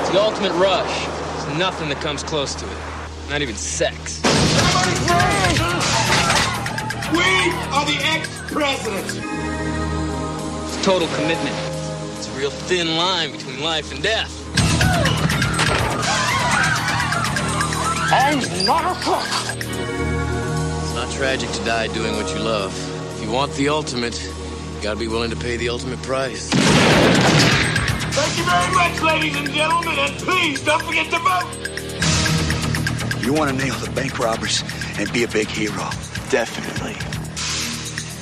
It's the ultimate rush. There's nothing that comes close to it. Not even sex. We are the ex-presidents. It's total commitment. It's a real thin line between life and death. I'm not a crook. It's not tragic to die doing what you love. If you want the ultimate, you gotta be willing to pay the ultimate price. Thank you very much, ladies and gentlemen, and please don't forget to vote. You want to nail the bank robbers and be a big hero. Definitely.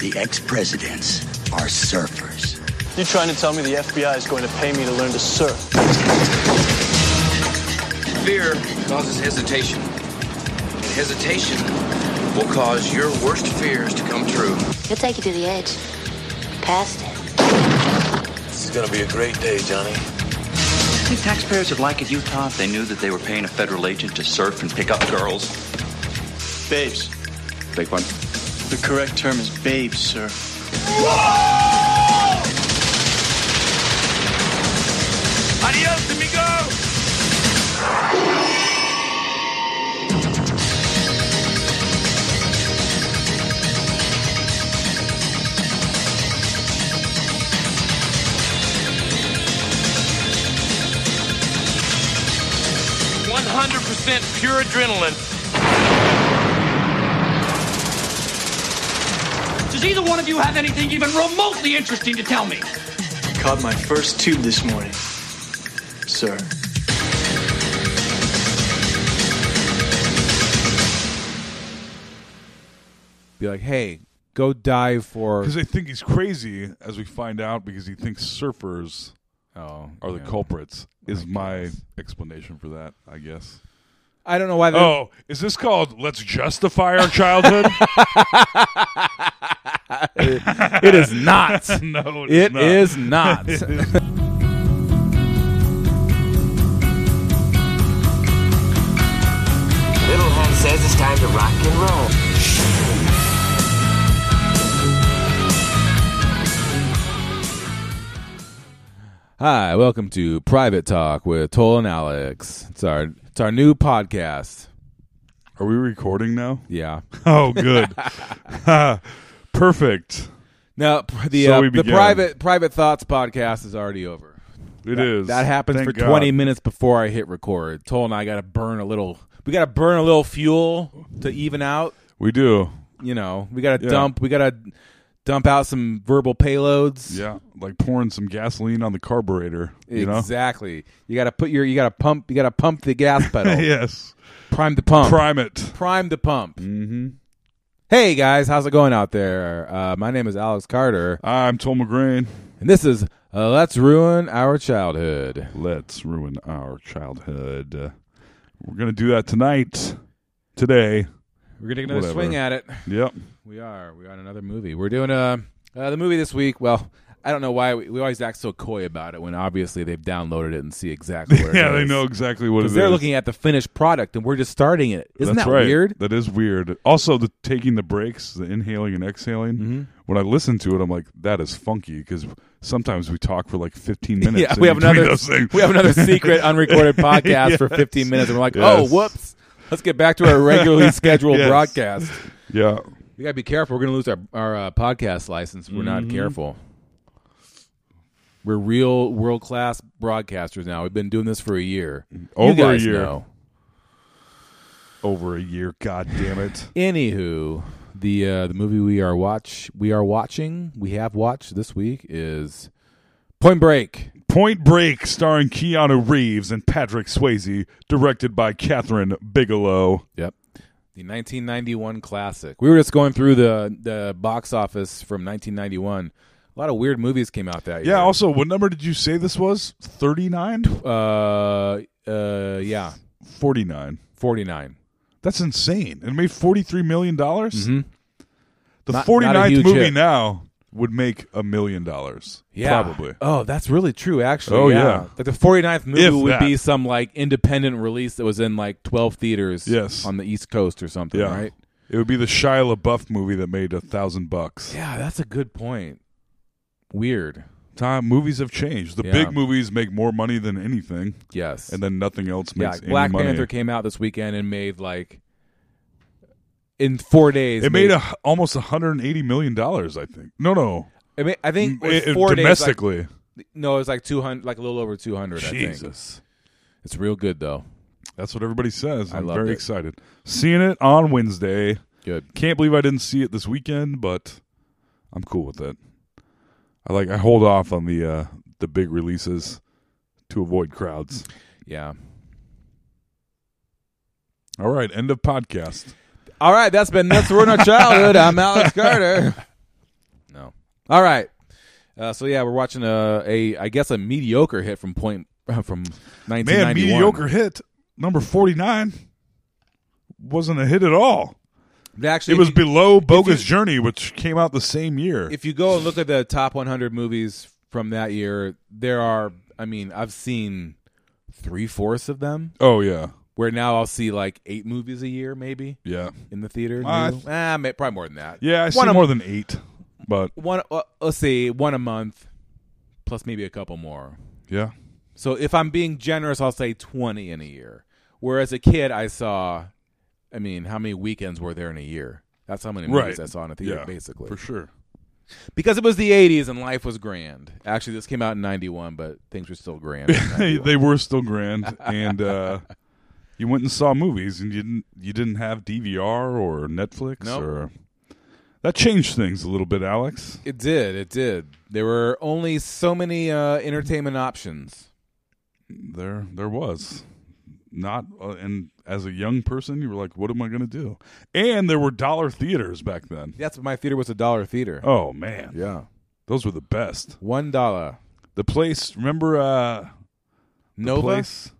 The ex presidents are surfers. You're trying to tell me the FBI is going to pay me to learn to surf? Fear causes hesitation. And hesitation will cause your worst fears to come true. He'll take you to the edge. Past it. This is gonna be a great day, Johnny. Do you think taxpayers would like it, Utah, if they knew that they were paying a federal agent to surf and pick up girls? Babes. Big one. The correct term is babes, sir. Adios, amigos. Does either one of you have anything even remotely interesting to tell me? Caught my first tube this morning, sir. Be like, hey, go dive for. Because they think he's crazy, as we find out, because he thinks surfers Oh, are the yeah. culprits, is I my guess. explanation for that, I guess. I don't know why. They, Oh, is this called Let's Justify Our Childhood? it is not. no, it is It not. is not. Little Hen says it's time to rock and roll. Hi, welcome to Private Talk with Toll and Alex. It's our it's our new podcast. Are we recording now? Yeah. Oh, good. Perfect. Now p- the So uh, we the begin. private private thoughts podcast is already over. It is that, that happens Thank for God. 20 minutes before I hit record. Toll and I got to burn a little. We got to burn a little fuel to even out. We do. You know, we got to Yeah. dump. We got to dump out some verbal payloads. Yeah, like pouring some gasoline on the carburetor. You know. exactly. You got to put your. You got to pump. You got to pump the gas pedal. yes. Prime the pump. Prime it. Prime the pump. Mm-hmm. Hey guys, how's it going out there? Uh, my name is Alex Carter, I'm Tom McGrain. and this is uh, Let's Ruin Our Childhood. Let's ruin our childhood. Uh, We're gonna do that tonight. Today. We're gonna get another another Whatever. swing swing at it. Yep. We are. We got another movie. We're doing uh, uh the movie this week. Well, I don't know why we, we always act so coy about it when obviously they've downloaded it and see exactly where. yeah, it they is. know exactly what it because they're is. looking at the finished product and we're just starting it. Isn't That's that right. weird? That is weird. Also, the taking the breaks, the inhaling and exhaling. Mm-hmm. When I listen to it, I'm like, that is funky because sometimes we talk for like 15 minutes. Yeah, in we have between another those things. we have another secret unrecorded podcast for 15 minutes, and we're like, Yes. oh, whoops. Let's get back to our regularly scheduled Yes. broadcast. yeah. We gotta be careful. We're gonna lose our our uh, podcast license. if We're not careful. We're real world class broadcasters now. We've been doing this for a year. Over a you guys year. Know. Over a year. God damn it. Anywho, the uh, the movie we are watch we are watching we have watched this week is Point Break. Point Break, starring Keanu Reeves and Patrick Swayze, directed by Catherine Bigelow. Yep. The 1991 classic. We were just going through the the box office from 1991. A lot of weird movies came out that year. Yeah, also, what number did you say this was? 39? uh, uh, yeah, 49. 49. That's insane. It made $43 million? The Mm-hmm. Not- forty not a ninth huge movie hit. now would make a million dollars. Yeah. Probably. Oh, that's really true, actually. Oh, yeah. yeah. Like the 49th movie If would that. be some like independent release that was in like 12 theaters Yes. on the East Coast or something, Yeah. right? It would be the Shia LaBeouf movie that made a thousand bucks. Yeah, that's a good point. Weird. Time movies have changed. The Yeah. big movies make more money than anything. Yes. and then nothing else Yeah, makes any Black money. Panther came out this weekend and made like in four days. It made a, almost 180 million dollars, I think. No, no. It ma- I think M- it was it- four days, like- domestically. no, it was like two hundred, like a little over two hundred. Jesus. it's real good though. That's what everybody says. I I'm loved very it. excited. Seeing it on Wednesday. Good. Can't believe I didn't see it this weekend, but I'm cool with it. I like. I hold off on the uh the big releases to avoid crowds. Yeah. All right. End of podcast. All right, that's been Nuts Ruin Our Childhood. I'm Alex Carter. No. All right. Uh, so yeah, we're watching a, a I guess a mediocre hit from point from 1991. Man, mediocre hit number 49 wasn't a hit at all. They actually- it was if you- below if Bogus you- Journey, which came out the same year. If you go and look at the top 100 movies from that year, there are I mean, I've seen three fourths of them. Oh yeah, Where now I'll see like eight movies a year, maybe. Yeah. in the theater. Uh, new. Ah, may- probably more than that. yeah, I One see a more month. than eight, but one uh, let's see one a month plus maybe a couple more Yeah. so if i'm being generous i'll say 20 in a year whereas a kid i saw i mean how many weekends were there in a year that's how many movies Right. i saw in a theater Yeah, basically for sure. because it was the 80s and life was grand actually this came out in 91 but things were still grand in 91. they were still grand, and uh, you went and saw movies, and you didn't you didn't have DVR or Netflix Nope. or that changed things a little bit, Alex. it did it did there were only so many uh, entertainment options There there was not, uh, and as a young person, you were like, "What am I going to do?" And there were dollar theaters back then. that's my theater was a dollar theater Oh man, yeah those were the best. one dollar The place, remember uh Nova? place?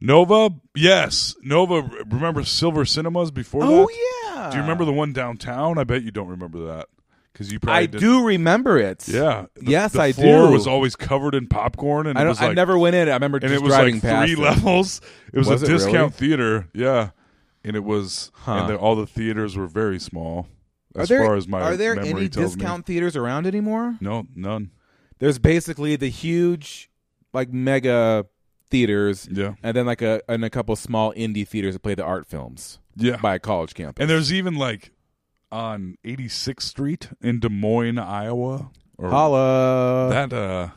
Nova? Yes. Nova remember Silver Cinemas before Oh, that? yeah. Do you remember the one downtown? I bet you don't remember that. Cuz you probably I didn't- do remember it. Yeah. The- yes, the I floor do. was always covered in popcorn and I, it don't, was like I never went in. it. I remember and just it was driving like past three it. levels. It was, Was a it really? discount theater. Yeah. And it was Huh. and the, all the theaters were very small Are as there, far as my are there memory any tells discount theaters around anymore? me. No, none. There's basically the huge, like mega theaters, Yeah. and then like a and a couple small indie theaters that play the art films, Yeah. by a college campus. And there's even like on 86th Street in Des Moines, Iowa. Or holla That uh,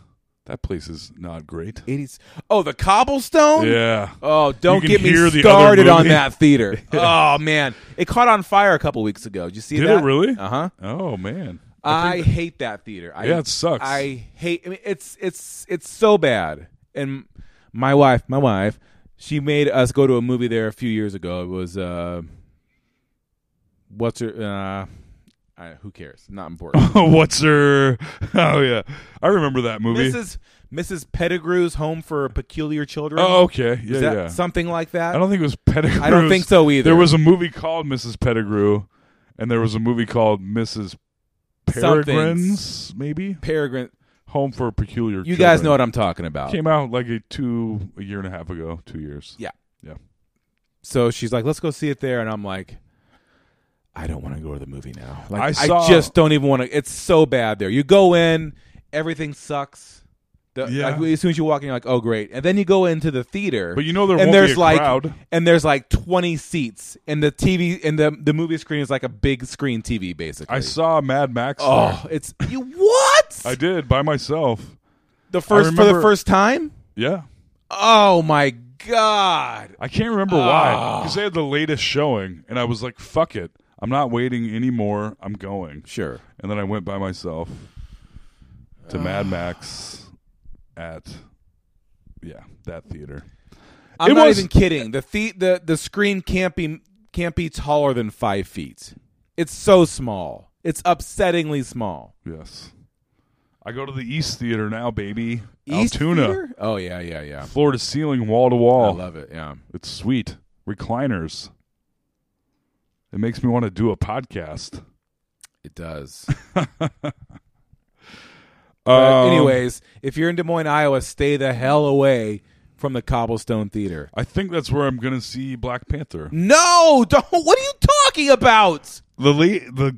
that place is not great. 80s. Oh, the cobblestone. Yeah. Oh, You don't can get me hear the other started on movie. that theater. Oh man, it caught on fire a couple weeks ago. Did you see Did that? it really? Uh huh. Oh man. I, think hate that theater. I, Yeah, it sucks. I hate. I mean, it's it's it's so bad. And my wife, my wife, she made us go to a movie there a few years ago. It was uh, what's her? Uh, I, who cares? Not important. that- What's her? Oh yeah, I remember that movie. Mrs. Mrs. Pettigrew's Home for Peculiar Children. Oh okay, yeah, Is that yeah. something like that? I don't think it was Pettigrew. I don't think so either. There was a movie called Mrs. Pettigrew, and there was a movie called Mrs. Something. Peregrine's, maybe Peregrine. Home for Peculiar. You guys know Children. what I'm talking about. Came out like a two a year and a half ago, two years. Yeah. Yeah. So she's like, "Let's go see it there," and I'm like, "I don't want to go to the movie now. Like, I I, saw- just don't even want to. It's so bad there. You go in, everything sucks. The- Yeah. like, as soon as you walk in, you're like, "Oh, great!" And then you go into the theater, But you know there and won't be there's a like, crowd. and there's like 20 seats, and the TV and the the movie screen is like a big screen TV, basically. I saw Mad Max. Oh, there. it's you what? I did by myself. the first for remember- the first time. Yeah. Oh my god! I can't remember why. 'Cause why Ah. because they had the latest showing, and I was like, "Fuck it, I'm not waiting anymore. I'm going." Sure. And then I went by myself to Ah. Mad Max at yeah that theater. I'm It not was- even kidding. The, the the the screen can't be can't be taller than five feet. It's so small. It's upsettingly small. Yes, I go to the East Theater now, baby. East Altoona, Oh. Theater? Oh yeah, yeah, yeah. floor to ceiling, wall to I wall. love it. Yeah. It's sweet recliners. It makes me want to do a podcast. It does. Um, But anyways, if you're in Des Moines, Iowa, stay the hell away from the Cobblestone Theater. I think that's where I'm going to see Black Panther. No, don't. What are you talking about? The late the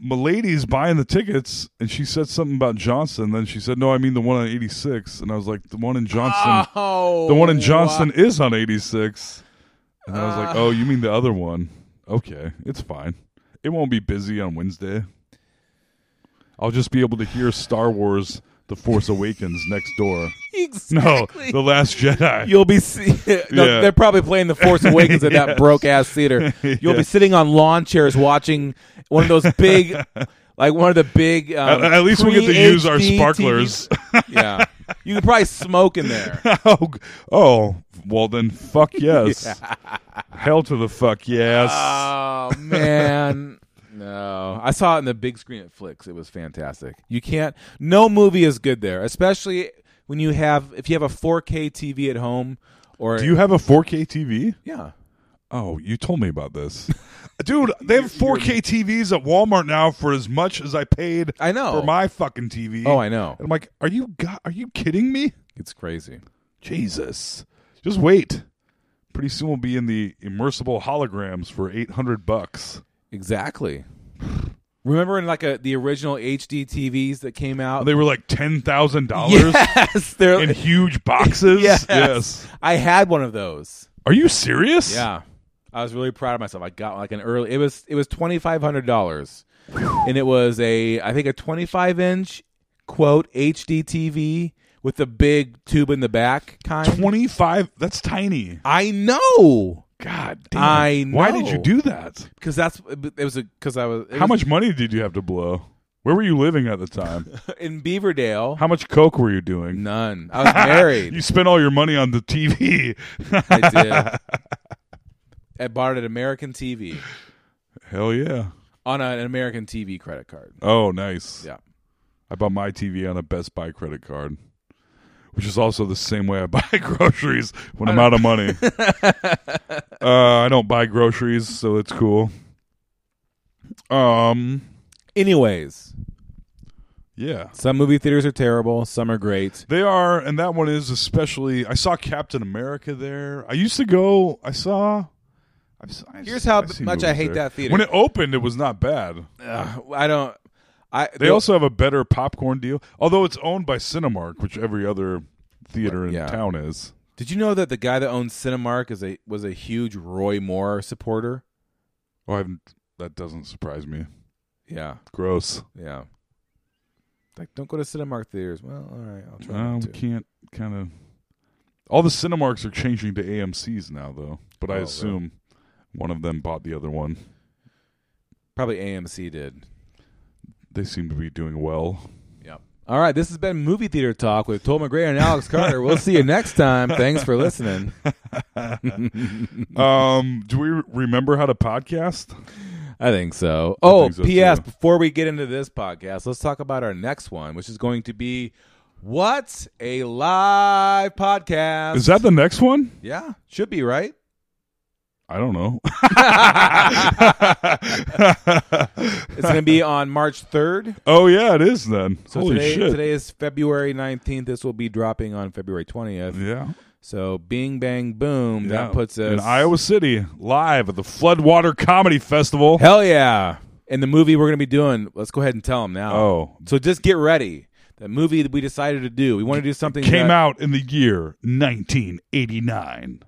Milady's buying the tickets, and she said something about Johnson. Then she said, "No, I mean the one on 86." And I was like, "The one in Johnson, Oh, the one in Johnson wow. is on 86." And I was like, Uh. "Oh, you mean the other one? Okay, it's fine. It won't be busy on Wednesday. I'll just be able to hear Star Wars: The Force Awakens next door. Oh, Exactly. No, The Last Jedi. You'll be see- no, Yeah. they're probably playing The Force Awakens at that Yes. broke ass theater. You'll be Yes. sitting on lawn chairs watching one of those big, like one of the big. Um, At- at least we get to use our pre-HD sparklers. TVs. yeah, you could probably smoke in there. oh, g- oh, well then, fuck yes. Hell to the fuck yes. Oh man. No, I saw it in the big screen at Flicks. It was fantastic. You can't. No movie is good there, especially when you have if you have a 4K TV at home or Do you have a 4K TV? yeah. Oh, you told me about this. Dude, they have 4K TVs at Walmart now for as much as I paid I know. for my fucking TV. Oh, I know. And I'm like, are you go- are you kidding me? It's crazy. Jesus. Just wait. Pretty soon we'll be in the immersible holograms for 800 bucks. Exactly. Remember in like a the original HD TVs that came out? They were like $10,000 yes, they're in huge boxes. yes. yes. I had one of those. Are you serious? Yeah. I was really proud of myself. I got like an early it was it was twenty five hundred dollars. And it was a I think a twenty five inch quote HD TV with the big tube in the back kind. 25 that's tiny I know. god damn I why did you know. do that Cause that's it was a because I was it how was much money did you have to blow where were you living at the time in Beaverdale. how much coke were you doing None. I was married. you spent all your money on the tv I did. I bought an American TV hell yeah on an American TV credit card. oh nice Yeah. i bought my tv on a best buy credit card which is also the same way i buy groceries when i'm out of money uh, i don't buy groceries so it's cool um Anyways, yeah some movie theaters are terrible. Some are great. They are, and that one is especially. I saw Captain America there. I used to go. I saw. I've, s- I've Here's s- how I've seen much I movies hate that theater. Uh, When it opened, it was not bad. Ugh, I don't. I They also have a better popcorn deal, although it's owned by Cinemark, which every other theater in Yeah. town is. did you know that the guy that owns Cinemark is a was a huge Roy Moore supporter? Oh, I've, that doesn't surprise me. Yeah, Gross. yeah. Like, don't go to Cinemark theaters. Well, all right, I'll try Uh, not we to. can't kind of. All the Cinemarks are changing to AMC's now, though. But Oh, I really? assume one of them bought the other one. Probably AMC did. They seem to be doing well. Yep. All right, this has been movie theater talk with Tom McGray and Alex Carter. We'll see you next time. Thanks for listening. Um, do we remember how to podcast? I think so. Oh, think so, P.S. too. Before we get into this podcast, let's talk about our next one, which is going to be what's a live podcast? Is that the next one? yeah? Should be right. I don't know. It's going to be on March third. oh yeah, it is then. So Holy today, shit! today is February nineteenth. This will be dropping on February twentieth. yeah, So, Bing Bang Boom. yeah. That puts us in Iowa City live at the Floodwater Comedy Festival. Hell yeah! And the movie we're going to be doing. Let's go ahead and tell them now. Oh. so just get ready. That movie that we decided to do. We want to do something Came that- out in the year 1989.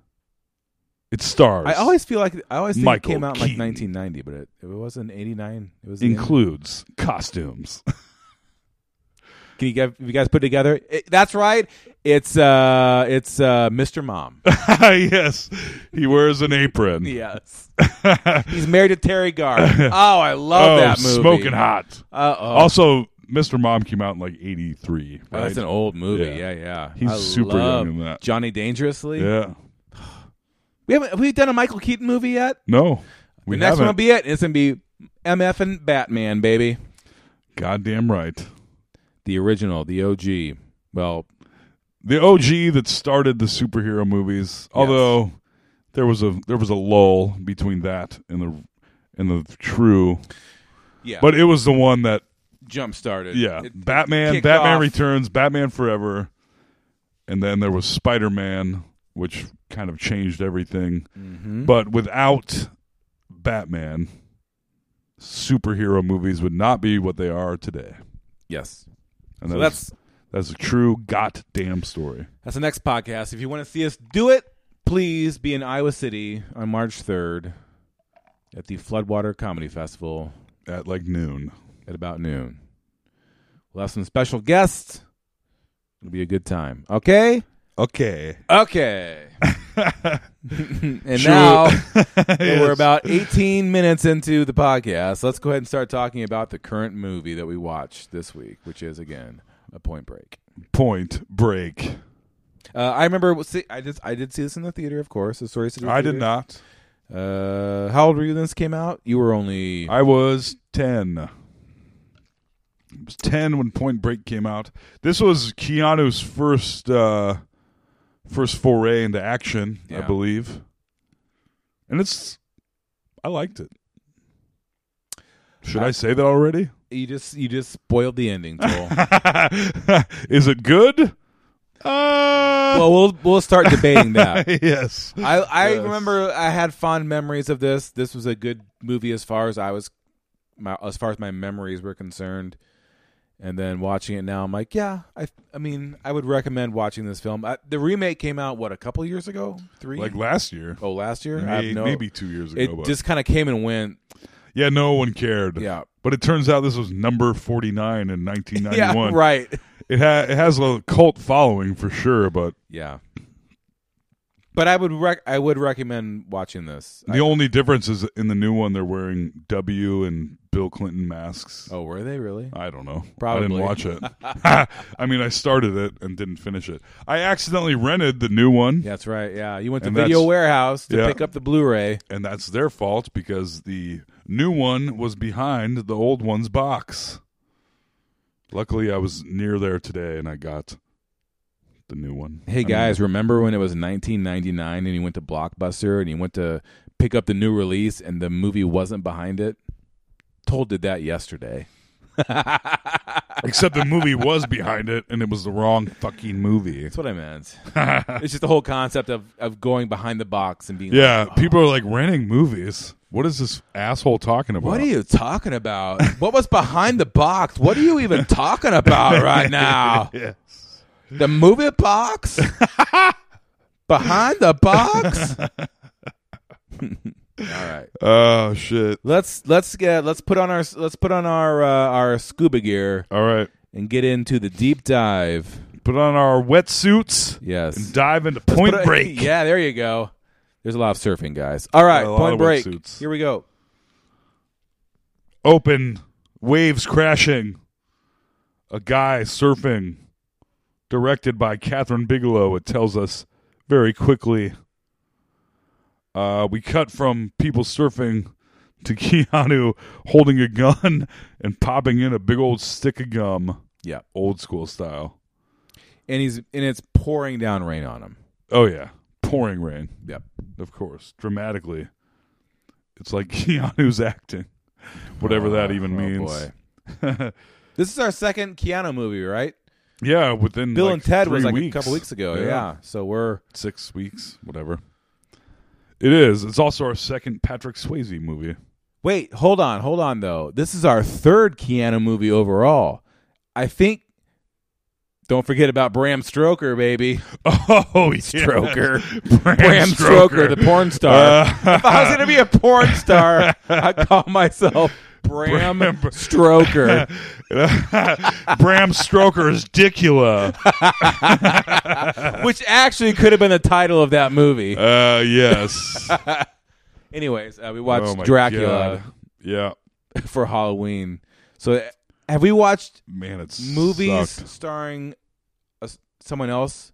It stars. I always feel like I always think Michael it came out in like Keaton. 1990, but it, it wasn't 89. It was the end. includes costumes. Can you, guys, you guys put together? It- that's right. It's uh, it's uh, Mr. Mom. yes, he wears an apron. yes, he's married to Terry Gar. Oh, I love oh, that movie. smoking hot. Uh oh. Also, Mr. Mom came out in like '83. Right? That's an old movie. Yeah, Yeah. yeah. He's I super young love in that. Johnny Dangerously. yeah. We haven't have we done a Michael Keaton movie yet. No, we the next haven't. one will be it. It's gonna be MF and Batman, baby. Goddamn right. The original, the OG. Well, The OG that started the superhero movies. Although there was a there was a lull between that and the and the true, yeah. but it was the one that jump started. yeah, It- it Batman, kicked Batman off. Returns, Batman Forever, and then there was Spider Man, which kind Mm-hmm. of changed everything. But without Batman, superhero movies would not be what they are today. Yes. And So that's that's a true goddamn story. That's the next podcast. If you want to see us do it, please be in Iowa City on March 3rd at the Floodwater Comedy Festival. At like noon. At about noon. We'll have some special guests. It'll be a good time. Okay? Okay. Okay. and Sure. now Yes. we're about 18 minutes into the podcast. Let's go ahead and start talking about the current movie that we watched this week, which is, again, A Point Break. Point Break. Uh, I remember. See, I just I did see this in the theater, of course. The story. I did not. Uh, how old were you when this came out? You were only. I was 10. I was 10 when Point Break came out. This was Keanu's first uh first foray into action, I Yeah. believe. And it's I liked it. Should I, say that already? You just you just spoiled the ending, Joel. Is it good? Uh, well, we'll we'll start debating that. yes. I I Yes. remember I had fond memories of this. This was a good movie as far as I was, my as far as my memories were concerned. And then watching it now, I'm like, yeah, I I mean, I would recommend watching this film. I, the remake came out what a couple years ago, three Like last year. Oh, last year, May- I have no- maybe two years ago. It but- just kind of came and went. Yeah, no one cared. Yeah. But it turns out this was number 49 in Yeah, 1991. right. It, ha- it has a cult following for sure, but Yeah. But I would rec- I would recommend watching this. the only difference is in the new one they're wearing W and Bill Clinton masks. Oh, were they really? I don't know. I Probably. didn't watch it. I mean, I started it and didn't finish it. I accidentally rented the new one. That's right. Yeah, you went to And Video that's- Warehouse to yeah. pick up the Blu-ray. And that's their fault because the new one was behind the old one's box. Luckily, I was near there today and I got the new one. I Hey mean, guys, remember when it was 1999 and you went to Blockbuster and you went to pick up the new release and the movie wasn't behind it? Told did that yesterday. except the movie was behind it and it was the wrong fucking movie. That's what I meant. it's just the whole concept of of going behind the box and being Yeah, like, people are like renting movies. What is this asshole talking about? What are you talking about? what was behind the box? What are you even talking about right now? The movie box? behind the box? All right. Oh shit. Let's let's get let's put on our let's put on our uh, our scuba gear All right. and get into the deep dive. Put on our wetsuits Yes. and dive into Let's Point put a- Break. yeah, there you go. There's a lot of surfing, guys. All right, A lot point of break. wetsuits. Here we go. Open, waves crashing. A guy surfing. Directed by Catherine Bigelow, it tells us very quickly. Uh, we cut from people surfing to Keanu holding a gun and popping in a big old stick of gum, Yeah. old school style. And he's and it's pouring down rain on him. Oh, yeah. Pouring rain. Yep. of course, dramatically. It's like Keanu's acting, whatever that Oh, even oh, means. boy. This is our second Keanu movie, right? Yeah, within Bill like and Ted was three like a couple weeks ago. Yeah. So we're six weeks, whatever. It is. It's also our second Patrick Swayze movie. wait, hold on, hold on though. This is our third Keanu movie overall. I think don't forget about Bram Stoker, baby. Oh, yeah. Stroker. Bram, Uh, Bram Stoker, the porn star. if I was gonna be a porn star, I'd call myself Bram, Bram- Stroker. Bram Stoker's Dicula. which actually could have been the title of that movie. Uh, yes. Anyways, uh, we Oh, watched my Dracula God. Yeah, for Halloween. So uh, have we watched man, it's movies starring a, someone else.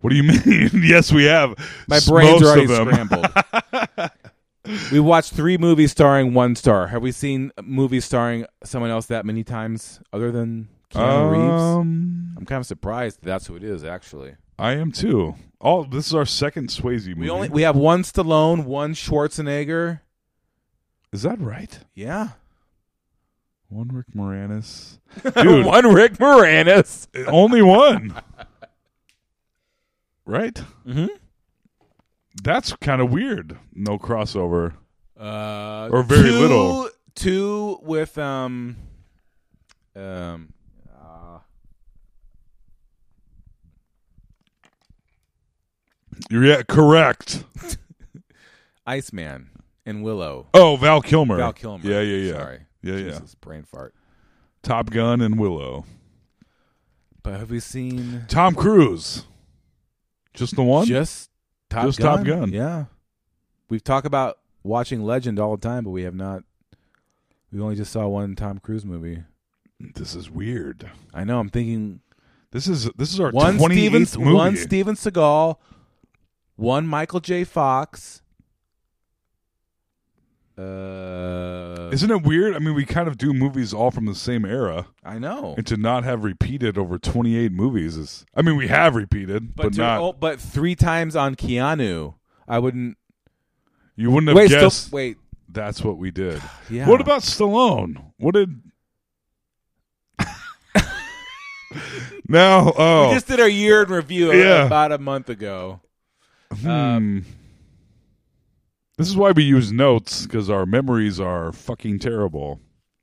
What do you mean? yes, we have. My S- brain's most already of them. scrambled. we watched three movies starring one star. Have we seen movies starring someone else that many times other than Keanu Reeves? Um, I'm kind of surprised that's who it is. Actually, I am too. Oh, this is our second Swayze movie. we only we have one Stallone, one Schwarzenegger. is that right? Yeah, One Rick Moranis, dude. one Rick Moranis. only one, right? Mhm. Mm-hmm. That's kind of weird. No crossover. Uh, Or very two- little. Two with um, um, uh, Yeah, correct. Iceman and Willow. Oh, Val Kilmer. Val Kilmer. Yeah, yeah, yeah. Sorry. Yeah, yeah. Jesus, brain fart. Top Gun and Willow. But have we seen Tom Cruise. Just the one? just Top Just Gun? Top Gun. Yeah, we've talked about watching Legend all the time, but we have not. We only just saw one Tom Cruise movie. This is weird. I know. I'm thinking This is this is our one 28th Steven, movie. one Steven Seagal, one Michael J. Fox. Uh, Isn't it weird? I mean, we kind of do movies all from the same era, I know, and to not have repeated over 28 movies is. I mean, we have repeated, but, but to- not. oh, but three times on Keanu. I wouldn't you wouldn't have wait. Still, guessed wait, that's what we did. yeah. What about Stallone? What did? no. Oh, We just did our year in review Yeah. about a month ago. uh, hmm. this is why we use notes because our memories are fucking terrible.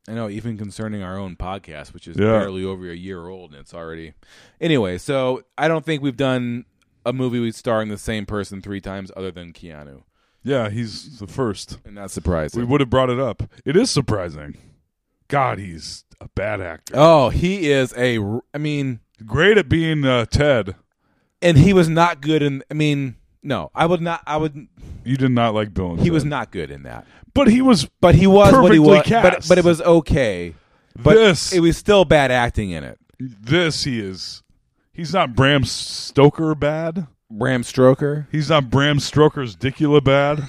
I know, even concerning our own podcast, which is Yeah. barely over a year old, and it's already. Anyway, so I don't think we've done a movie with starring the same person three times, other than Keanu, Yeah, he's the first. and that's surprising. We would have brought it up. It is surprising. God, he's a bad actor. oh, he is a. r- I mean, Great at being uh, Ted. and he was not good in. I mean, no, I would not. I would. You did not like Bill. And He Ted. was not good in that, but he was. but he was what he Perfectly was. But cast. but it was okay. But This- it was still bad acting in it. This he is. He's not Bram Stoker bad. Bram Stoker. He's not Bram Stoker's Dicula bad,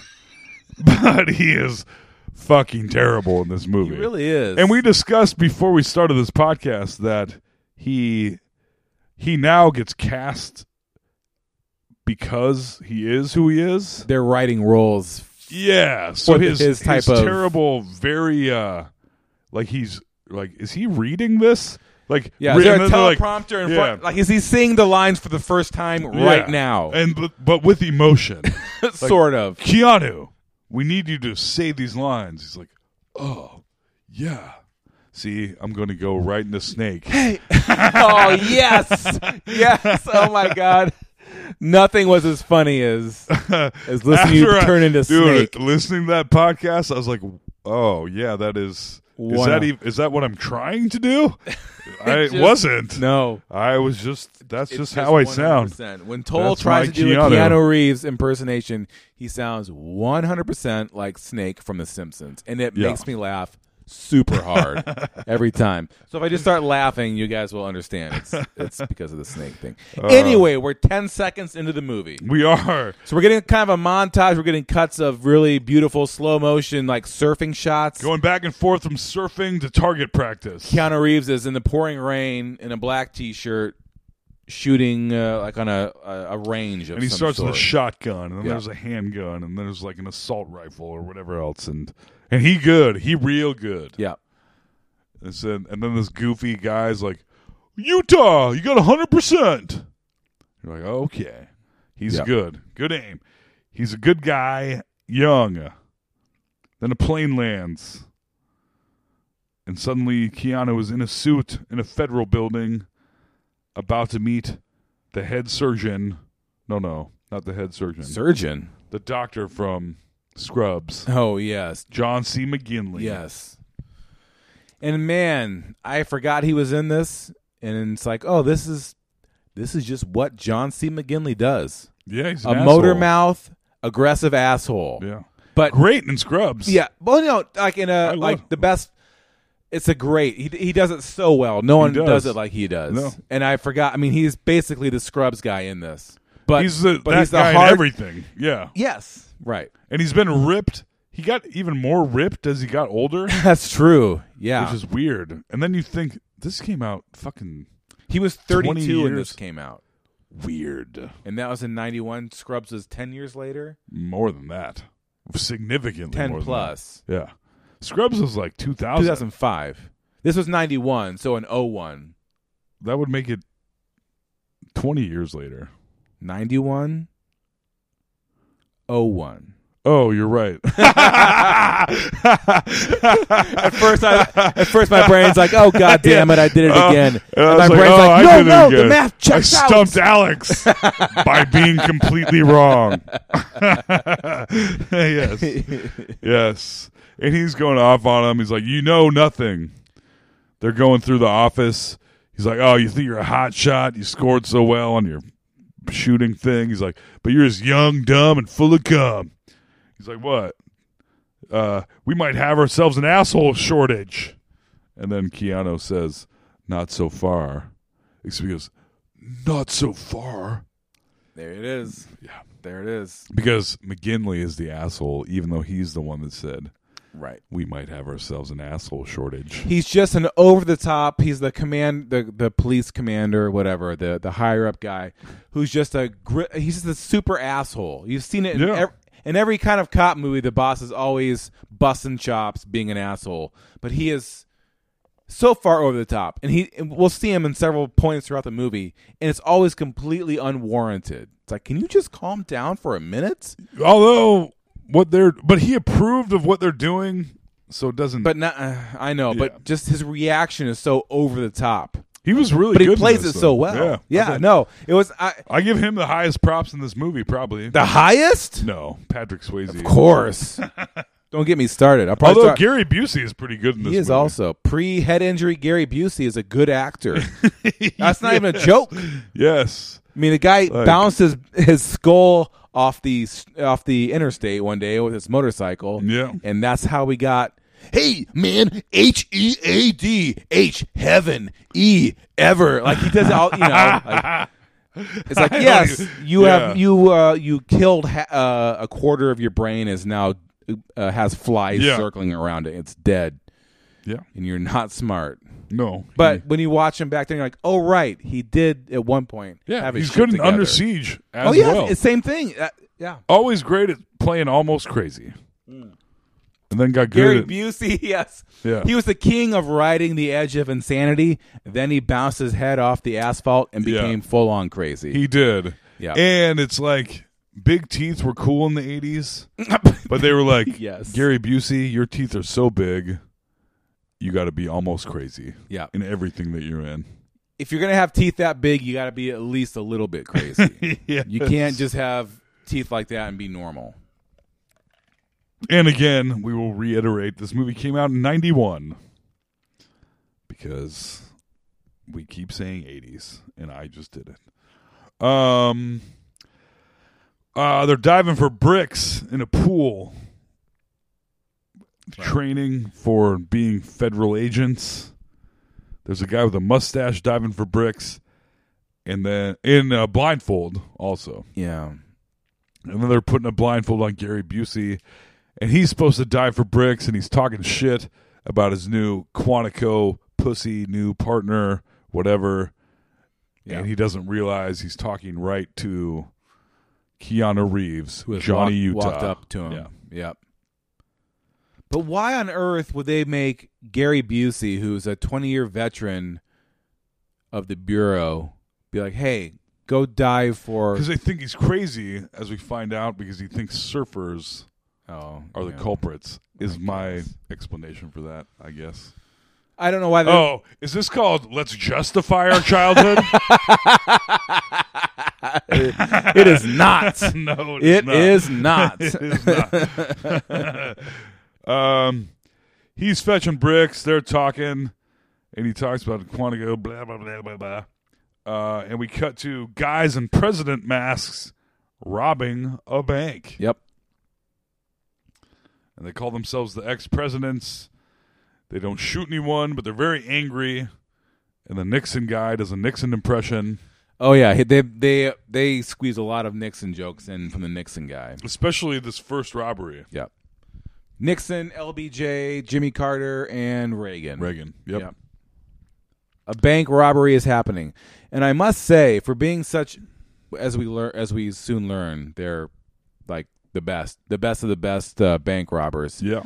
but he is fucking terrible in this movie. He really is. And we discussed before we started this podcast that he he now gets cast because he is who he is. they're writing roles. Yeah. So With his his type of- terrible, very uh like he's like is he reading this? Like Yeah, re- is there and a then they're like- teleprompter in yeah, front? Like, is he seeing the lines for the first time right yeah. now? and but, but with emotion. sort of. Keanu, we need you to say these lines. He's like, oh, yeah. See, I'm going to go right in the snake. oh yes, yes. Oh my god, nothing was as funny as as listening to you After I- turn into dude, snake. Listening to that podcast, I was like, oh, yeah, that is. Is Wow. that, ev- is that what I'm trying to do? I Just- wasn't. No, I was just, that's It's just, how I sound. 100%. When Toll That's tries my to do a Keanu. Keanu Reeves impersonation, he sounds 100 percent like Snake from The Simpsons, and it Yeah. makes me laugh super hard every time. So if I just start laughing, you guys will understand it's, it's because of the Snake thing. Oh. anyway, we're 10 seconds into the movie. We are. So we're getting kind of a montage. We're getting cuts of really beautiful slow motion, like surfing shots. Going back and forth from surfing to target practice. Keanu Reeves is in the pouring rain in a black T-shirt, shooting uh, like on a, a a range of. and he some starts sort. with a shotgun, and then Yeah. there's a handgun, and there's like an assault rifle or whatever else, and and he good, he real good. Yeah. And, so- and then this goofy guy's like, Utah, you got hundred percent. You're like, okay, he's Yeah. good, good aim. He's a good guy, young. Then a plane lands, and suddenly Keanu is in a suit in a federal building, about to meet the head surgeon. No, no, not the head surgeon. Surgeon. the doctor from Scrubs, Oh yes, John C. McGinley. yes. And man, I forgot he was in this, and it's like, oh, this is this is just what John C. McGinley does: yeah, he's a an motor asshole. mouth, aggressive asshole. Yeah, But great in Scrubs. yeah, well, no, like in I a love- like the best. It's a great. He he does it so well. No one does. does. it like he does. No. And I forgot. I mean, he's basically the Scrubs guy in this. But he's the but that he's the guy in hard. everything. Yeah, Yes, right. and he's been ripped. He got even more ripped as he got older, That's true. Yeah, which is weird. And then you think this came out fucking he was 20 32 when years. this came out. weird. and that was in '91. Scrubs was ten years later, More than that, significantly ten more than plus, that. Yeah, Scrubs was like two two thousand. thousand five. This was '91, so in 01. That would make it twenty years later. 91, 01. Oh, you're right. at first, I, at first my brain's like, "Oh God damn it, I did it Uh, again." and I And my was like, brain's "Oh, like, I "No, did it no, the again." math checks I out." stumped Alex by being completely wrong. yes, yes, and he's going off on him. He's like, "You know nothing." They're going through the office. He's like, "Oh, you think you're a hot shot? You scored so well on your shooting thing." He's like, "But you're just young, dumb, and full of cum." He's like, "What? Uh, we might have ourselves an asshole shortage." And then Keanu says, "Not so far." Except he goes, "Not so far," There it is. Yeah, there it is. because McGinley is the asshole, even though he's the one that said, Right. we might have ourselves an asshole shortage." He's just an over the top. He's the command, the the police commander, whatever, the the higher up guy, who's just a gri- he's just a super asshole. You've seen it in, Yeah. ev- in every kind of cop movie. The boss is always busting chops, being an asshole, but he is so far over the top, and he and we'll see him in several points throughout the movie, and it's always completely unwarranted. It's like, can you just calm down for a minute? Although what they're, but he approved of what they're doing, so it doesn't. But not, uh, I know, Yeah. but just his reaction is so over the top. he was really, but good he in plays this, it though. so well. Yeah, Yeah, I think- no, it was I, I give him the highest props in this movie, probably. the highest. no, Patrick Swayze. Of course. Don't get me started. I'll probably Although start- Gary Busey is pretty good in this. he is movie. also pre head injury. Gary Busey is a good actor. That's not even a joke. I Yes. mean, the guy Like- bounced his his skull off the s- off the interstate one day with his motorcycle. Yeah. and that's how we got. Hey man, H E A D H heaven E ever like he does all you know. like, It's like I yes, don't even- you Yeah. have you uh, you killed ha- uh, a quarter of your brain is now uh, has flies Yeah. circling around it. It's dead, Yeah. and you're not smart. No. But when you watch him back there, you're like, oh right, he did at one point. Yeah, have his he's shit good in together. Under Siege as Oh yeah, well. it's same thing. Uh, yeah, Always great at playing almost crazy, and then got Gary good. at, Busey. Yes, Yeah. he was the king of riding the edge of insanity. Then he bounced his head off the asphalt and Yeah. became full on crazy. he did. Yeah. and it's like big teeth were cool in the eighties, but they were like, Yes. Gary Busey, your teeth are so big, you got to be almost crazy. Yeah. in everything that you're in. if you're gonna have teeth that big, you got to be at least a little bit crazy. yeah, You can't just have teeth like that and be normal. And again, we will reiterate this movie came out in 91 because we keep saying 80s and I just did it. Um uh they're diving for bricks in a pool. Training for being federal agents. There's a guy with a mustache diving for bricks and then in a blindfold also. Yeah. And then they're putting a blindfold on Gary Busey, and he's supposed to dive for bricks, and he's talking shit about his new Quantico pussy new partner, whatever. Yeah. And he doesn't realize he's talking right to Keanu Reeves, Who has Johnny walked, Utah. walked up to him. Yeah. Yep. But why on earth would they make Gary Busey, who's a 20 year veteran of the Bureau, be like, hey, go dive for. Because they think he's crazy, as we find out, because he thinks surfers Oh, are the yeah. culprits, is my guess. explanation for that, I guess. I don't know why they. Oh, is this called Let's Justify Our Childhood? It is not. no, it is It is not. not. It is not. um, he's fetching bricks. They're talking, and he talks about Quantico. Blah blah blah blah blah. Uh, and we cut to guys in president masks robbing a bank, yep. and they call themselves the ex presidents. They don't shoot anyone, but they're very angry. And the Nixon guy does a Nixon impression, Oh, yeah. he- They, they, they squeeze a lot of Nixon jokes in from the Nixon guy. especially this first robbery. Yep. Nixon, LBJ, Jimmy Carter, and Reagan. Reagan. Yep. Yep. A bank robbery is happening, and I must say, for being such, as we learn, as we soon learn, they're like the best, the best of the best uh, bank robbers. Yeah.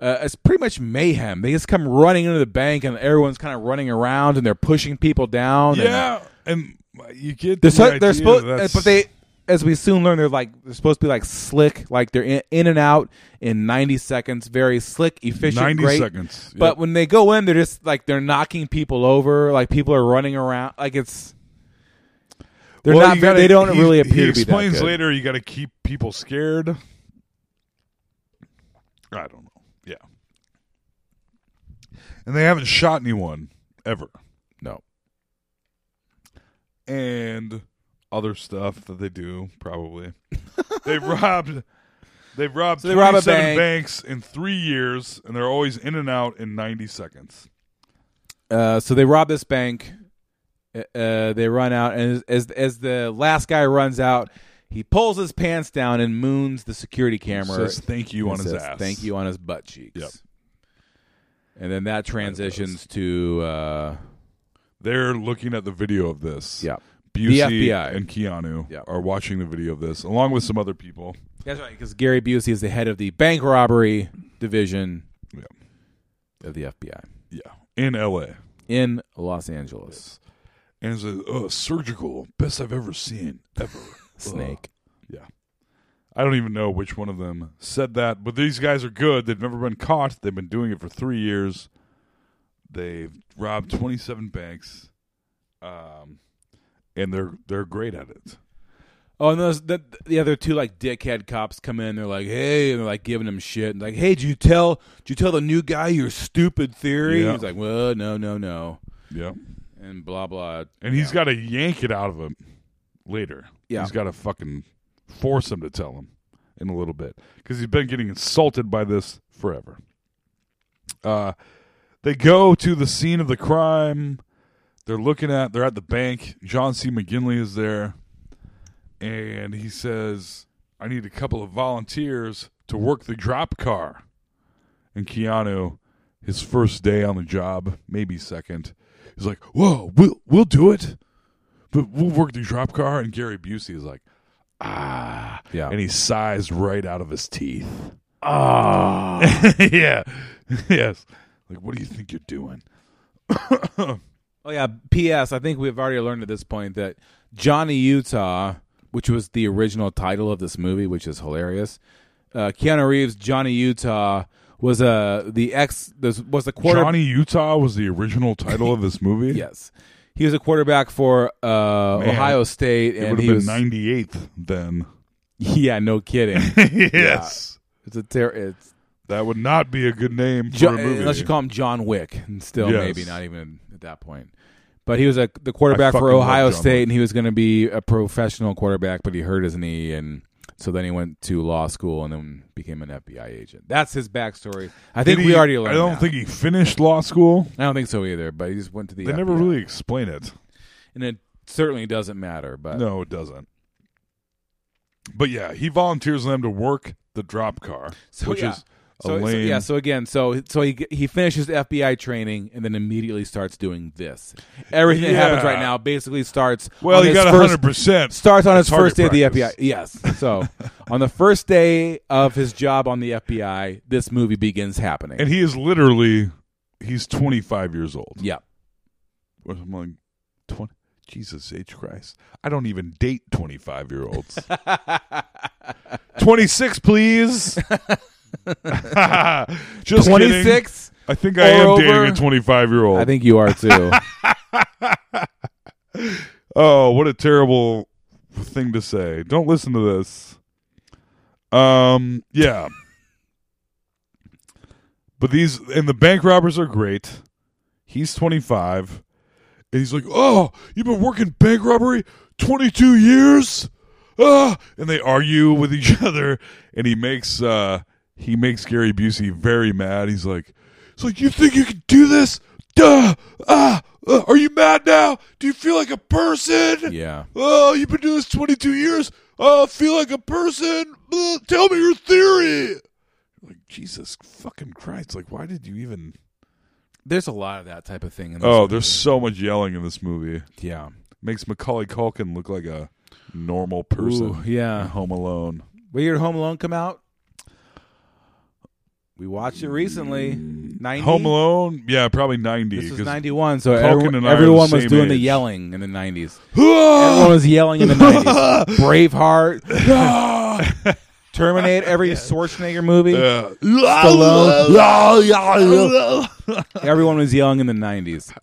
Uh, it's pretty much mayhem. They just come running into the bank, and everyone's kind of running around, and they're pushing people down. and- Yeah, and you get they're the so, idea they're supposed, that's- but they as we soon learn, they're like they're supposed to be like slick, like they're in, in and out in ninety seconds, very slick, efficient. 90 great. seconds, yep. But when they go in, they're just like they're knocking people over, like people are running around, like it's. They're Well, not. you very- gotta- they don't he- really appear to be. He that explains good. later. You got to keep people scared. I don't know. Yeah. And they haven't shot anyone ever. No. And other stuff that they do probably. they've robbed. They've robbed So they rob a 27 bank. banks in three years, and they're always in and out in 90 seconds. Uh, so they rob this bank. Uh, they run out, and as, as as the last guy runs out, he pulls his pants down and moons the security camera. Says thank you and on his says ass. Thank you on his butt cheeks. Yep. And then that transitions to uh, They're looking at the video of this. Yeah. The Busey FBI. and Keanu Yeah. are watching the video of this, along with some other people. that's right because Gary Busey is the head of the bank robbery division Yeah. of the FBI Yeah. In LA. in Los Angeles. And it's a uh, surgical, best I've ever seen, ever. Snake. yeah. I don't even know which one of them said that, but these guys are good. They've never been caught. They've been doing it for three years. They've robbed 27 banks, um, and they're they're great at it. Oh, and those the, the other two like dickhead cops come in. They're like, "Hey," and they're like giving him shit. And like, "Hey, did you tell? Did you tell the new guy your stupid theory?" Yeah. He's like, "Well, no, no, no," Yeah. and blah blah. And he's got to yank it out of him later. Yeah. He's got to fucking force him to tell him in a little bit because he's been getting insulted by this forever. Uh, they go to the scene of the crime. They're looking at, they're at the bank. John C. McGinley is there. And he says, I need a couple of volunteers to work the drop car. And Keanu, his first day on the job, maybe second, he's like, "Whoa, we'll we'll do it, but we'll work the drop car." And Gary Busey is like, "Ah," Yeah. and he sighs right out of his teeth. Ah, yeah, yes. Like, what do you think you're doing? Oh yeah. P.S. I think we've already learned at this point that Johnny Utah, which was the original title of this movie, which is hilarious. Uh, Keanu Reeves, Johnny Utah was uh, the ex this was the quarter Johnny Utah was the original title of this movie. Yes, he was a quarterback for uh, Man, Ohio State, it and would he have was been ninety eighth then. yeah, no kidding. yes, It's a ter- it's that would not be a good name for Jo- a movie. unless you eh, call him John Wick, and still Yes. maybe not even at that point. But he was a the I quarterback fucking for love Ohio John State, Wick. and he was going to be a professional quarterback, but he hurt his knee, and so then he went to law school and then became an FBI agent. That's his backstory. I think Did we he- already learned. I don't that. think he finished law school. I don't think so either. But he just went to the. They never FBI. really explain it. and it certainly doesn't matter. But No, it doesn't. But yeah, he volunteers them to work the drop car, So, which yeah. is a So, so- lame. yeah, so again, so so he he finishes FBI training and then immediately starts doing this. Everything that happens Yeah. right now basically starts. well, on he his got first- hundred percent. Starts on his target first day practice. of the FBI. Yes, so on the first day of his job on the FBI, this movie begins happening. and he is literally he's twenty five years old. yeah, Or I'm like twenty. Jesus H Christ! I don't even date twenty five year olds. twenty six, please. Just twenty kidding. six. I think I am or over? dating a twenty five year old. I think you are too. Oh, what a terrible thing to say. Don't listen to this. Um, yeah. but these and the bank robbers are great. He's 25 and he's like, "Oh, you've been working bank robbery 22 years?" Ah, and they argue with each other and he makes uh he makes Gary Busey very mad. He's like, "It's like you think you can do this? Duh! Ah, uh, are you mad now? Do you feel like a person?" yeah, Oh, you've been doing this 22 years. Oh, feel like a person. Ugh, tell me your theory. Like Jesus fucking Christ! Like, why did you even? there's a lot of that type of thing. In this Oh, movie. there's so much yelling in this movie. yeah. Makes Macaulay Culkin look like a normal person. Ooh, yeah. in Home Alone. When your Home Alone come out? We watched it recently. 90? Home Alone, yeah, probably ninety. This was 'cause 91, so Culkin everyone, and I are the everyone was same doing the age. yelling in the 90s. everyone was yelling in the 90s. Braveheart. Terminate every Schwarzenegger movie. Yeah. Stallone. everyone was yelling in the 90s.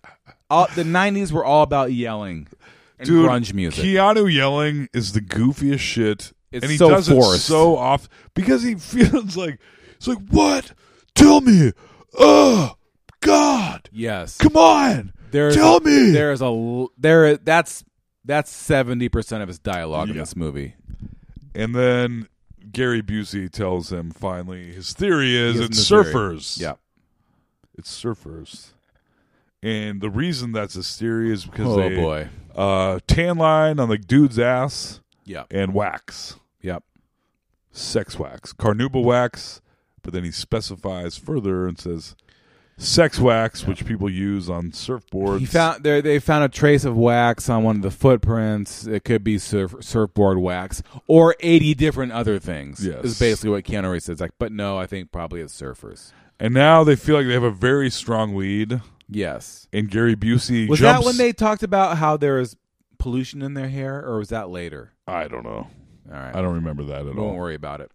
All, the 90s were all about yelling and Dude, grunge music. Keanu yelling is the goofiest shit, It's and he so does it forced. so off because he feels like it's like what? Tell me, oh God, yes. come on, There's tell a, me. There is a l- there is- that's that's 70% of his dialogue in Yeah. this movie. And then Gary Busey tells him finally his theory is He it's in the theory. surfers. Yeah. it's surfers. And the reason that's his theory is because Oh, they boy. uh, tan line on the dude's ass Yeah. and wax, Yep. sex wax, carnauba wax. But then he specifies further and says sex wax, which people use on surfboards. He found there. They found a trace of wax on one of the footprints. It could be surf, surfboard wax or eighty different other things. Yes. is basically what Keanu Reeves says. Like, but no, I think probably it's surfers. and now they feel like they have a very strong lead. Yes. And Gary Busey Was jumps. that when they talked about how there is pollution in their hair, or was that later? I don't know. All right. I don't remember that at all. Don't worry about it.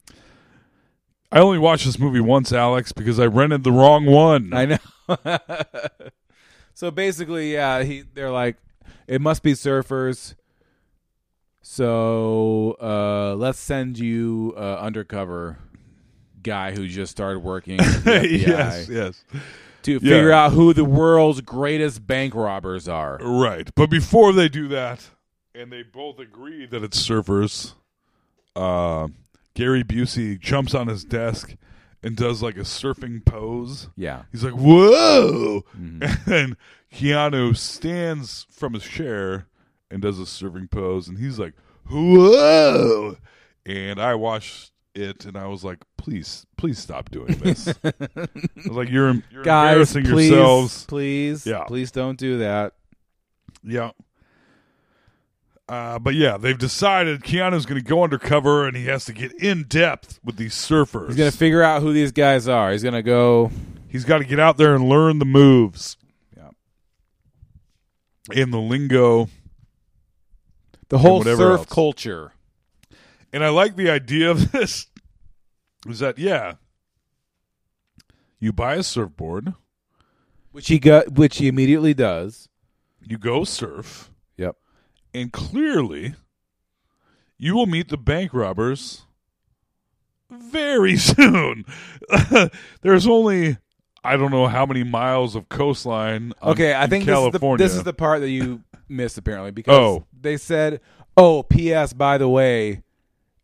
I only watched this movie once, Alex, because I rented the wrong one. I know. so basically, yeah, he they're like, it must be surfers. So uh, let's send you uh, undercover guy who just started working at the FBI yes, yes. to figure yeah. out who the world's greatest bank robbers are. Right. But before they do that, and they both agree that it's surfers, uh, Gary Busey jumps on his desk and does like a surfing pose. Yeah, He's like, whoa! Mm-hmm. And Keanu stands from his chair and does a surfing pose, and he's like, whoa! And I watched it, and I was like, please, please stop doing this. I was like, you're, em- you're guys, embarrassing please, yourselves. please, Yeah. please don't do that. Yeah. Uh, but yeah, they've decided Keanu's going to go undercover, and he has to get in depth with these surfers. He's gonna figure out who these guys are. He's gonna go. He's got to get out there and learn the moves. Yeah. And the lingo. The whole whatever surf else. culture. And I like the idea of this is that, yeah, you buy a surfboard, which he got, which he immediately does. you go surf, Yep. and clearly you will meet the bank robbers very soon. There's only I don't know how many miles of coastline. on- Okay, I in think this is, the, California. this is the part that you missed apparently because Oh. they said, "Oh, P.S. By the way,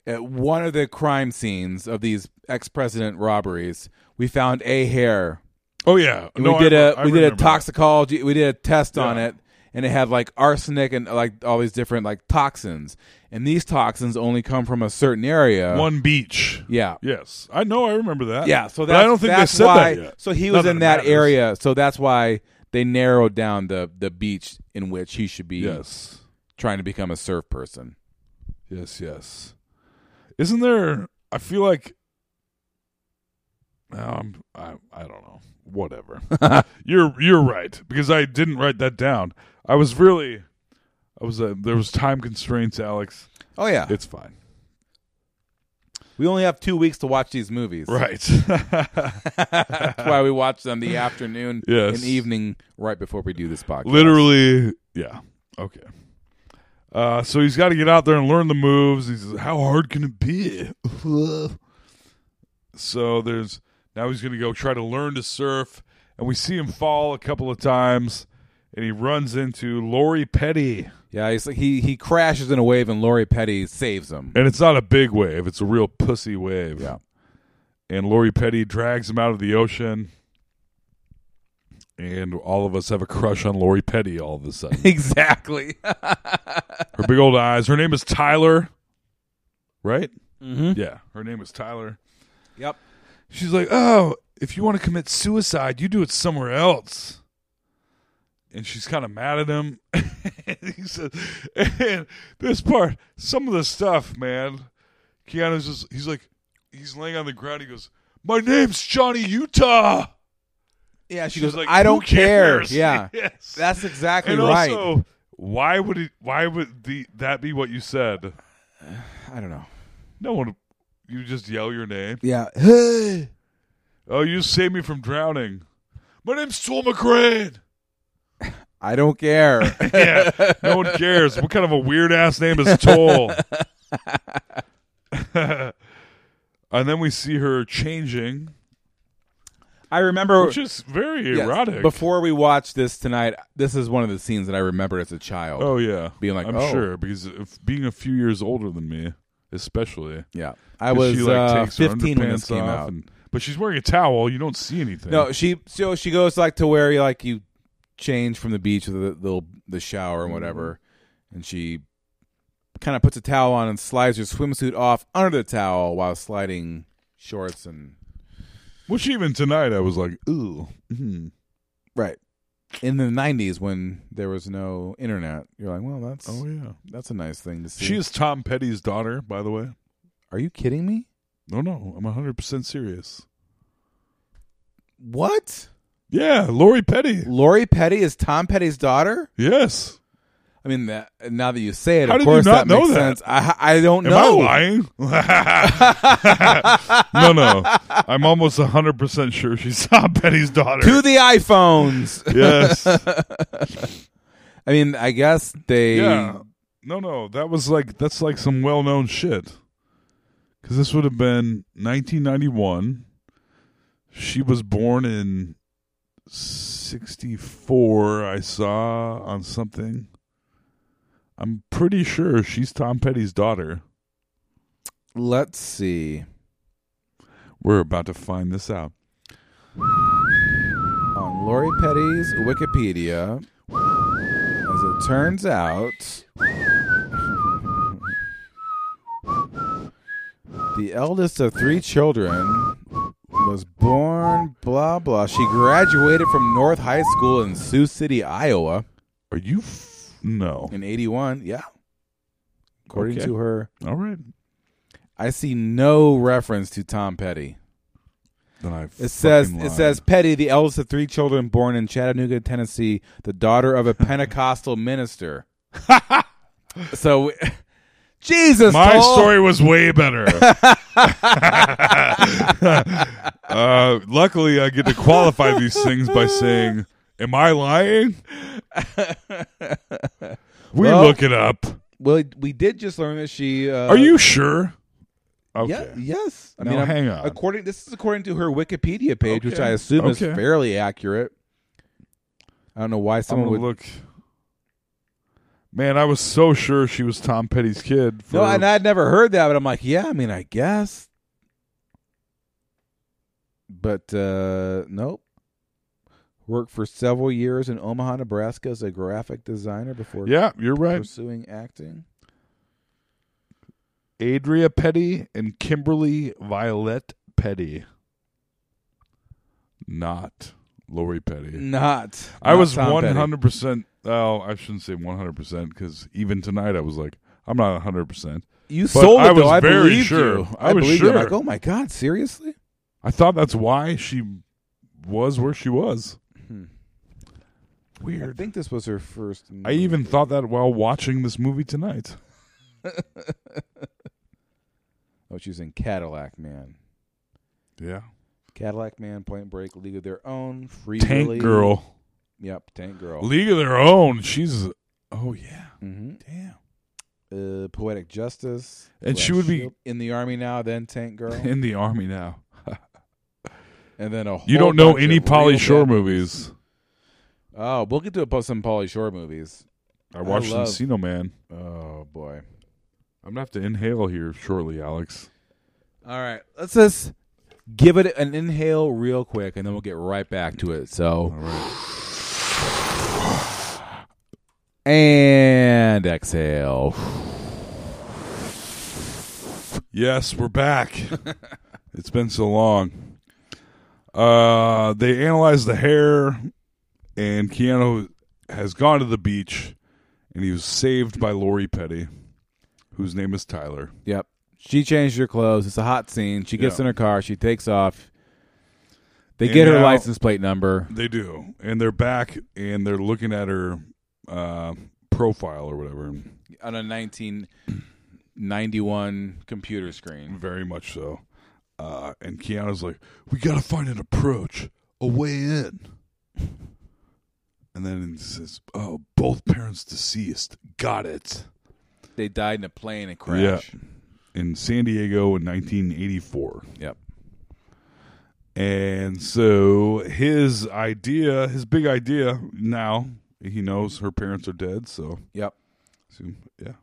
at one of the crime scenes of these ex-president robberies, we found a hair. oh yeah. And No, we did I- a I we did a remember that. toxicology. We did a test on Yeah. it, and it had like arsenic and like all these different like toxins. And these toxins only come from a certain area. one beach. yeah, Yes, I know. I remember that. Yeah, so But that's, I don't think that's they said why, that yet. So he Not was in it that matters. area, so that's why they narrowed down the the beach in which he should be Yes, trying to become a surf person. yes, yes. Isn't there? I feel like. Um, I I don't know. Whatever. you're you're right because I didn't write that down. I was really, I was uh, there was time constraints, Alex. Oh yeah, It's fine. we only have two weeks to watch these movies. Right. that's why we watch them the afternoon Yes. and evening right before we do this podcast. Literally. Yeah. Okay. Uh, so he's got to get out there and learn the moves. He says, "How hard can it be?" so there's now he's going to go try to learn to surf, and we see him fall a couple of times, and he runs into Lori Petty, Yeah, he's like he he crashes in a wave and Lori Petty saves him. and it's not a big wave; it's a real pussy wave. Yeah. And Lori Petty drags him out of the ocean, and all of us have a crush on Lori Petty all of a sudden. Exactly. Her big old eyes. Her name is Tyler, right? Mm-hmm. Yeah, her name is Tyler. yep. She's like, oh, if you want to commit suicide, you do it somewhere else. And she's kind of mad at him. and he says, and this part, some of the stuff, man. Keanu's just, he's like, he's laying on the ground. He goes, my name's Johnny Utah. Yeah, she She's goes, like, "I "Who don't care." cares?" Yeah, Yes. that's exactly and right. also, why would it? Why would the that be what you said? I don't know. No one. You just yell your name. Yeah. Hey. Oh, you saved me from drowning. My name's Joel McRae. I don't care. yeah, no one cares. What kind of a weird ass name is Toll? and then we see her changing, I remember which is very Yes. erotic. Before we watched this tonight, this is one of the scenes that I remember as a child. oh yeah, being like, I'm oh. sure because if, being a few years older than me, especially, yeah, I 'Cause was she, like, uh, takes her 15 when this underpants came off out. and- but she's wearing a towel. You don't see anything. No, she so she goes like to where you like you change from the beach to the the, the shower and whatever, and she kind of puts a towel on and slides her swimsuit off under the towel while sliding shorts and which even tonight I was like, ooh, mhm. right. In the '90s, when there was no internet, you're like, "Well, that's oh yeah. that's a nice thing to see." She is Tom Petty's daughter, by the way. Are you kidding me? No, no, I'm 100 percent serious. What? Yeah, Lori Petty. Lori Petty is Tom Petty's daughter? Yes. I mean, that, now that you say it, How of did course you not that makes know that? sense. I I don't Am know. I lying? no, no. I'm almost 100% sure she's Tom Petty's daughter. To the iPhones. yes. I mean, I guess they. Yeah. No, no. That was like, that's like some well known shit. Because this would have been 1991. She was born in 64, I saw on something. I'm pretty sure she's Tom Petty's daughter. Let's see. We're about to find this out. On Lori Petty's Wikipedia, as it turns out, the eldest of three children was born blah blah. She graduated from North High School in Sioux City, Iowa. Are you? F- no. in 81 yeah according Okay. to her All right. i see no reference to tom petty Then I. it says it says petty the eldest of three children born in chattanooga tennessee the daughter of a pentecostal minister so jesus my Toll! story was way better. uh, luckily, I get to qualify these things by saying, "Am I lying?" We Well- uh, look it up. well we did just learn that she uh, Are you sure? Okay. yeah, yes i Now mean I'm- hang on. according this is according to her wikipedia page which Okay. i assume Okay. is fairly accurate i don't know why I'm someone gonna would look. Man, I was so sure she was Tom Petty's kid. For No, and I'd never heard that, but I'm like, yeah, I mean, I guess. But uh nope. Worked for several years in Omaha, Nebraska as a graphic designer before yeah, you're right. pursuing acting. Adria Petty and Kimberly Violet Petty. Not Lori Petty. Not. I not was Tom one Petty. hundred percent. Oh, I shouldn't say one hundred percent because even tonight I was like, I'm not one hundred percent. You but sold I it was though. I very believed sure. you. I was believed you. I'm sure. like, oh my god, seriously? I thought that's why she was where she was. I Weird. Hmm. think this was her first. I even thought that while watching this movie tonight. oh, she was in Cadillac Man. Yeah. Cadillac Man, Point Break, League of Their Own, Free Tank Willy. Girl, Yep, Tank Girl. League of Their Own. She's. Oh yeah. mm-hmm. Damn. uh, poetic justice, And she Flash would be- Shield, in the army now. Then Tank Girl, In the army now. and then a whole You don't know bunch any of Polly real Shore bad- movies. Oh, we'll get to a post some Polly Shore movies. I watched love- Encino Man. Oh boy! I'm gonna have to inhale here shortly, Alex. All right, let's just give it an inhale real quick, and then we'll get right back to it. So, and exhale. Yes, we're back. it's been so long. Uh, they analyzed the hair, and Keanu has gone to the beach, and he was saved by Lori Petty, whose name is Tyler. Yep. She changed her clothes. It's a hot scene. She gets Yeah. in her car. She takes off. They And get her now- license plate number. They do, and they're back, and they're looking at her uh, profile or whatever. on a 1991 computer screen. Very much so. Uh, and Keanu's like, "We got to find an approach, a way in." And then he says, "Oh, both parents deceased. Got it." They died in a plane and crash. Yeah. In San Diego in 1984. Yep. And so his idea, his big idea now, he knows her parents are dead. So, Yep. so, yeah.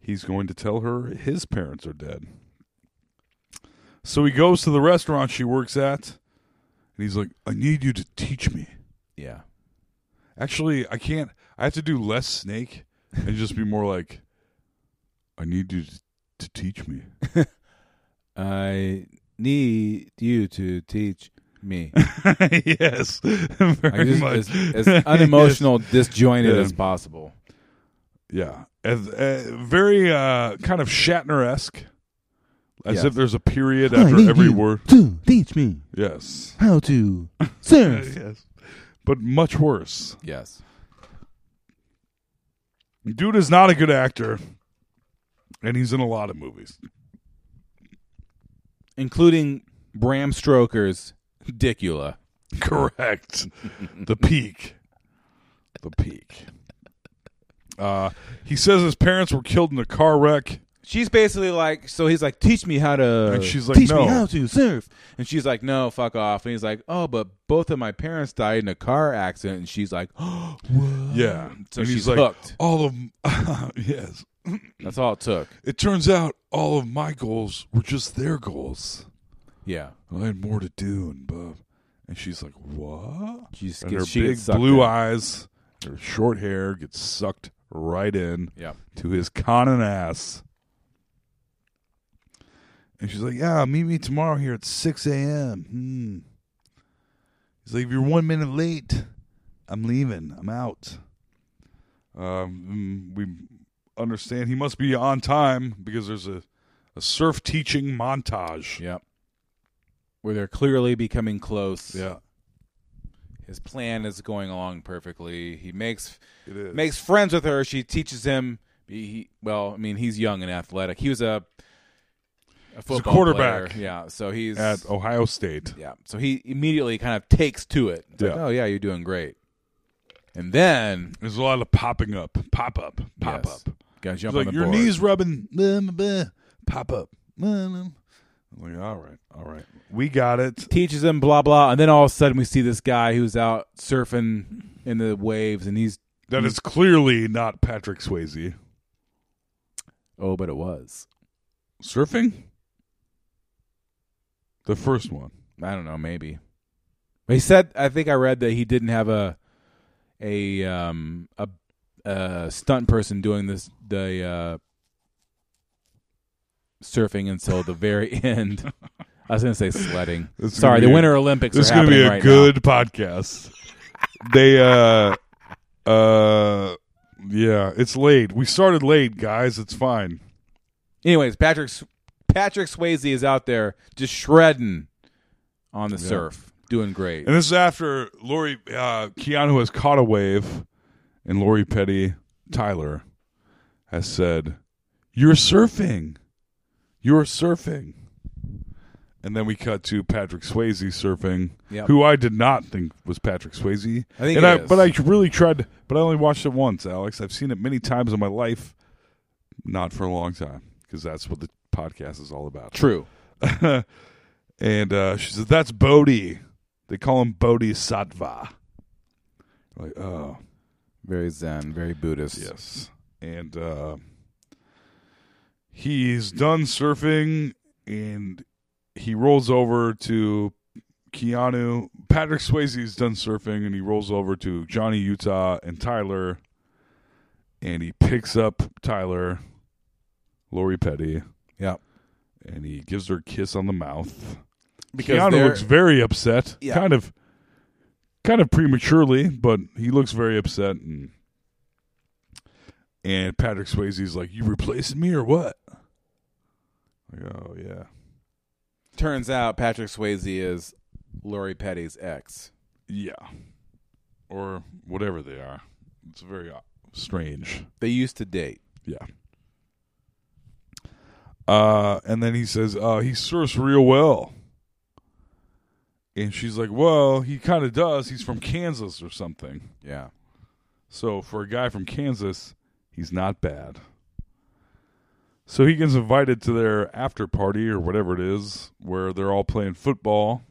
He's going to tell her his parents are dead. So he goes to the restaurant she works at and he's like, I need you to teach me. Yeah. Actually, I can't. I have to do less snake and just be more like, I need you to, to teach me. I need you to teach me. yes, very just- much. as- as unemotional, disjointed as possible. Yeah, as, uh, very uh, kind of Shatner esque, as Yes. if there's a period I after need every you word. to teach me. Yes, How to surf. yes, but much worse. Yes. Dude is not a good actor, and he's in a lot of movies. Including Bram Stoker's Dicula. Correct. the peak. The peak. Uh, he says his parents were killed in a car wreck. She's basically like, so he's like, teach me how to. And she's like, teach "No." me how to surf. And she's like, no, fuck off. And he's like, oh, but both of my parents died in a car accident. And she's like, oh, Yeah. So and she's he's like, hooked. all of yes. that's all it took. It turns out all of my goals were just their goals. Yeah. I had more to do, and blah. And she's like, what? She just and gets- her she big gets sucked blue in. eyes, her short hair gets sucked right in Yeah. to his conning ass. And she's like, Yeah, meet me tomorrow here at 6 a.m. Hmm. He's like, If you're one minute late, I'm leaving. I'm out. Um, mm, we understand he must be on time because there's a, a surf teaching montage. Yep. Where they're clearly becoming close. Yeah. His plan is going along perfectly. He makes It is. makes friends with her. She teaches him. He, he- well, I mean, he's young and athletic. He was a a football quarterback player. Yeah, so he's at Ohio State. yeah. So he immediately kind of takes to it. It's like, Yeah. oh yeah, you're doing great. And then There's a lot of popping up, pop up, pop Yes. up. gotta jump He's on like, the your board. knees rubbing, blah, blah, blah, pop up. Blah, blah. I'm like, all right, all right, we got it. teaches him blah blah, and then all of a sudden we see this guy who's out surfing in the waves, and he's That is clearly not Patrick Swayze oh, but it was. surfing. The first one, I don't know, maybe. But he said I think I read that he didn't have a a um a, a stunt person doing this the uh surfing until the very end. I was gonna say sledding. This is Sorry, gonna the be a- Winter Olympics this is are going to happening be a right good podcast. They, uh, uh, yeah, it's late. We started late, guys. It's fine. now. Anyways, Patrick S- Patrick Swayze is out there just shredding on the surf, doing great. And this is after Lori uh, Keanu has caught a wave, and Lori Petty Tyler has said, "You're surfing, you're surfing." And then we cut to Patrick Swayze surfing, Yep. who I did not think was Patrick Swayze. I think it and I, is. but I really tried, to, but I only watched it once, Alex. I've seen it many times in my life, not for a long time, because that's what the podcast is all about. True. And uh, she says, "That's Bodhi. They call him Bodhi Sattva." Like, oh Very Zen, very Buddhist. yes. And uh, he's done surfing, and he rolls over to Keanu. Patrick Swayze's done surfing, and he rolls over to Johnny Utah and Tyler, and he picks up Tyler, Lori Petty, Yep. and he gives her a kiss on the mouth. Because Keanu they're- looks very upset, Yeah. kind of, kind of prematurely, but he looks very upset. And, and Patrick Swayze's like, "You replacing me or what?" Like, oh yeah, Turns out Patrick Swayze is Lori Petty's ex. Yeah. Or whatever they are. It's very uh, strange. They used to date. Yeah. Uh, and then he says, uh, he surfs real well. And she's like, well, he kind of does. He's from Kansas or something. Yeah. So for a guy from Kansas, he's not bad. So he gets invited to their after party or whatever it is, where they're all playing football.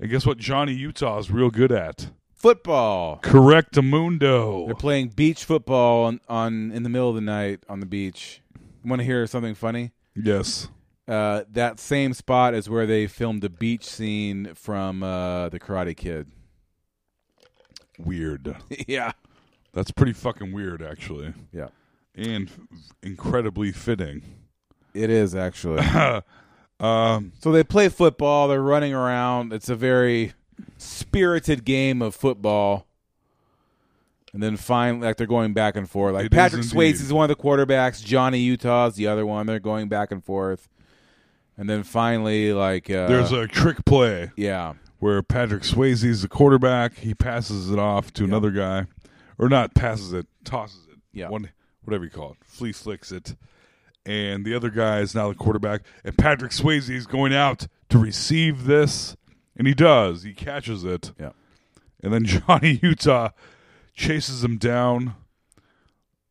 And guess what Johnny Utah is real good at? Football. Correct Mundo. They're playing beach football on, on in the middle of the night on the beach. Want to hear something funny? Yes. Uh, that same spot is where they filmed the beach scene from uh, The Karate Kid. Weird. yeah. That's pretty fucking weird, actually. Yeah. And f- incredibly fitting. It is, actually. um, so they play football, they're running around. It's a very spirited game of football. And then find like they're going back and forth. Like It is Patrick indeed. Swayze is one of the quarterbacks. Johnny Utah's the other one. They're going back and forth. And then finally, like uh, There's a trick play yeah, where Patrick Swayze is the quarterback. He passes it off to another guy, or not passes it, tosses it. Yeah. One, whatever you call it, flea flicks it, and the other guy is now the quarterback. And Patrick Swayze is going out to receive this, and he does. He catches it. Yeah. And then Johnny Utah chases him down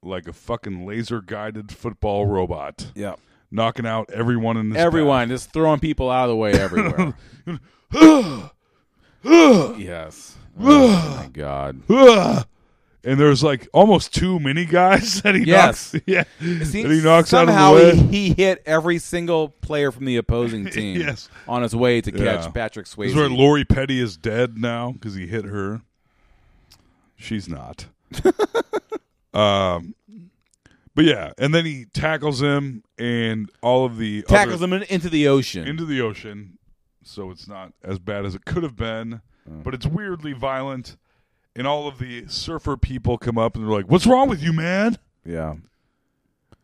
like a fucking laser guided football robot, yeah. knocking out everyone in this. Everyone just throwing people out of the way everywhere. yes. Oh my god. Ugh. and there's like almost too many guys that he Yes. knocks. Yeah, See, that he knocks out of somehow the way. He, he hit every single player from the opposing team Yes. on his way to catch Yeah. Patrick Swayze. This is where Lori Petty is dead now because he hit her. She's not. um, but yeah, and then he tackles him and all of the Tackles other, him in, into the ocean. into the ocean. So it's not as bad as it could have been, Mm. but it's weirdly violent. And all of the surfer people come up and they're like, "What's wrong with you, man?" yeah.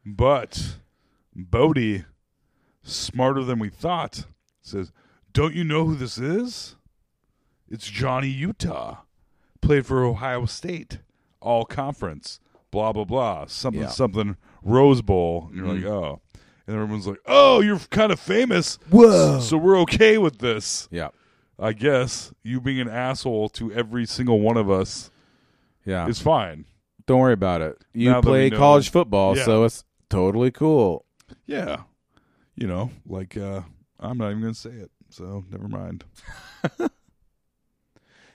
But Bodhi, smarter than we thought, says, Don't you know who this is? It's Johnny Utah. Played for Ohio State, all conference, blah, blah, blah, something, Yeah. Mm-hmm. something, Rose Bowl. And you're like, Oh. And everyone's like, Oh, you're kind of famous. Whoa. So we're okay with this. Yeah. I guess you being an asshole to every single one of us Yeah. is fine. Don't worry about it. You Now that play we know- college football, Yeah. so it's totally cool. Yeah. You know, like uh I'm not even gonna say it, so never mind.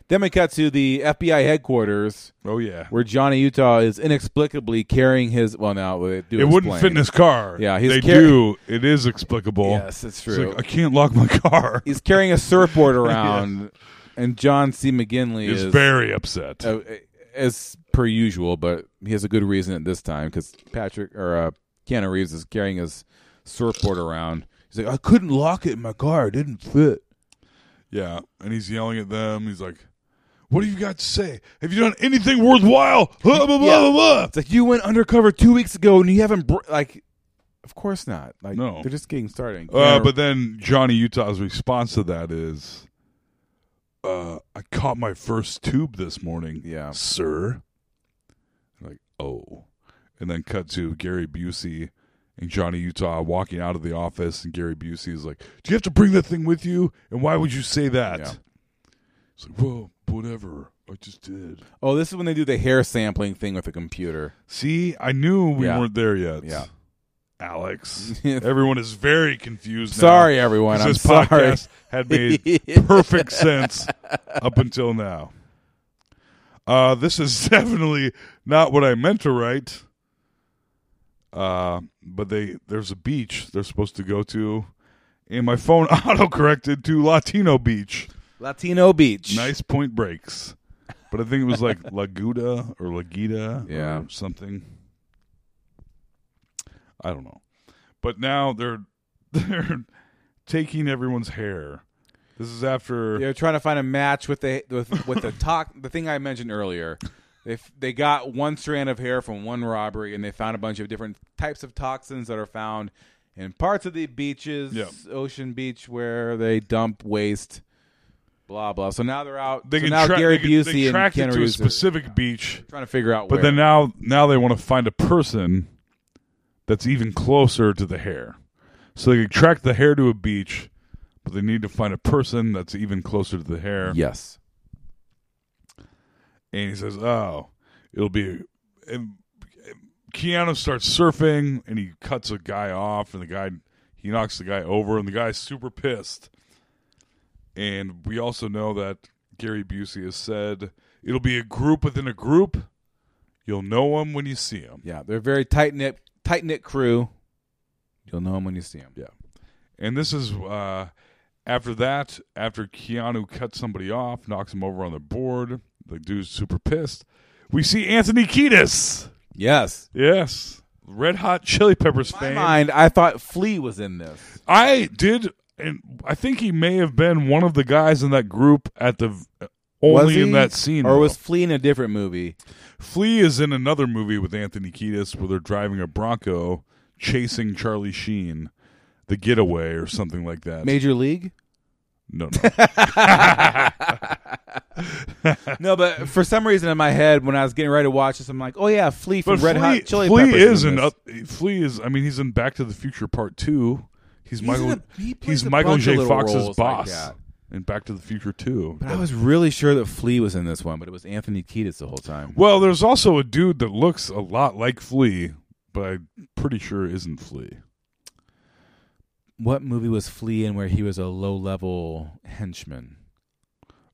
Then we cut to the FBI headquarters Oh yeah. where Johnny Utah is inexplicably carrying his. Well, now it it wouldn't fit in his car. Yeah, he's they car- do. It is explicable. Yes, it's He's true. like, I can't lock my car. He's carrying a surfboard around, and John C. McGinley He's is very upset. uh, as per usual, but he has a good reason at this time because Patrick or uh, Keanu Reeves is carrying his surfboard around. He's like, I couldn't lock it in my car; it didn't fit. yeah, and he's yelling at them. He's like, "What have you got to say? Have you done anything worthwhile?" Blah, blah, blah, blah, blah. It's like you went undercover two weeks ago and you haven't br- like. Of course not. Like No. they're just getting started. Uh, Keanu- but then Johnny Utah's response to that is, uh, "I caught my first tube this morning, Yeah. sir." Like, oh, and then cut to Gary Busey and Johnny Utah walking out of the office, and Gary Busey is like, "Do you have to bring that thing with you? And why would you say that?" Yeah. It's like, well, whatever, I just did. oh, this is when they do the hair sampling thing with the computer. See, I knew we Yeah. weren't there yet. Yeah. Alex, everyone is very confused. now. Sorry, everyone. 'Because I'm sorry. this podcast had made perfect sense up until now. Uh, this is definitely not what I meant to write. Uh, but they there's a beach they're supposed to go to, and my phone auto corrected to Latino Beach. Latino Beach. Nice point breaks. But I think it was like Laguda or Lagita Yeah. or something. I don't know. But now they're they're taking everyone's hair. This is after They're trying to find a match with the with, with the talk the thing I mentioned earlier. They f- they got one strand of hair from one robbery, and they found a bunch of different types of toxins that are found in parts of the beaches, Yeah. ocean beach, where they dump waste. Blah blah. So now they're out. They so can now track- Gary they can- Busey they and tracked it Keanu to a Reeves are specific beach. trying to figure out. But where. then now now they want to find a person that's even closer to the hair. So they can track the hair to a beach, but they need to find a person that's even closer to the hair. Yes. And he says, "Oh, it'll be." And Keanu starts surfing, and he cuts a guy off, and the guy he knocks the guy over, and the guy's super pissed. And we also know that Gary Busey has said it'll be a group within a group. You'll know them when you see them. Yeah, they're a very tight knit, tight knit crew. You'll know them when you see them. Yeah. And this is uh, after that, after Keanu cuts somebody off, knocks him over on the board. The dude's super pissed. We see Anthony Kiedis. Yes. Yes. Red Hot Chili Peppers In fame. my mind, I thought Flea was in this. I did, and I think he may have been one of the guys in that group at the uh, only Was he? in that scene. or though. was Flea in a different movie? Flea is in another movie with Anthony Kiedis where they're driving a Bronco chasing Charlie Sheen, The Getaway or something like that. Major League? No, no. No, but for some reason in my head, when I was getting ready to watch this, I'm like, oh yeah, Flea from But Red Flea, Hot Chili Flea Peppers. is in an this. up, Flea is. I mean, he's in Back to the Future Part Two. He's, He's Michael. in a- he plays he's a Michael bunch of J. little roles Fox's like boss that. in Back to the Future Two. But I was really sure that Flea was in this one, but it was Anthony Kiedis the whole time. Well, there's also a dude that looks a lot like Flea, but I'm pretty sure isn't Flea. What movie was Flea in where he was a low level henchman?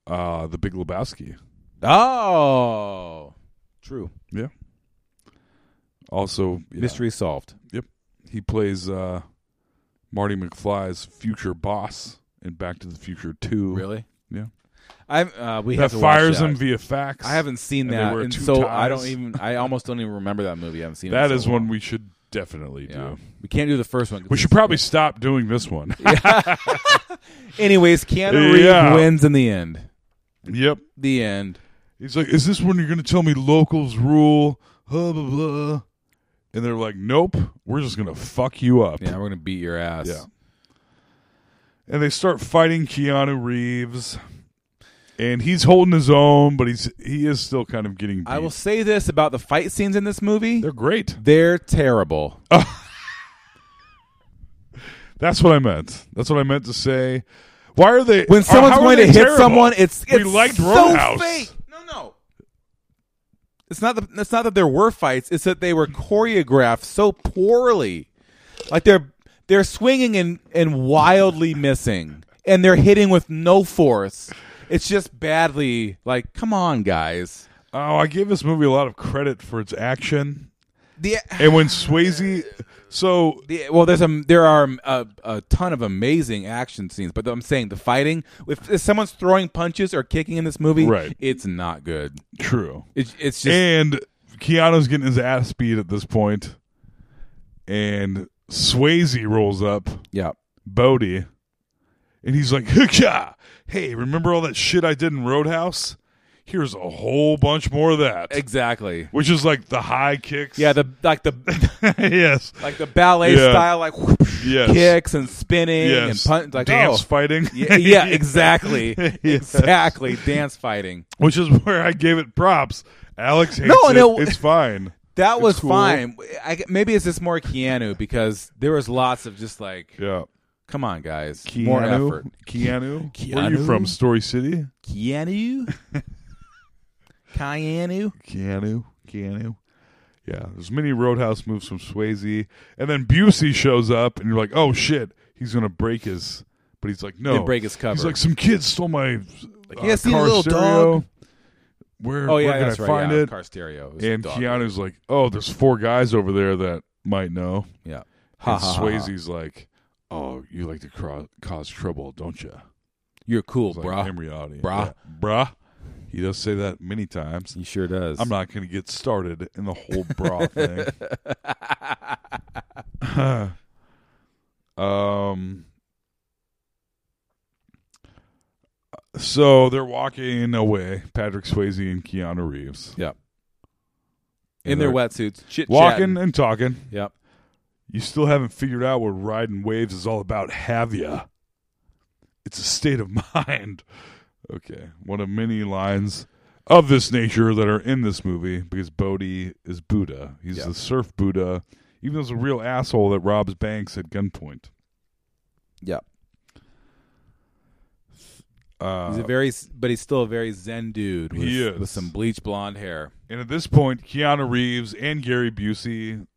Uh, the Big Lebowski. Oh, true. Yeah. Also, yeah. Mystery solved. Yep. He plays uh, Marty McFly's future boss in Back to the Future Two. Really? Yeah. I'm. Uh, we That have to watch fires that. him via fax. I haven't seen and they that, wear and two so I ties. don't even. I almost don't even remember that movie. I haven't seen it. That in is so one long. we should definitely Yeah. do. We can't do the first one. 'cause We should it's- probably stop doing this one. Anyways, Keanu Reeves Yeah. wins in the end. yep. The end. He's like, "Is this when you're going to tell me locals rule?" Blah blah blah. And they're like, "Nope, we're just going to fuck you up." Yeah, we're gonna beat your ass. Yeah. And they start fighting Keanu Reeves, and he's holding his own, but he's he is still kind of getting. Beat. I will say this about the fight scenes in this movie. They're great. They're terrible. That's what I meant. That's what I meant to say. Why are they? when someone's how are going to they hit terrible? someone, it's it's we liked so Roadhouse. fake. No, no. It's not the, it's not that there were fights. It's that they were choreographed so poorly. Like they're they're swinging and and wildly missing, and they're hitting with no force. It's just badly. Like, come on, guys. Oh, I gave this movie a lot of credit for its action. The, And when Swayze, so the well, there's a there are um, a, a ton of amazing action scenes, but I'm saying the fighting. If, if someone's throwing punches or kicking in this movie, Right. it's not good. true, It's it's just and Keanu's getting his ass beat at this point, and Swayze rolls up yeah. Bodie, and he's like, "Hooka! Hey, remember all that shit I did in Roadhouse? Here's a whole bunch more of that." Exactly. Which is like the high kicks. Yeah, the like the yes, like the ballet Yeah. style like whoosh, Yes. kicks and spinning yes, and punch like dance oh. fighting. Yeah, yeah, exactly. Yes. Exactly. Dance fighting. Which is where I gave it props. Alex hates No, it. no. It's fine. That was cool. fine. I, maybe it's just more Keanu because there was lots of just like, Yeah. come on, guys, Keanu, more effort. Keanu. Where are Keanu? you from? Story City? Keanu, Keanu. Keanu. Keanu. Yeah. There's many Roadhouse moves from Swayze. And then Busey shows up, and you're like, oh, shit. He's going to break his. But he's like, no. Didn't break his cover. He's like, some kids stole my. uh, Like, "Yeah, see the little dog?" Where, Oh yeah, where that's can I right. find yeah, it? Car stereo. It was and dog. Keanu's like, oh, there's four guys over there that might know. Yeah. Ha, And ha, ha, ha. Swayze's like, "Oh, you like to cro- cause trouble, don't you?" You're cool, Like brah. in reality, Brah. Yeah. bruh. He does say that many times. He sure does. I'm not going to get started in the whole bra thing. um. So they're walking away, Patrick Swayze and Keanu Reeves, Yeah. In their they're wetsuits, chit walking and talking. Yep. You still haven't figured out what riding waves is all about, have ya? It's a state of mind. Okay, one of many lines of this nature that are in this movie because Bodhi is Buddha. He's Yeah. the surf Buddha, even though he's a real asshole that robs banks at gunpoint. Yeah. Uh, He's a very, s- but he's still a very zen dude. With, He is. with some bleach blonde hair. And at this point, Keanu Reeves and Gary Busey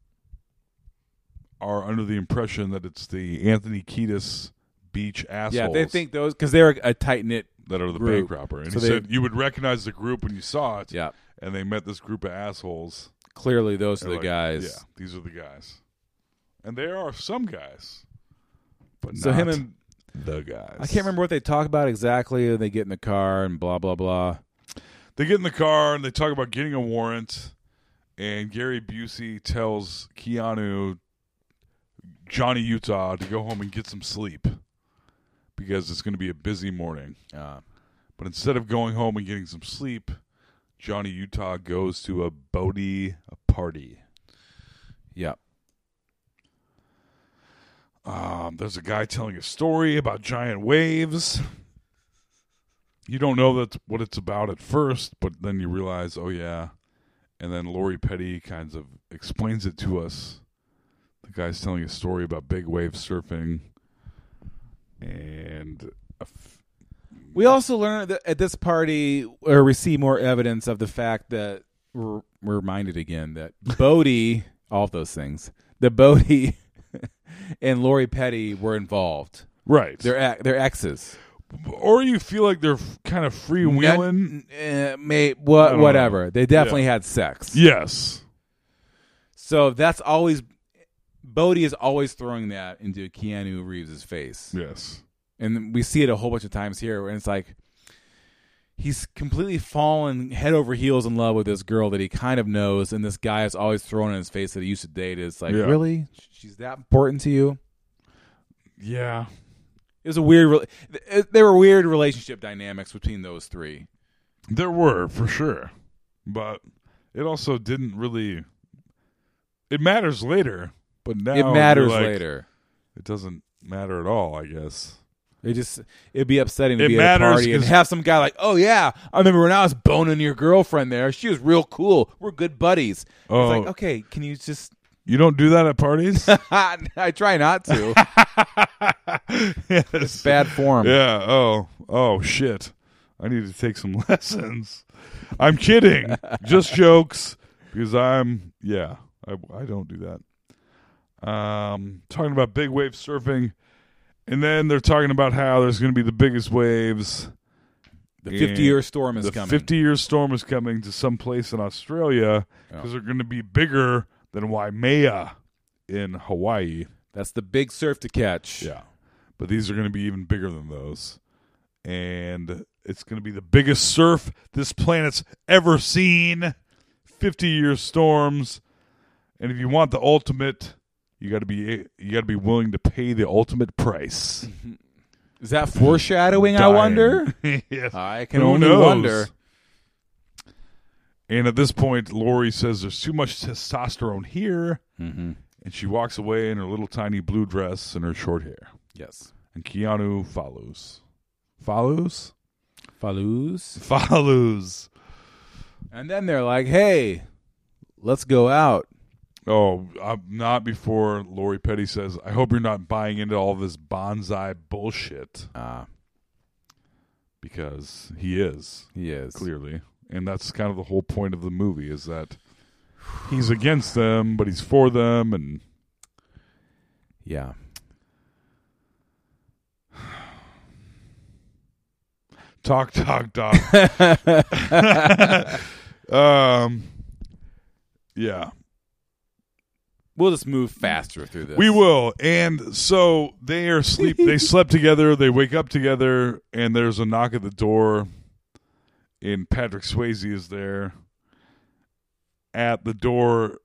are under the impression that it's the Anthony Kiedis beach assholes. Yeah, they think those because they're a tight knit that are the bank robber. And so he they, said you would recognize the group when you saw it. Yeah. And they met this group of assholes. clearly those are the They're like, guys. Yeah, these are the guys. And there are some guys. But So not him and the guys. I can't remember what they talk about exactly. and They get in the car and blah blah blah. They get in the car and they talk about getting a warrant. And Gary Busey tells Keanu, Johnny Utah, to go home and get some sleep because it's going to be a busy morning. Uh, but instead of going home and getting some sleep, Johnny Utah goes to a Bodhi party. Yeah. Um, there's a guy telling a story about giant waves. You don't know that's what it's about at first, but then you realize, oh yeah. And then Lori Petty kind of explains it to us. The guy's telling a story about big wave surfing, and a f- We also learn that at this party, or we see more evidence of the fact that we're, we're reminded again that Bodie, all of those things, the Bodie and Lori Petty were involved. right. They're ex- they're exes. or you feel like they're f- kind of freewheeling. Eh, may I what don't whatever. know. They definitely Yeah. had sex. Yes. So that's always Bodie is always throwing that into Keanu Reeves's face. Yes. and we see it a whole bunch of times here and it's like he's completely fallen head over heels in love with this girl that he kind of knows and this guy is always throwing in his face that he used to date is like Yeah. really she's that important to you Yeah. it was a weird rela- th- there were weird relationship dynamics between those three There were for sure, but it also didn't really. It matters later, but now it you're matters like, later It doesn't matter at all, I guess. it just it'd be upsetting to It be at a matters party and 'cause- have some guy like oh yeah i remember when i was boning your girlfriend there she was real cool we're good buddies Oh. it's like okay can you just You don't do that at parties. i try not to yes. bad form Yeah. Oh. Oh shit. I need to take some lessons. I'm kidding. Just jokes. Because I'm yeah. I I don't do that. Um, talking about big wave surfing, and then they're talking about how there's going to be the biggest waves. The 50 year storm is coming. The 50 year storm is coming to some place in Australia because they're going to be bigger than Waimea in Hawaii. That's the big surf to catch. Yeah. But these are going to be even bigger than those. And it's going to be the biggest surf this planet's ever seen. 50 year storms. And if you want the ultimate, you got to be you got to be willing to pay the ultimate price. Is that foreshadowing, I Dying. wonder? yes. I can Who only knows? wonder. And at this point, Lori says there's too much testosterone here. Mm-hmm. And she walks away in her little tiny blue dress and her short hair. Yes. And Keanu follows. Follows? Falus. Follows. And then they're like, hey, let's go out. Oh, I'm not before Lori Petty says, I hope you're not buying into all this bonsai bullshit. Ah, Because he is, he is. clearly. And that's kind of the whole point of the movie is that he's against them, but he's for them. And Yeah. talk, talk, talk. um, yeah. We'll just move faster through this. We will. And so they are sleep. they slept together. They wake up together, and there's a knock at the door. And Patrick Swayze is there at the door,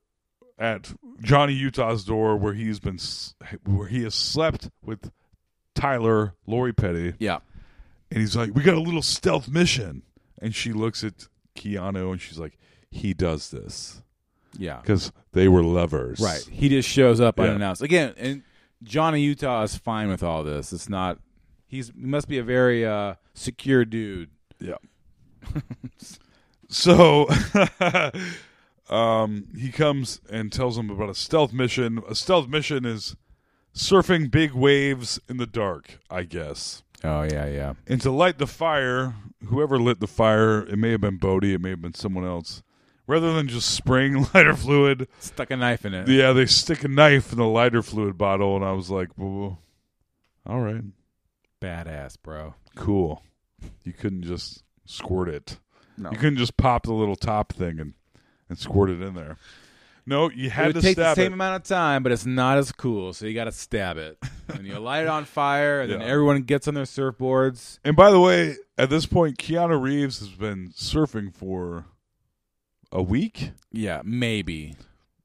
at Johnny Utah's door, where he's been, s- where he has slept with Tyler Lori Petty, Yeah. and he's like, "We got a little stealth mission." And she looks at Keanu, and she's like, "He does this Yeah. because they were lovers, Right. He just shows up Yeah. unannounced. Again, and Johnny Utah is fine with all this. It's not. He's he must be a very uh, secure dude. Yeah. so um, he comes and tells him about a stealth mission. A stealth mission is surfing big waves in the dark, I guess. Oh yeah, yeah. And to light the fire, whoever lit the fire, it may have been Bodhi, it may have been someone else. Rather than just spraying lighter fluid, stuck a knife in it. Yeah, they stick a knife in the lighter fluid bottle, and I was like, "Well, all right, badass, bro, cool." You couldn't just squirt it. No. You couldn't just pop the little top thing and and squirt it in there. No, you had it would to take the stab same it. amount of time, but it's not as cool. So you got to stab it, and you light it on fire, and then everyone gets on their surfboards. And by the way, at this point, Keanu Reeves has been surfing for a week, Yeah, maybe.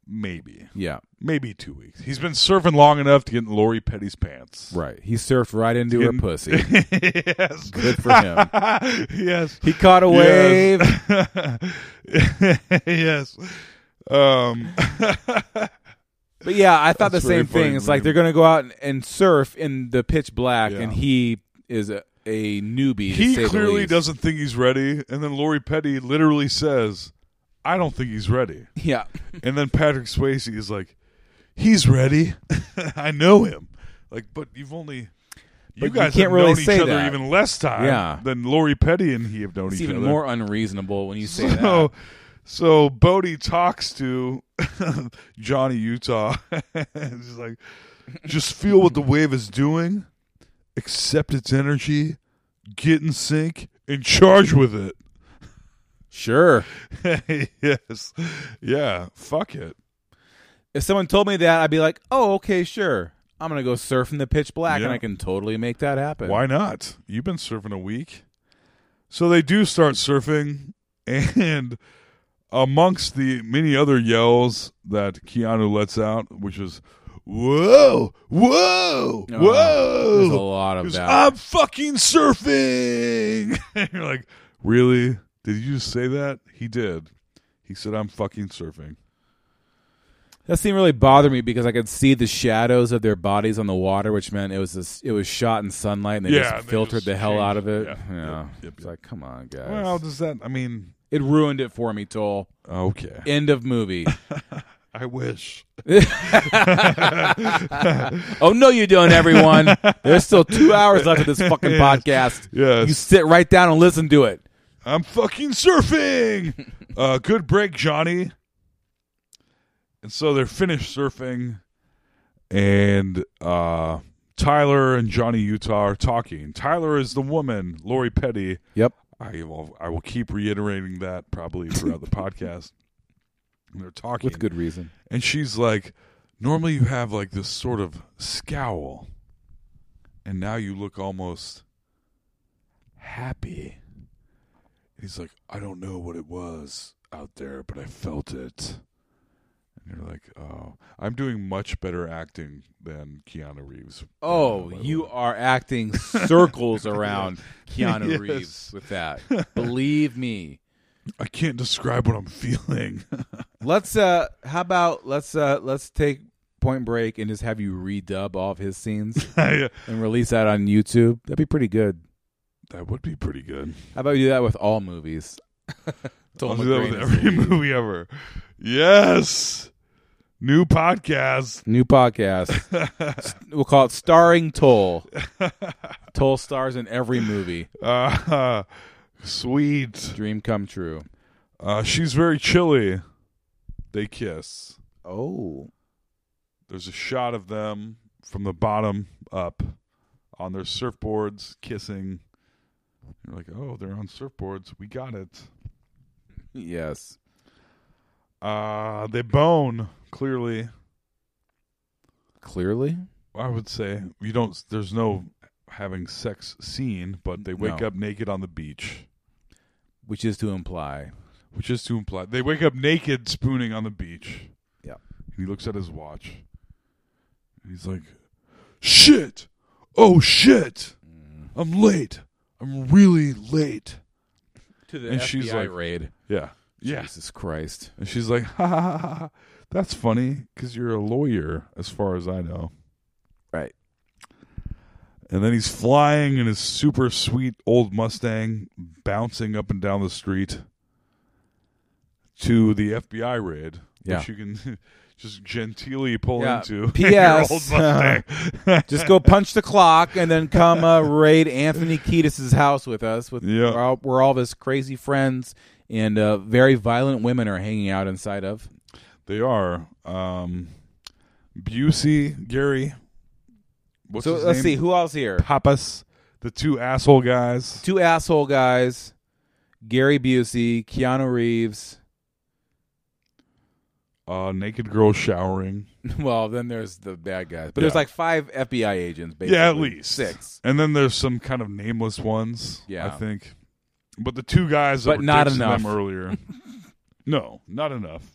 maybe, Yeah, maybe two weeks. He's been surfing long enough to get in Lori Petty's pants. right. He surfed right into her Didn't- pussy. yes, Good for him. yes, He caught a wave. yes. Um, But yeah, I thought the That's very same thing. funny, It's like man. they're going to go out and, and surf in the pitch black, Yeah. and he is a, a newbie. to say he the clearly least. doesn't think he's ready, and then Lori Petty literally says, "I don't think he's ready." Yeah, And then Patrick Swayze is like, "He's ready. I know him." Like, but you've only you you guys can't have really known say each other that. even less time Yeah. than Lori Petty and he have known it's each even other. more unreasonable when you say so, that. so Bodie talks to Johnny Utah, and he's like, "Just feel what the wave is doing, accept its energy, get in sync, and charge with it." Sure. yes, yeah, fuck it. If someone told me that, I'd be like, "Oh, okay, sure. I'm going to go surf in the pitch black, Yeah. and I can totally make that happen." Why not? You've been surfing a week. So they do start surfing, and amongst the many other yells that Keanu lets out, which is, Whoa, Oh, whoa, whoa. there's a lot of Because that. I'm fucking surfing. And you're like, Really? Did you just say that? He did. He said, I'm fucking surfing. That scene really bothered me because I could see the shadows of their bodies on the water, which meant it was this, it was shot in sunlight, and they Yeah, and just they filtered just the hell changed out of it. it. Yeah. Yeah, Yep, yep, it's yep. like, come on, guys. Well, does that, I mean, it ruined it for me, Toll. okay. End of movie. I wish. Oh no, you don't, everyone. There's still two hours left of this fucking podcast. Yes. You sit right down and listen to it. I'm fucking surfing. uh, good break, Johnny. And so they're finished surfing, and uh, Tyler and Johnny Utah are talking. Tyler is the woman, Lori Petty. Yep. I will, I will keep reiterating that probably throughout the podcast. And they're talking. With good reason. and she's like, normally you have like this sort of scowl, and now you look almost happy. And he's like, I don't know what it was out there, but I felt it. And you're like, oh, I'm doing much better acting than Keanu Reeves. Oh, By the you way. are acting circles around Keanu Yes. Reeves with that. Believe me. I can't describe what I'm feeling. Let's uh how about let's uh let's take point break and just have you redub all of his scenes I- and release that on YouTube. That'd be pretty good. that would be pretty good. How about we do that with all movies? Toll I'll do that McGrain with is every the lead. movie ever. Yes. New podcast. New podcast. S- we'll call it Starring Toll. Toll stars in every movie. Uh, sweet. Dream come true. Uh, she's very chilly. They kiss. Oh. There's a shot of them from the bottom up on their surfboards kissing. You're like, oh, they're on surfboards. We got it. Yes. Uh, they bone, clearly. Clearly. I would say you don't. There's no having sex scene, but they wake No. up naked on the beach, Which is to imply. which is to imply they wake up naked spooning on the beach. Yeah. And he looks at his watch. And he's like, "Shit! Oh shit! I'm late. I'm really late." To the And she's like- raid. Yeah. Yeah. Jesus Christ. And she's like, "Ha ha ha! ha, ha. That's funny because you're a lawyer, as far as I know." Right. And then he's flying in his super sweet old Mustang, bouncing up and down the street to the FBI raid, Yeah. which you can just genteelly pull Yeah. into. P.S. Your old Mustang. uh, just go punch the clock and then come uh, raid Anthony Kiedis' house with us. With Yeah. where, all, where all of his crazy friends and uh, very violent women are hanging out inside of. They are. Um, Busey, Gary. What's so his let's name? see who else here. Papas, the two asshole guys. Two asshole guys. Gary Busey, Keanu Reeves. Uh, naked girl showering. Well, then there's the bad guys, but Yeah. there's like five FBI agents. Basically. Yeah, at least six, And then there's some kind of nameless ones. Yeah. I think. But the two guys that but were not dicks to enough. them earlier. no, not enough.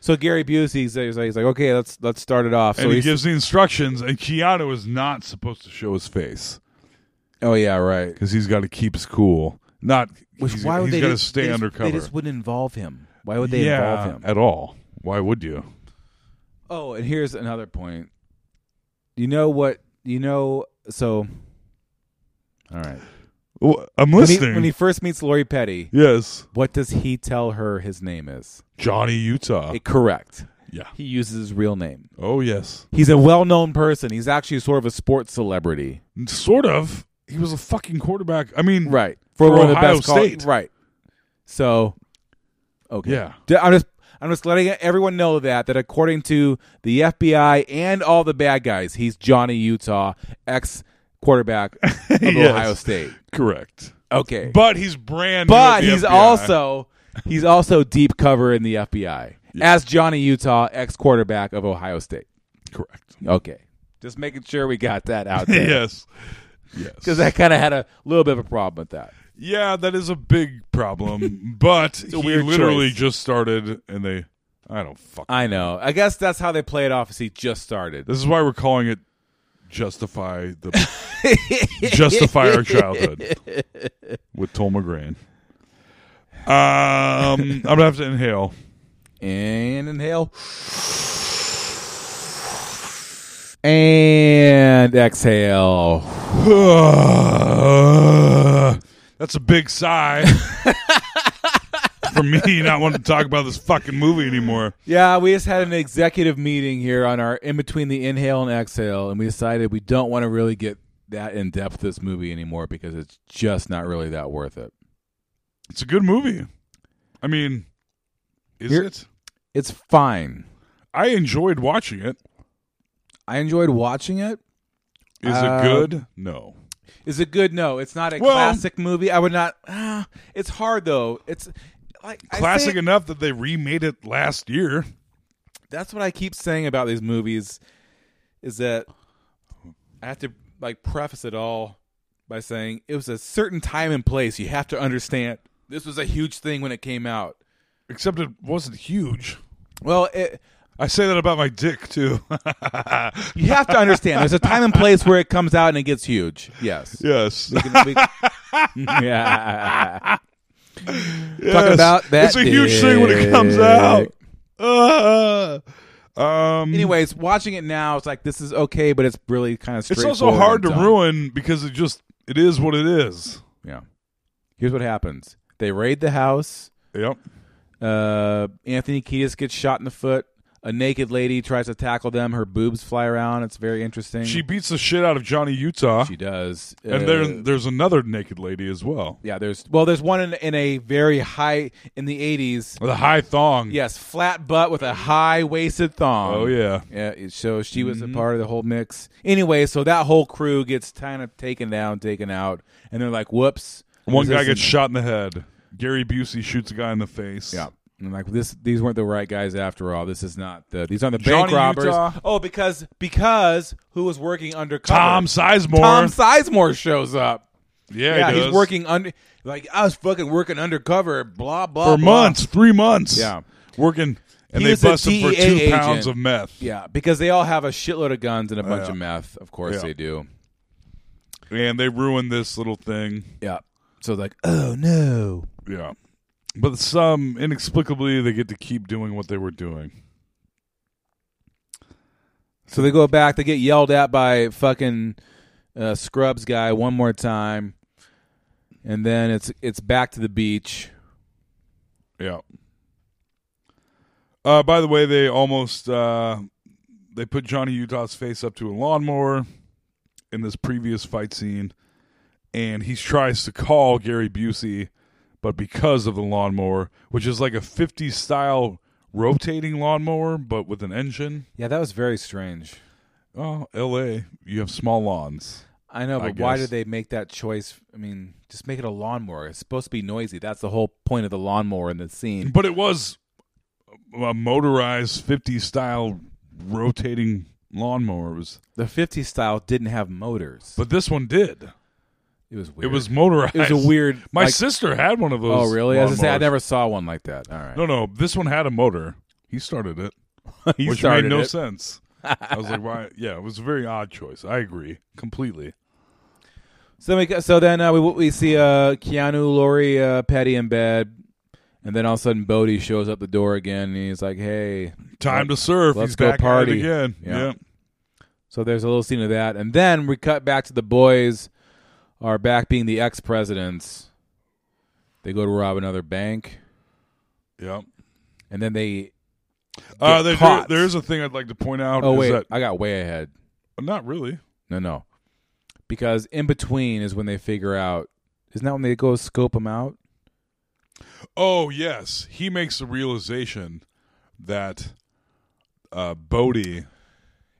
So Gary Busey's he's like, he's like, okay, let's let's start it off. So and he he's- gives the instructions, and Keanu is not supposed to show his face oh yeah, right. because he's got to keep his cool. Not Which he's, why would he's they got to just- stay they just- undercover. They just wouldn't involve him. Why would they yeah, involve him? at all? Why would you? Oh, and here's another point. You know what? You know, so. All right. Well, I'm When he, listening. when he first meets Lori Petty, yes, what does he tell her his name is? Johnny Utah. Eh, correct. yeah. He uses his real name. Oh yes. He's a well-known person. He's actually sort of a sports celebrity, Sort of. He was a fucking quarterback. I mean, right? For, one of the Ohio best col- State. right? So, okay, Yeah. D- I'm just I'm just letting everyone know that that according to the FBI and all the bad guys, he's Johnny Utah, ex quarterback of Yes. Ohio State. Correct. Okay, But he's brand. new at But the he's FBI. also he's also deep cover in the FBI as Johnny Utah, ex quarterback of Ohio State. correct. Okay, just making sure we got that out there. yes. Yes. Because I kind of had a little bit of a problem with that. Yeah, that is a big problem. but he a weird literally choice. just started, and they. I don't fuck. I know. I guess that's how they play it off. Is he just started? This is why we're calling it justify the justify our childhood with Tom McGrain. Um, I'm gonna have to inhale. And inhale. And exhale. That's a big sigh for me not wanting to talk about this fucking movie anymore. Yeah, we just had an executive meeting here on our in between the inhale and exhale, and we decided we don't want to really get that in depth this movie anymore because it's just not really that worth it. It's a good movie. I mean, is Here- it? It's fine. I enjoyed watching it. I enjoyed watching it. Is Uh, it good? No. Is it good? No, it's not a Well- classic movie. I would not. ah, it's hard though. It's like I Classic say- enough that they remade it last year. that's what I keep saying about these movies, is that I have to like preface it all by saying it was a certain time and place. You have to understand this was a huge thing when it came out. Except it wasn't huge. Well, it, I say that about my dick too. you have to understand. There's a time and place where it comes out and it gets huge. Yes. yes. We- yeah. Yes. about that It's a huge thing when it comes dick. out. Ah. um Anyways, watching it now, it's like this is okay, but it's really kind of. it's also hard to ruin because it just it is what it is. Yeah. Here's what happens: they raid the house. Yep. Uh, Anthony Kiedis gets shot in the foot. A naked lady tries to tackle them. Her boobs fly around. It's very interesting. She beats the shit out of Johnny Utah. Mm. she does. and Uh, there there's another naked lady as well. yeah, there's well, there's one in, in a very high in the '80s. With a high thong. Yes, flat butt with a high waisted thong. Oh yeah. Yeah, so she was a part of the whole mix. Anyway, so that whole crew gets kind of taken down, taken out, and they're like, "Whoops!" One this guy gets isn't- shot in the head. Gary Busey shoots a guy in the face. Yeah. And like this, these weren't the right guys after all. This is not the these aren't the bank Johnny robbers. Utah. Oh, because because who was working undercover? Tom Sizemore. Tom Sizemore shows up. yeah, yeah, he he's does. working under. Like I was fucking working undercover. Blah blah. for blah. months, three months. Yeah. working, and He they was a bust him for two DEA agent. pounds of meth. Yeah, because they all have a shitload of guns and a bunch Yeah. of meth. Of course Yeah. they do. and they ruined this little thing. Yeah. So like, oh no. Yeah, but some inexplicably they get to keep doing what they were doing. So they go back. They get yelled at by fucking uh, Scrubs guy one more time, and then it's it's back to the beach. Yeah. Uh, by the way, they almost uh, they put Johnny Utah's face up to a lawnmower in this previous fight scene, and he tries to call Gary Busey, but because of the lawnmower, which is like a 50s style rotating lawnmower, but with an engine. Yeah, that was very strange. Oh, L.A. You have small lawns. I know, but why did they make that choice? I mean, just make it a lawnmower. It's supposed to be noisy. That's the whole point of the lawnmower in the scene. But it was a motorized 50 style rotating lawnmower. It was the 50 style didn't have motors, but this one did. It was weird. It was motorized. It was a weird. My like, sister had one of those. Oh, really? Lawnmowers. As I say, I never saw one like that. All right. No, no. This one had a motor. He started it, He which started made no it. sense. I was like, why? Yeah, it was a very odd choice. I agree completely. So we, so then uh, we we see uh, Keanu, Lori, uh, Petty in bed, and then all of a sudden Bodie shows up the door again, and he's like, "Hey, Time to surf. Let's He's go back at it party again. Yeah. Yeah. So there's a little scene of that, and then we cut back to the boys are back being the ex presidents. They go to rob another bank, Yeah. and then they. Uh, get there- there, caught. there is a thing I'd like to point out. Oh is wait, that- uh, I got way ahead. not really. No, no, because in between is when they figure out. Isn't that when they go scope them out? Oh yes, he makes the realization that uh, Bodie.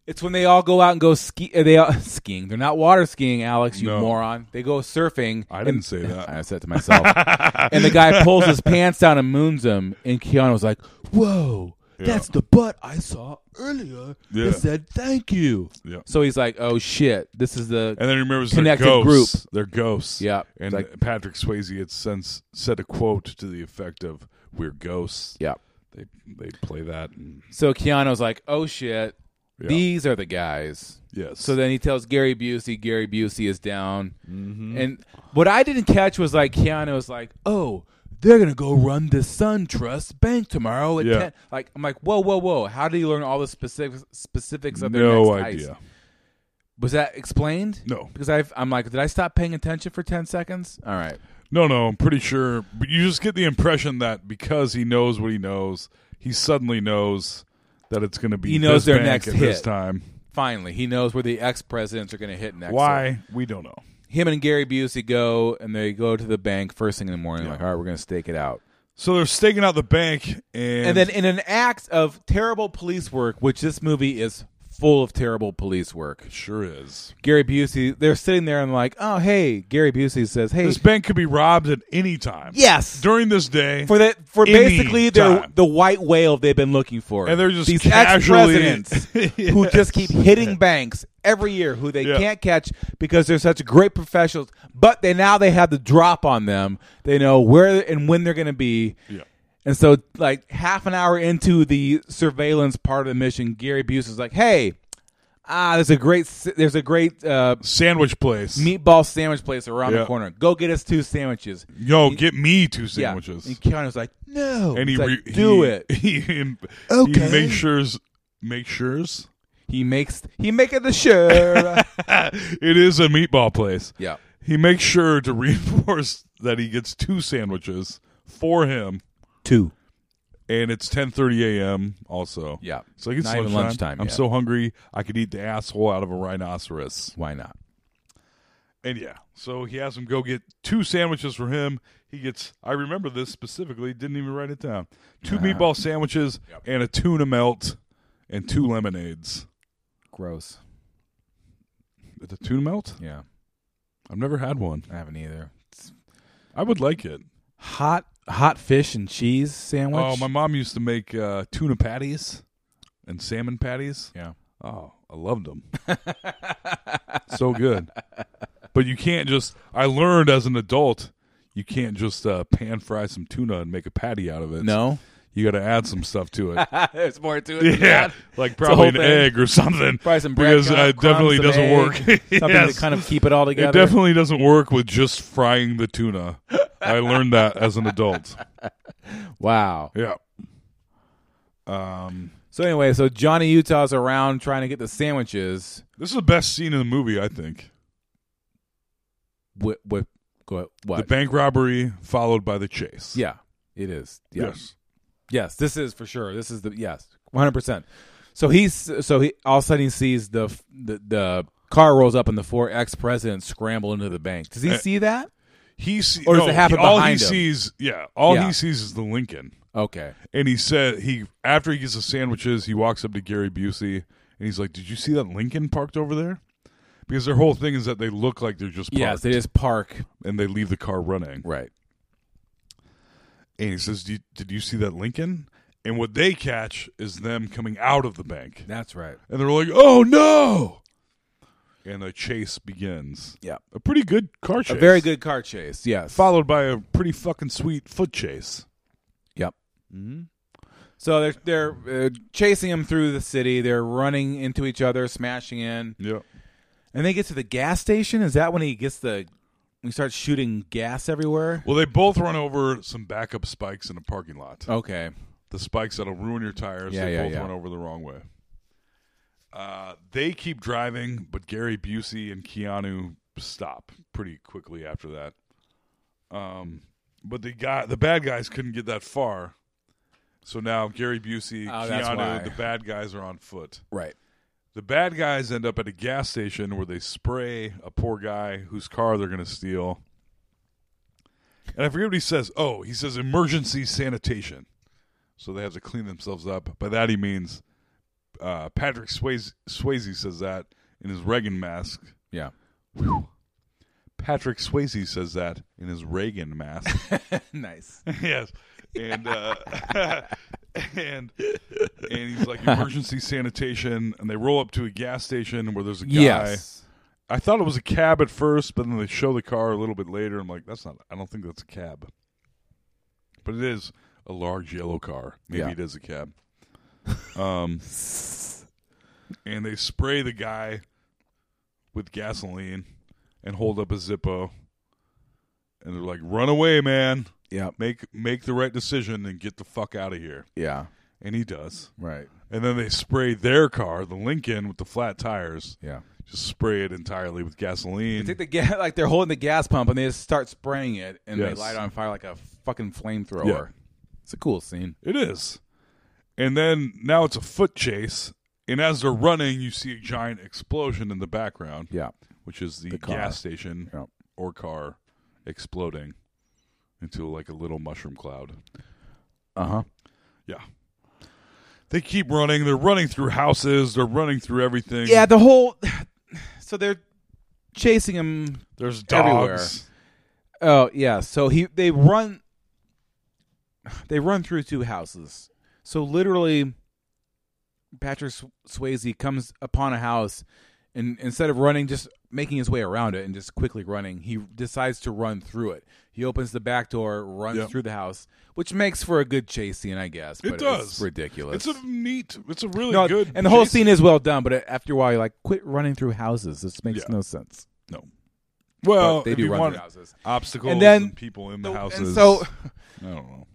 It's when they all go out and go ski. uh, They all, skiing. They're not water skiing, Alex. You No. moron. They go surfing. I didn't and- say that. I said to myself. and the guy pulls his pants down and moons him. And Keanu's like, "Whoa, that's the butt I saw earlier." Yeah. That said, "Thank you." Yeah. So he's like, "Oh shit, this is the." And then he remembers Connected they're ghosts. group. They're ghosts. Yeah. And Like- Patrick Swayze had since said a quote to the effect of "We're ghosts." yeah. They they play that. And, So Keanu's like, "Oh shit, Yeah. these are the guys." yes. So then he tells Gary Busey, Gary Busey is down. Mm-hmm. And what I didn't catch was like Keanu was like, oh, they're going to go run the SunTrust Bank tomorrow at Yeah. 10. Like, I'm like, whoa, whoa, whoa. How did he learn all the specifics, specifics of their no next idea. heist? Was that explained? No. Because I've, I'm like, did I stop paying attention for 10 seconds? All right. No, no, I'm pretty sure. But you just get the impression that because he knows what he knows, he suddenly knows that it's going to be He knows this their bank next at this hit. time. Finally, he knows where the ex presidents are going to hit next. Why we don't know. Him and Gary Busey go and they go to the bank first thing in the morning. Like, all right, we're going to stake it out. So they're staking out the bank, and, And then in an act of terrible police work, which this movie is full of terrible police work, sure is Gary Busey, they're sitting there and like, oh, hey, Gary Busey says, hey, this bank could be robbed at any time. Yes. during this day for that, for Any basically they're time. the white whale they've been looking for. And they're just these casually- ex-presidents who just keep hitting banks every year who they Yeah. can't catch because they're such great professionals, but they now they have the drop on them. They know where and when they're going to be. Yeah. And so, like half an hour into the surveillance part of the mission, Gary Buse is like, "Hey, ah, there's a great, s- there's a great uh, sandwich place. meatball sandwich place around Yeah. the corner. Go get us two sandwiches." Yo, get me two Yeah. sandwiches. And Keanu's like, "No," and he He's like, re- "Do he- it." He, he, Okay. makes sure's makes sure's. He makes he making the sure. it is a meatball place. Yeah. He makes sure to reinforce that he gets two sandwiches for him, two. and it's 10:30 a.m. Also, Yeah. So it's Not even lunchtime. lunchtime I'm yet. so hungry I could eat the asshole out of a rhinoceros. Why not? And yeah, so he has him go get two sandwiches for him. He gets. I remember this specifically. Didn't even write it down. 2 meatball sandwiches and a tuna melt and two lemonades. Gross. The tuna melt? Yeah, I've never had one. I haven't either. It's I would like it. hot hot fish and cheese sandwich. Oh, my mom used to make uh, tuna patties and salmon patties. Yeah. Oh, I loved them. so good. But you can't just. I learned as an adult, you can't just uh, pan fry some tuna and make a patty out of it. No. You got to add some stuff to it. There's more to it. than yeah, that. like a whole probably an thing. egg or something. Probably some bread because uh, crumb- it definitely crumbs, doesn't some work. egg, Something Yes. to kind of keep it all together. It definitely doesn't work with just frying the tuna. I learned that as an adult. Wow. Yeah. Um, So anyway, so Johnny Utah's around trying to get the sandwiches. this is the best scene in the movie, I think. What? What? What? The bank robbery followed by the chase. Yeah, it is. Yeah. Yes. Yes, this is for sure. This is the yes, one hundred percent. So he's so he all of a sudden he sees the the, the car rolls up and the four ex presidents scramble into the bank. Does he Uh, see that? He see, Or does no, it happen he- all behind he him? sees. Yeah, all Yeah. Oh. he sees is the Lincoln. Okay. And he said he after he gets the sandwiches, he walks up to Gary Busey and he's like, "Did you see that Lincoln parked over there?" Because their whole thing is that they look like they're just parked. Yes, they just park. and they leave the car running. Right. And he says, "Did you, did you see that Lincoln?" And what they catch is them coming out of the bank, That's right. and they're like, "Oh no!" And a chase begins. Yeah. a pretty good car chase. A very good car chase. Yes. followed by a pretty fucking sweet foot chase. Yep. So they're they're uh, chasing him through the city. They're running into each other, smashing in, Yeah. and they get to the gas station. Is that when he gets the? He starts shooting gas everywhere. Well, they both run over some backup spikes in a parking lot. Okay. The spikes that'll ruin your tires. Yeah, they yeah, both yeah. run over the wrong way. Uh, they keep driving, but Gary Busey and Keanu stop pretty quickly after that. Um, but the guy, the bad guys couldn't get that far, so now Gary Busey, Oh, that's why. Keanu, the bad guys are on foot. Right. The bad guys end up at a gas station where they spray a poor guy whose car they're going to steal. And I forget what he says. Oh, he says emergency sanitation. So they have to clean themselves up. By that he means uh, Patrick Swayze, Swayze says that in his Reagan mask. Yeah. Patrick Swayze says that in his Reagan mask. nice. yes. And uh, and and he's like emergency sanitation, and they roll up to a gas station where there's a guy. Yes. I thought it was a cab at first, but then they show the car a little bit later. I'm like, that's not. I don't think that's a cab, but it is a large yellow car. Maybe Yeah. it is a cab. Um, and they spray the guy with gasoline and hold up a Zippo, and they're like, "Run away, man! Yep. Make make the right decision and get the fuck out of here." Yeah. And he does. Right. And then they spray their car, the Lincoln, with the flat tires. Yeah. Just spray it entirely with gasoline. They take the gas, like they're holding the gas pump, and they just start spraying it, and they Yes. light it on fire like a fucking flamethrower. Yeah. It's a cool scene. It is. And then now it's a foot chase. And as they're running, you see a giant explosion in the background, Yeah. which is the, The car. gas station Yep. or car exploding into like a little mushroom cloud. Uh huh. Yeah. They keep running. They're running through houses. They're running through everything. Yeah. The whole. So they're chasing him There's everywhere. dogs. Oh yeah, so he they run they run through two houses. So literally Patrick Sw- Swayze comes upon a house and instead of running just making his way around it and just quickly running, he decides to run through it. He opens the back door, runs Yep. through the house, which makes for a good chase scene, I guess. But It does. It's ridiculous. It's a neat. It's a really No, good. and the whole chase- scene is well done, but after a while, you're like, quit running through houses. This makes Yeah. no sense. No. Well, But they if do you run want through houses. obstacles And then- people in the and houses. so- I don't know.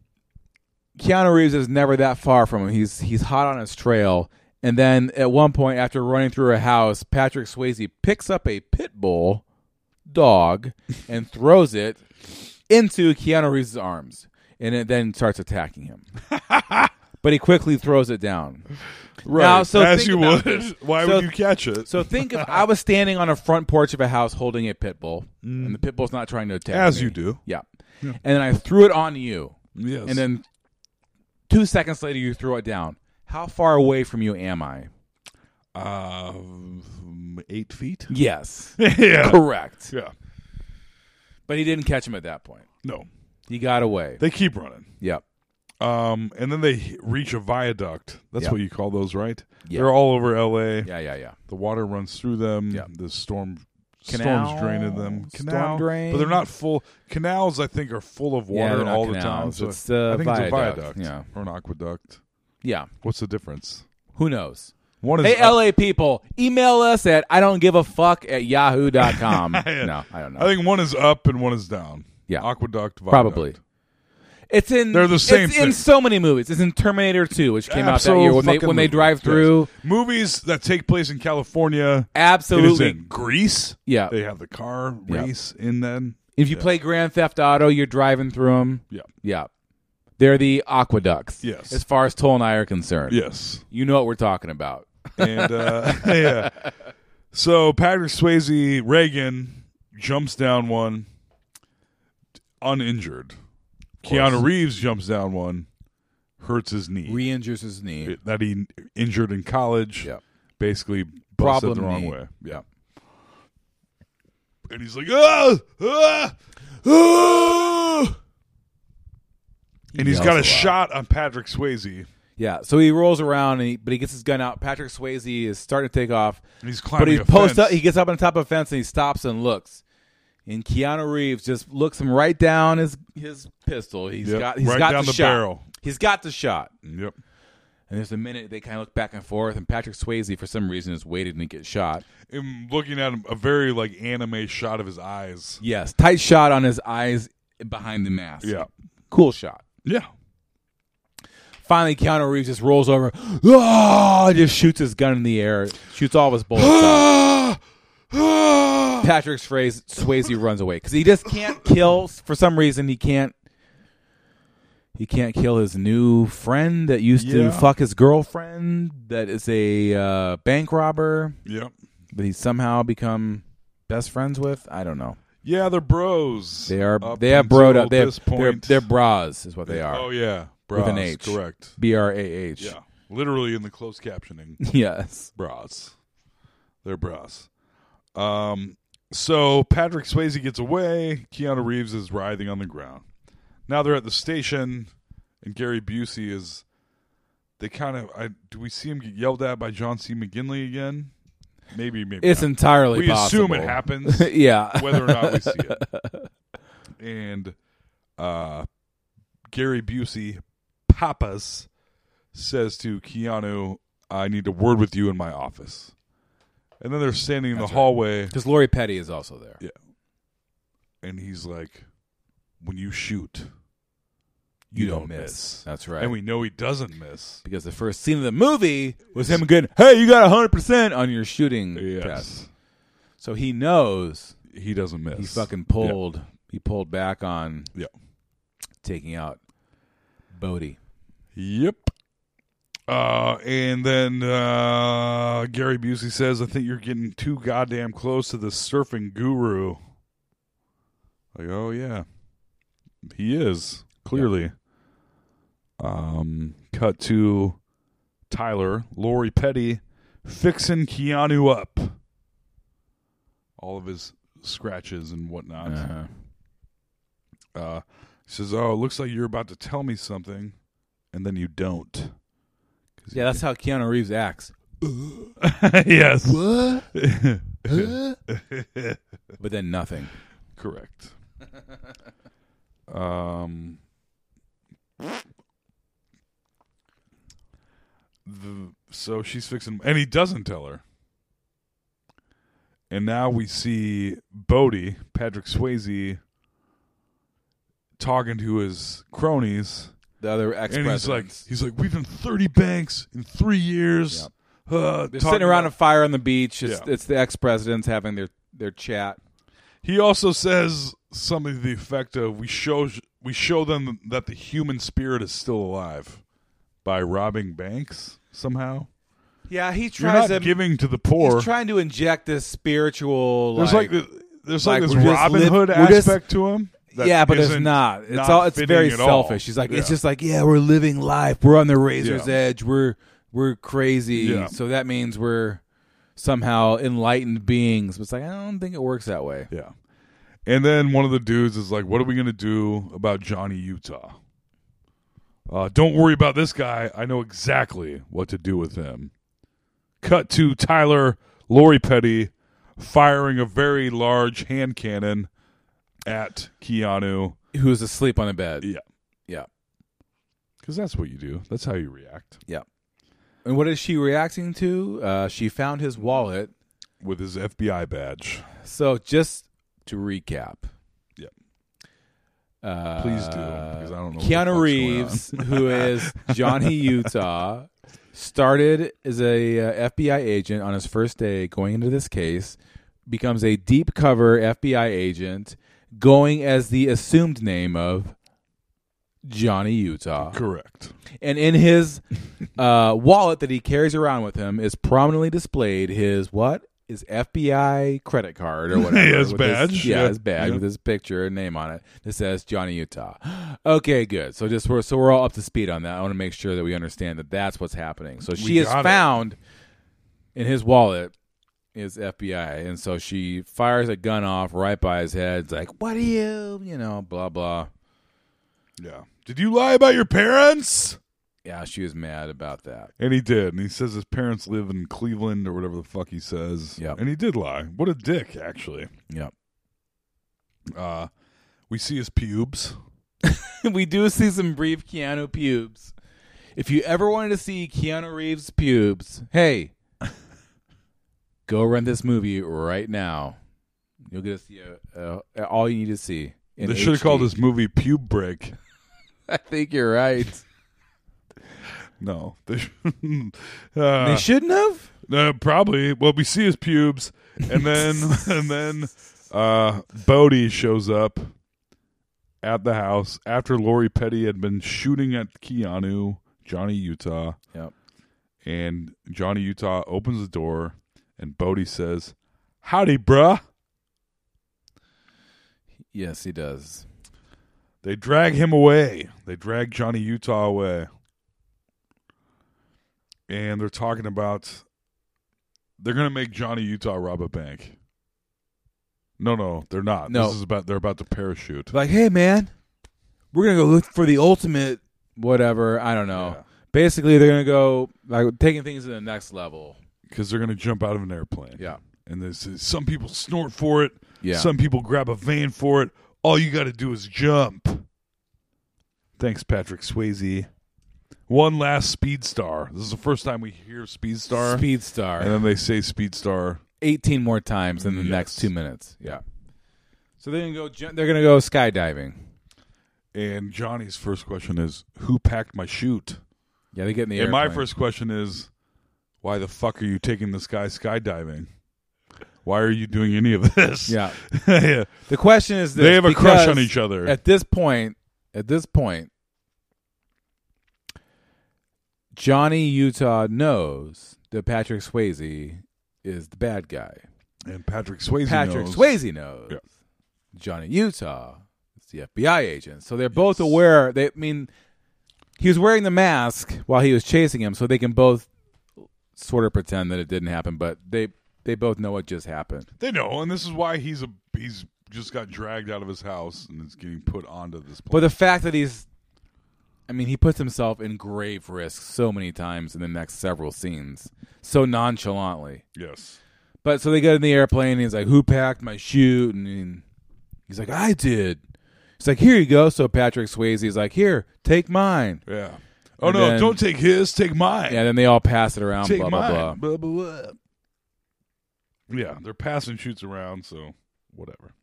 Keanu Reeves is never that far from him. He's he's hot on his trail. And then at one point, after running through a house, Patrick Swayze picks up a pit bull dog and throws it into Keanu Reeves' arms, and it then starts attacking him. but he quickly throws it down. Right. Now, so As think you about would. this. Why So- would you catch it? So think if I was standing on a front porch of a house holding a pit bull, and the pit bull's not trying to attack Mm. As me. you do. Yeah. And then I threw it on you. Yes. And then two seconds later, you throw it down. How far away from you am I? uh, eight feet. Yes. yeah. Correct. Yeah. But he didn't catch him at that point. No. He got away. They keep running. Yep. Um, and then they h- reach a viaduct. That's Yeah. what you call those, right? Yeah. They're all over L.A. Yeah, yeah, yeah. The water runs through them. Yeah. The storm. Canal, storms draining them. storm Canal, drain. but they're not full. Canals, I think, are full of Yeah, water they're not all the time. canals. So It's, uh, I think viaduct, it's a viaduct yeah. or an aqueduct. Yeah. What's the difference? Who knows? One Hey, up- LA people, email us at I don't give a fuck at yahoo.com. no, I don't know. I think one is up and one is down. Yeah. Aqueduct, viaduct. Probably. It's in. They're the same. It's in thing. so many movies. It's in Terminator 2, which came out that year when they when they Absolutely. drive through. Yes. movies that take place in California. Absolutely. It is in Greece. Yeah. they have the car Yeah. race in them. If you Yeah. play Grand Theft Auto, you're driving through them. Yeah. Yeah. They're the aqueducts. Yes. As far as Toll and I are concerned. yes, You know what we're talking about. and uh, yeah. So Patrick Swayze Reagan jumps down one, uninjured. Keanu Reeves jumps down one, hurts his knee Re injures his knee. that he injured in college. Yep. basically busted Problem the wrong knee. way. Yeah, and he's like, ah, ah, ah. And he's yells got a a, lot. shot on Patrick Swayze. Yeah. So he rolls around, and he, but he gets his gun out. Patrick Swayze is starting to take off. And he's But climbing he a posts fence. up. He gets up on top of a fence and he stops and looks. And Keanu Reeves just looks him right down his his pistol. He's Yep, got he's right got down the, the shot. barrel. He's got the shot. Yep. And there's a minute they kind of look back and forth, and Patrick Swayze for some reason is waiting to get shot. And looking at him, a very like anime shot of his eyes. Yes, tight shot on his eyes behind the mask. Yeah. cool shot. Yeah. Finally, Keanu Reeves just rolls over, ah, just shoots his gun in the air, shoots all of his bullets. out. Ah! Patrick Swayze, Swayze runs away because he just can't kill. For some reason, he can't. He can't kill his new friend that used to Yeah. fuck his girlfriend. That is a uh, bank robber Yep. that he somehow become best friends with. I don't know. Yeah, they're bros. They are Up they have broed until up. They have, this they're, point. they're bras is what they are. Oh yeah, bros. With an H. Correct. B R A H. Yeah, literally in the closed captioning. Yes. bras. They're bras. Um, so Patrick Swayze gets away. Keanu Reeves is writhing on the ground. Now they're at the station, and Gary Busey is. They kind of. I do we see him get yelled at by John C. McGinley again? Maybe. Maybe It's not. entirely We assume it possible. happens. yeah. whether or not we see it. And uh, Gary Busey, Papas, says to Keanu, I need a word with you in my office. And then they're standing in the hallway, Because Lori Petty is also there. and he's like, When you shoot, You, you, don't miss. That's right. And we know he doesn't miss. because the first scene of the movie was him going, "Hey, you got hundred percent on your shooting test." Yes. So he knows He doesn't miss. he fucking pulled. He pulled back on Yep. taking out Bodie. Yep. Uh, and then uh, Gary Busey says, "I think you're getting too goddamn close to the surfing guru." Like, oh yeah, he is clearly. Um, cut to Tyler, Lori Petty, fixing Keanu up. All of his scratches and whatnot. Uh, he says, "Oh, it looks like you're about to tell me something, and then you don't." Yeah, that's how Keanu Reeves acts. yes. But then nothing. Correct. um, the, so she's fixing, and he doesn't tell her. And now we see Bodie, Patrick Swayze, talking to his cronies, The other ex and he's like, he's like, we've done thirty banks in three years. Yep. Uh, They're talking sitting around about- a fire on the beach. It's, Yeah. it's the ex presidents having their, their chat. He also says something to the effect of "We show we show them that the human spirit is still alive by robbing banks somehow. Yeah, he You're not tries to giving to the poor. He's trying to inject this spiritual. there's like, the- there's like, like, this we're just Robin liv- Hood we're just- aspect to him. that yeah, but it's isn't not. It's all. It's fitting very at all. selfish. He's like, it's Yeah. just like, yeah, we're living life. We're on the razor's Yeah. edge. We're we're crazy. Yeah. So that means we're somehow enlightened beings. But it's like I don't think it works that way. yeah. And then one of the dudes is like, "What are we gonna do about Johnny Utah?" Uh, don't worry about this guy. I know exactly what to do with him. Cut to Tyler Lori Petty firing a very large hand cannon at Keanu. Who's asleep on a bed? Yeah. Yeah. Because that's what you do. That's how you react Yeah. And what is she reacting to? Uh, she found his wallet. with his FBI badge. So just to recap, Yep. Uh, Please do, because I don't know what the fuck's Keanu going Reeves, on. who is Johnny Utah, started as a uh, FBI agent on his first day going into this case, becomes a deep cover FBI agent, going as the assumed name of Johnny Utah. Correct. And in his uh, wallet that he carries around with him is prominently displayed his what? His FBI credit card or whatever. His with his- badge, yeah, yeah, his badge yeah. with his picture and name on it that says Johnny Utah. Okay, good. So just we're so we're all up to speed on that. I want to make sure that we understand that that's what's happening. So she is got it. found in his wallet is FBI, and so she fires a gun off right by his head. It's like, what are you? You know, blah blah. Yeah. Did you lie about your parents? Yeah, she was mad about that. And he did. And he says his parents live in Cleveland or whatever the fuck he says. Yep. And he did lie. What a dick, actually. Yep. Uh, we see his pubes. we do see some brief Keanu pubes. If you ever wanted to see Keanu Reeves' pubes, hey, go rent this movie right now. You'll get to see uh, uh, all you need to see. in they should have HD. called this movie Pube Break. I think you're right. No. They, sh- uh, they shouldn't have. Uh, probably. Well, we see his pubes, and then and then uh, Bodie shows up at the house after Lori Petty had been shooting at Keanu, Johnny Utah, Yep. and Johnny Utah opens the door, and Bodie says, "Howdy, bruh." Yes, he does. They drag him away. They drag Johnny Utah away. And they're talking about they're going to make Johnny Utah rob a bank. No, no, they're not. No. This is about they're about to parachute. Like, hey, man, we're gonna go look for the ultimate whatever. I don't know. Yeah. Basically, they're gonna go like taking things to the next level. Cuz they're going to jump out of an airplane. Yeah. And this is, some people snort for it. Yeah. Some people grab a van for it. All you got to do is jump. Thanks Patrick Swayze. One last speed star. This is the first time we hear speed star. Speed star. And then they say Speed Star. 18 more times in the Yes. next two minutes. Yeah. So they're gonna go. ju- They're gonna go skydiving. And Johnny's first question is, Who packed my chute? Yeah, they get in the And my airplane. first question is, Why the fuck are you taking this guy skydiving? Why are you doing any of this? Yeah. yeah. The question is, this, They have a crush because on each other. At this point, at this point, Johnny Utah knows that Patrick Swayze is the bad guy. And Patrick Swayze. Patrick knows. Swayze knows. Yeah. Johnny Utah is the FBI agent. So they're both aware. They I mean he was wearing the mask while he was chasing him, so they can both sort of pretend that it didn't happen, but they they both know what just happened. They know, and this is why he's a he's just got dragged out of his house and is getting put onto this But plane. the fact that he's I mean, he puts himself in grave risk so many times in the next several scenes, so nonchalantly. yes. But so they get in the airplane. And he's like, "Who packed my chute?" And, and he's like, "I did." He's like, "Here you go." So Patrick Swayze is like, "Here, take mine." Yeah. Oh And no, then- don't take his, take mine. Yeah. Then they all pass it around. Take blah mine. blah blah. blah. blah, blah. Yeah, they're passing shoots around, so whatever.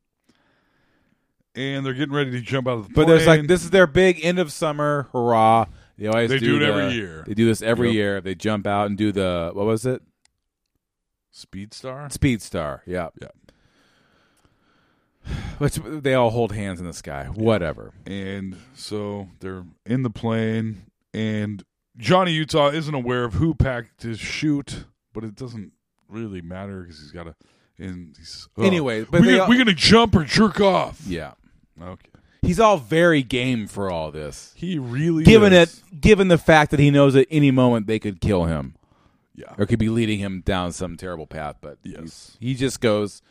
And they're getting ready to jump out of the But plane. there's like this is their big end of summer hurrah. They always They do it every the- year. They do this every Yep. year. They jump out and do the what was it? speed star. Speed Star. Yeah. Yeah. Which they all hold hands in the sky. Whatever. And so they're in the plane, and Johnny Utah isn't aware of who packed his chute, but it doesn't really matter because he's got a. And he's, oh, Anyway, but we they gonna, all- we gonna jump or jerk off. Yeah. Okay. He's all very game for all this. He really given is. it given the fact that he knows at any moment they could kill him Yeah. or could be leading him down some terrible path but Yes. he just goes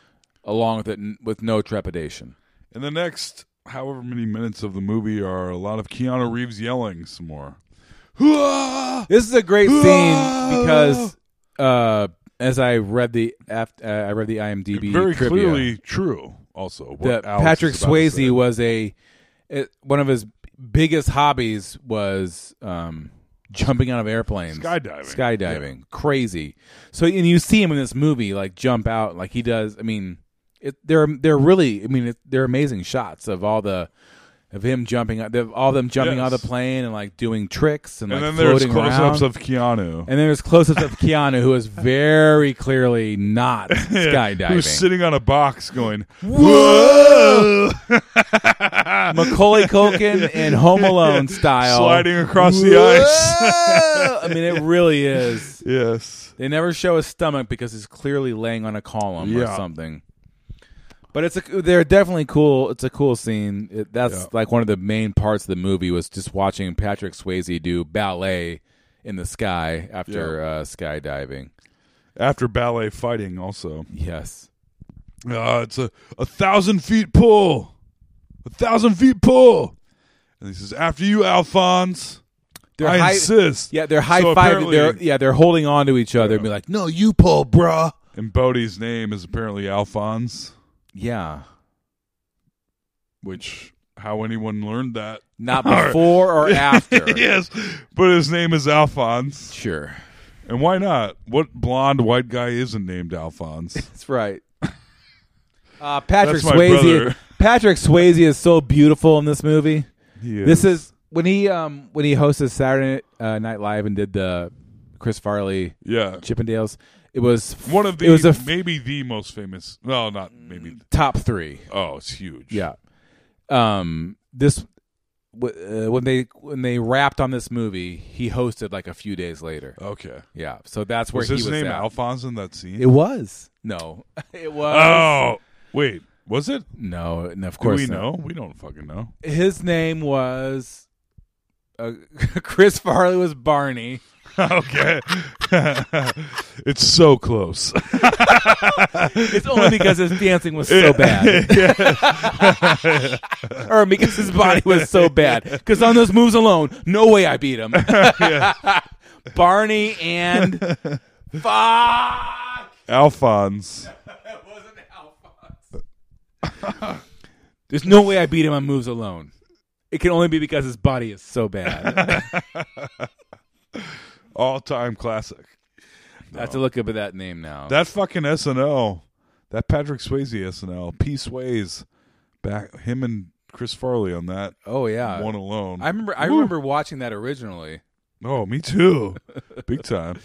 along with it n- with no trepidation And the next however many minutes of the movie are a lot of Keanu Reeves yelling some more. Hoo-ah! this is a great scene Whoa! because uh as i read the aft- uh, i read the imdb Very trivia, clearly true also. What that Alex patrick is about to say. swayze was a it, one of his biggest hobbies was um jumping out of airplanes Skydiving. skydiving crazy so and you see him in this movie like jump out like he does i mean it, they're they're really i mean it, they're amazing shots of all the of him jumping out, of all them jumping out of the plane and like doing tricks and, And like then there's floating close-ups around. of Keanu. and then there's close-ups of Keanu, who is very clearly not skydiving. Who's sitting on a box going, Whoa! Macaulay Culkin in Home Alone style, Sliding across the ice. Whoa! I mean, it really is. Yes, they never show his stomach because he's clearly laying on a column or Yeah. something. But it's a they're definitely cool. It's a cool scene. It, that's Yeah. like one of the main parts of the movie was just watching Patrick Swayze do ballet in the sky after uh, skydiving. After ballet fighting, also. Yes. Uh, it's a, a thousand feet pull. A thousand feet pull. And he says, After you, Alphonse. I high- insist. Yeah, they're So high fiving. apparently- They're yeah, they're holding on to each other and be like, "No, you pull, bruh." And Bodhi's name is apparently Alphonse, Yeah, which how anyone learned that. not before or after. yes, but his name is Alphonse. Sure, And why not? What blonde white guy isn't named Alphonse? that's right. Uh, Patrick That's my Swayze. brother. Patrick Swayze is so beautiful in this movie. He This is when he um when he hosted Saturday uh, Night Live and did the Chris Farley Yeah. Chippendales. It was f- One of the it was a f- maybe the most famous. Well, not maybe. top three. Oh, it's huge. Yeah. Um. This w- uh, when they when they wrapped on this movie, he hosted like a few days later. Okay. Yeah. So that's where Was he his was name at. Alphonse in that scene? It was no. It was oh, wait. Was it? no. And of Do course we not. know? We don't fucking know. His name was. Uh, Chris Farley was Barney. okay. it's so close. It's only because his dancing was so bad. or because his body was so bad. Because on those moves alone, no way I beat him. Barney and fuck. Alphonse. That wasn't Alphonse. There's no way I beat him on moves alone. It can only be because his body is so bad. All time classic. I have to look up at that name now. That fucking SNL. That Patrick Swayze SNL. P Sways. Back him and Chris Farley on that oh yeah, one alone. I remember. I Woo. remember watching that originally. Oh, me too. Big time.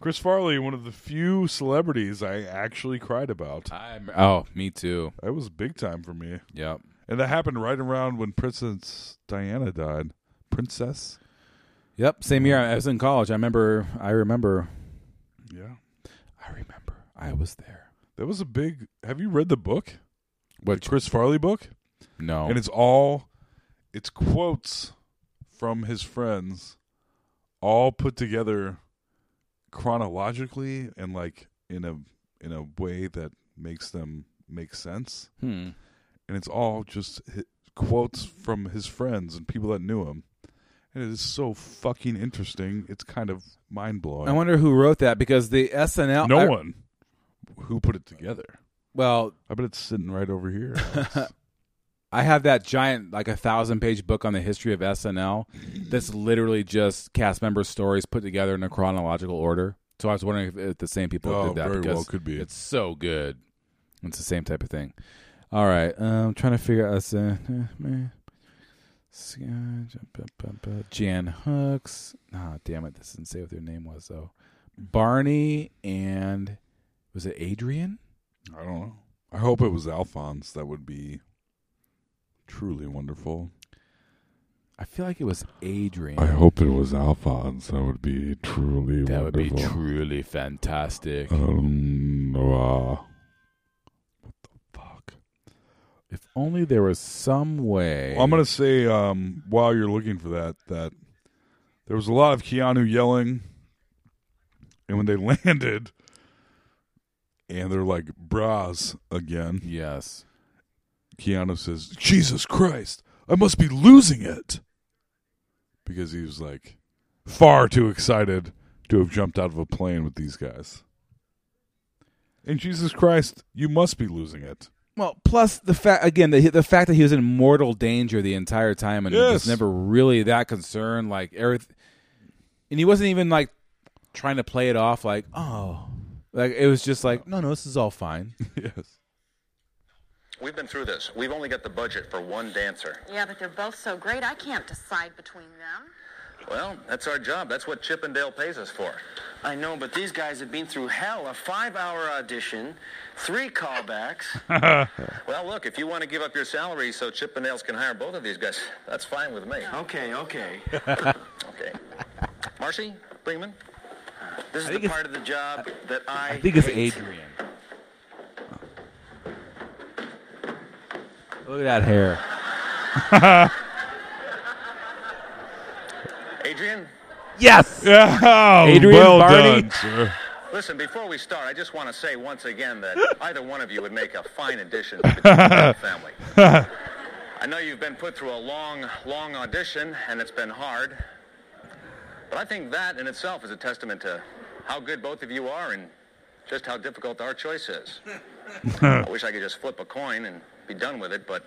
Chris Farley, one of the few celebrities I actually cried about. I oh, me too. That was big time for me. Yep. And that happened right around when Princess Diana died. Princess? Yep. Same year I was in college. I remember. I remember. Yeah. I remember. I was there. That was a big. Have you read the book? What? The Chris Farley book? No. And it's all. It's quotes from his friends, all put together chronologically and like in a in a way that makes them make sense. hmm. and it's all just hi quotes from his friends and people that knew him. And it is so fucking interesting. It's kind of mind blowing. I wonder who wrote that because the SNL. no I- one who put it together. Well, I bet it's sitting right over here. Alex. I have that giant, like a thousand page book on the history of SNL that's literally just cast member stories put together in a chronological order. So I was wondering if, if the same people Oh, did that very because well could be. it's so good. It's the same type of thing. All right, uh, I'm trying to figure out. eh, Uh, Jan Hooks. Ah, damn it! This didn't say what their name was though. Barney and was it Adrian? I don't know. I hope it was Alphonse. That would be truly wonderful. I feel like it was Adrian. I hope it was Alphonse. That would be truly That would be wonderful. truly fantastic. Um, uh, what the fuck? If only there was some way. Well, I'm gonna say um, while you're looking for that, that there was a lot of Keanu yelling, and when they landed, and they're like bras again. Yes. Keanu says, "Jesus Christ, I must be losing it," because he was like far too excited to have jumped out of a plane with these guys. And Jesus Christ, you must be losing it. Well, plus the fact again the the fact that he was in mortal danger the entire time and was Yes. never really that concerned. Like everyth- and he wasn't even like trying to play it off like oh, like it was just like no, no, this is all fine. yes. We We've been through this. We've only got the budget for one dancer. Yeah, but they're both so great, I can't decide between them. Well, that's our job. That's what Chippendale pays us for. I know, but these guys have been through hell. A five hour audition, three callbacks. well, look, if you want to give up your salary so Chippendales can hire both of these guys, that's fine with me. Okay, okay. okay. Marcy, Bremen, this is the part of the job that I. I think it's hate. Adrian. Look at that hair. Adrian? Yes. Yeah, Oh, Adrian well Barney. done, sir. Listen, before we start, I just want to say once again that either one of you would make a fine addition to the family. I know you've been put through a long, long audition, and it's been hard. But I think that in itself is a testament to how good both of you are and just how difficult our choice is. I wish I could just flip a coin and be done with it, but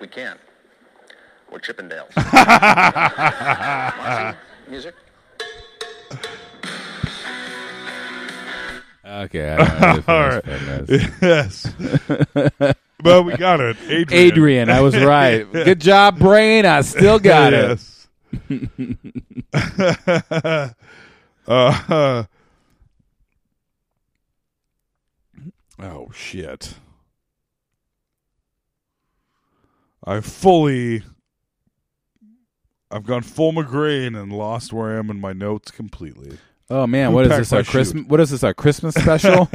we can't. We're Chippendales. Marcy, music. Okay. I don't know All if right. it's Yes. fitness. Well, we got it. Adrian. Adrian, I was right. Good job, brain. I still got it. uh, uh, oh shit! I fully, I've gone full McGrain and lost where I am in my notes completely. Oh man, Who what is packed this? my Our chute? Christmas? What is this? Our Christmas special?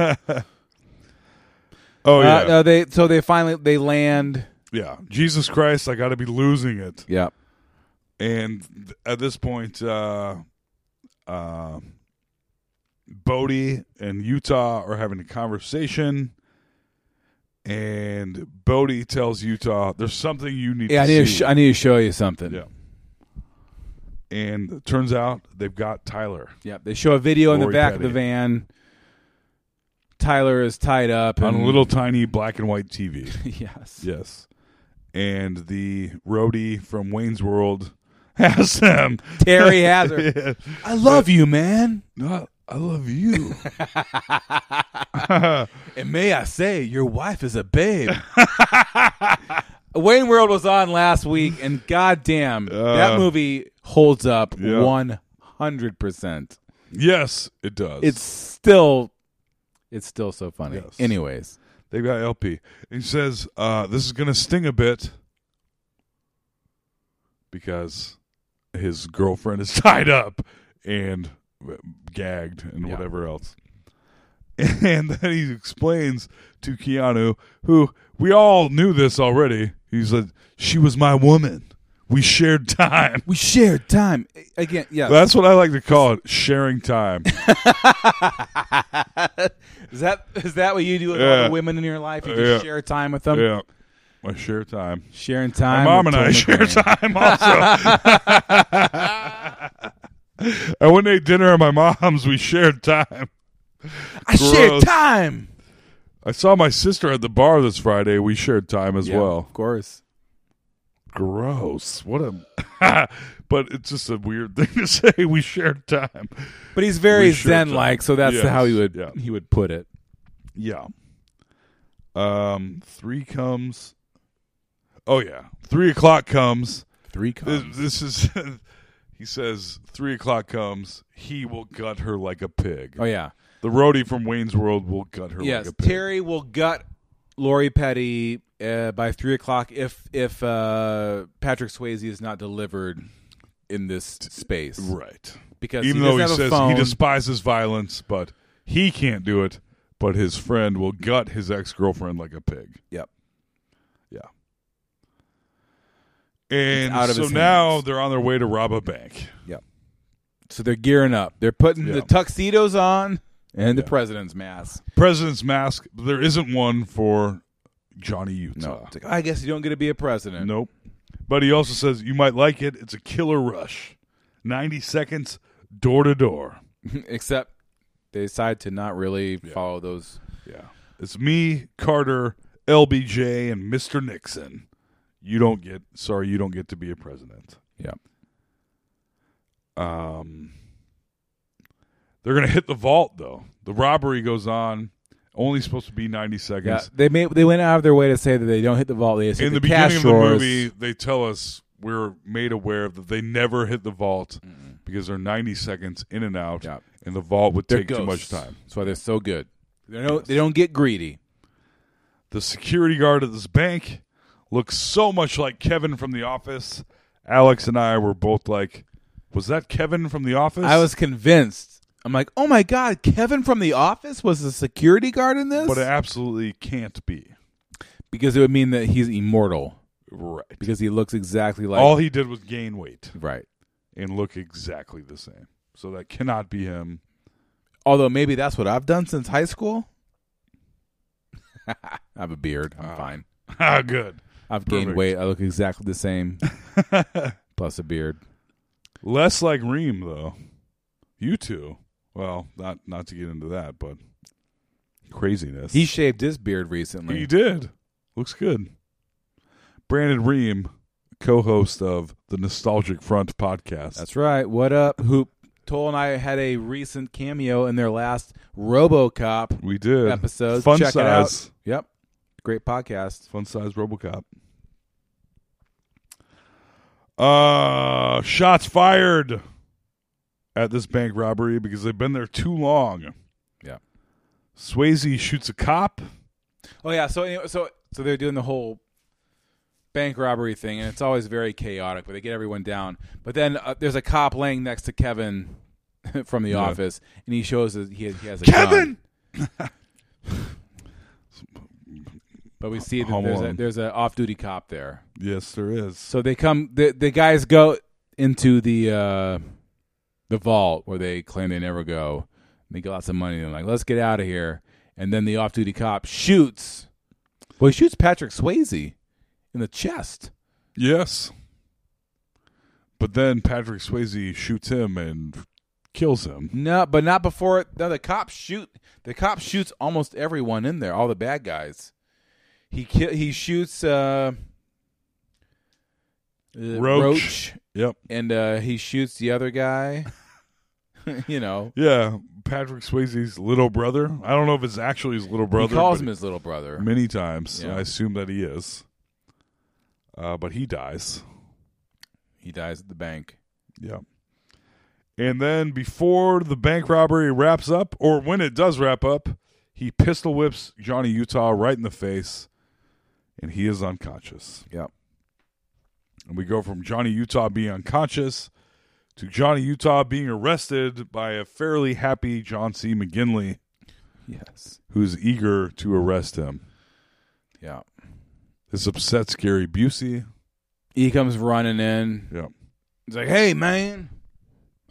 Oh yeah, Uh, no, they so they finally they land. yeah. Jesus Christ, I got to be losing it. Yeah. And th- at this point, uh, uh, Bodie and Utah are having a conversation, and Bodie tells Utah, "There's something you need Yeah, I to need to see." sh- I need to show you something. yeah. And it turns out they've got Tyler. Yeah, they show a video in the Lori back of Petty. the van. Tyler is tied up on and- a little tiny black and white TV. yes. Yes. And the roadie from Wayne's World has him. Terry Hazard. Yeah. I love you, man. No, I love you. and may I say, your wife is a babe. Wayne World was on last week, and goddamn, that Uh, movie holds up yeah. one hundred percent. Yes, it does. It's still, it's still so funny. Yes. Anyways, They've got LP. And he says, uh, this is going to sting a bit because his girlfriend is tied up and uh, gagged and Yeah. whatever else. And then he explains to Keanu, who we all knew this already. He said, She was my woman. We shared time. we shared time again. Yeah, That's what I like to call it sharing time. is that is that what you do with all Yeah. the women in your life? You Yeah. just share time with them. yeah. I share time. Sharing time. My mom with and I Tim share McGrain. time also. I went and ate dinner at my mom's. We shared time. I share Gross. time. I saw my sister at the bar this Friday. We shared time as Yeah, well. of course. Gross. What a. but it's just a weird thing to say. We shared time. But he's very We shared time. zen like, so that's Yes, how he would yeah. he would put it. Yeah. Um. Three comes. Oh yeah. Three o'clock comes. Three This, comes. this is. he says three o'clock comes. He will gut her like a pig. Oh yeah. The roadie from Wayne's World will gut her Yes. like a pig. Terry will gut Lori Petty uh, by three o'clock if if uh, Patrick Swayze is not delivered in this space. right. Because Even he though doesn't he have a says phone. he despises violence, but he can't do it. But his friend will gut his ex girlfriend like a pig. Yep. Yeah. And out of so his now hands. they're on their way to rob a bank. So they're gearing up. They're putting the Yeah. tuxedos on and the Yeah. president's mask. President's mask. There isn't one for Johnny No, Utah. it's like, I guess you don't get to be a president. Nope. But he also says you might like it. It's a killer rush. Ninety seconds, door to door. Except they decide to not really follow those. Yeah. It's me, Carter, LBJ, and Mr. Nixon. You don't get sorry, you don't get to be a president. Yeah. Um, they're going to hit the vault, though. The robbery goes on. Only supposed to be ninety Yeah, seconds. they made they went out of their way to say that they don't hit the vault. They just hit In the, cash beginning of the drawers. movie, they tell us we're made aware that they never hit the vault because they're ninety seconds in and out, and the vault would They're take too ghosts. much time. That's why they're so good. They don't they don't get greedy. The security guard at this bank looks so much like Kevin from The Office. Alex and I were both like, "Was that Kevin from The Office?" I was convinced. I'm like, oh my god, Kevin from The Office was a security guard in this, but it absolutely can't be. because it would mean that he's immortal, right? Because he looks exactly like All he did was gain weight, right, and look exactly the same. So that cannot be him. Although maybe that's what I've done since high school. I have a beard. I'm fine. Ah, good. I've gained Perfect. weight. I look exactly the same, plus a beard. Less like Reem though. You two. Well, not not to get into that, but craziness. He shaved his beard recently. He did. Looks good. Brandon Ream, co-host of the Nostalgic Front podcast. That's right. What up, Hoop? Toll and I had a recent cameo in their last RoboCop. We did episode. Fun Check it out. size. Yep, great podcast. Fun size RoboCop. Uh, shots fired at this bank robbery because they've been there too long. Yeah. Swayze shoots a cop. Oh yeah. So anyway, so so they're doing the whole bank robbery thing, and it's always very chaotic. But they get everyone down. But then uh, there's a cop laying next to Kevin from the Yeah. office, and he shows that he has, he has a Kevin! gun. but we see that Home there's a, Alone. there's an off-duty cop there. Yes, there is. So they come. The the guys go into the uh, the vault where they claim they never go. And they get lots of money. They're like, "Let's get out of here." And then the off-duty cop shoots. Well, he shoots Patrick Swayze in the chest. Yes. But then Patrick Swayze shoots him and kills him. No, but not before. No, the cop shoot. The cop shoots almost everyone in there. All the bad guys. He kill. He shoots. Uh, uh, Roach. Roach. Yep. And uh, he shoots the other guy. you know. Yeah, Patrick Swayze's little brother. I don't know if it's actually his little brother. calls but him his little brother. many times. Yeah. I assume that he is. Uh, but he dies. He dies at the bank. Yeah. And then before the bank robbery wraps up, or when it does wrap up, he pistol whips Johnny Utah right in the face, and he is unconscious. Yep. And we go from Johnny Utah being unconscious to Johnny Utah being arrested by a fairly happy John C. McGinley, Yes. who's eager to arrest him. Yeah. This upsets Gary Busey. He comes running in. Yeah. He's like, "Hey, man,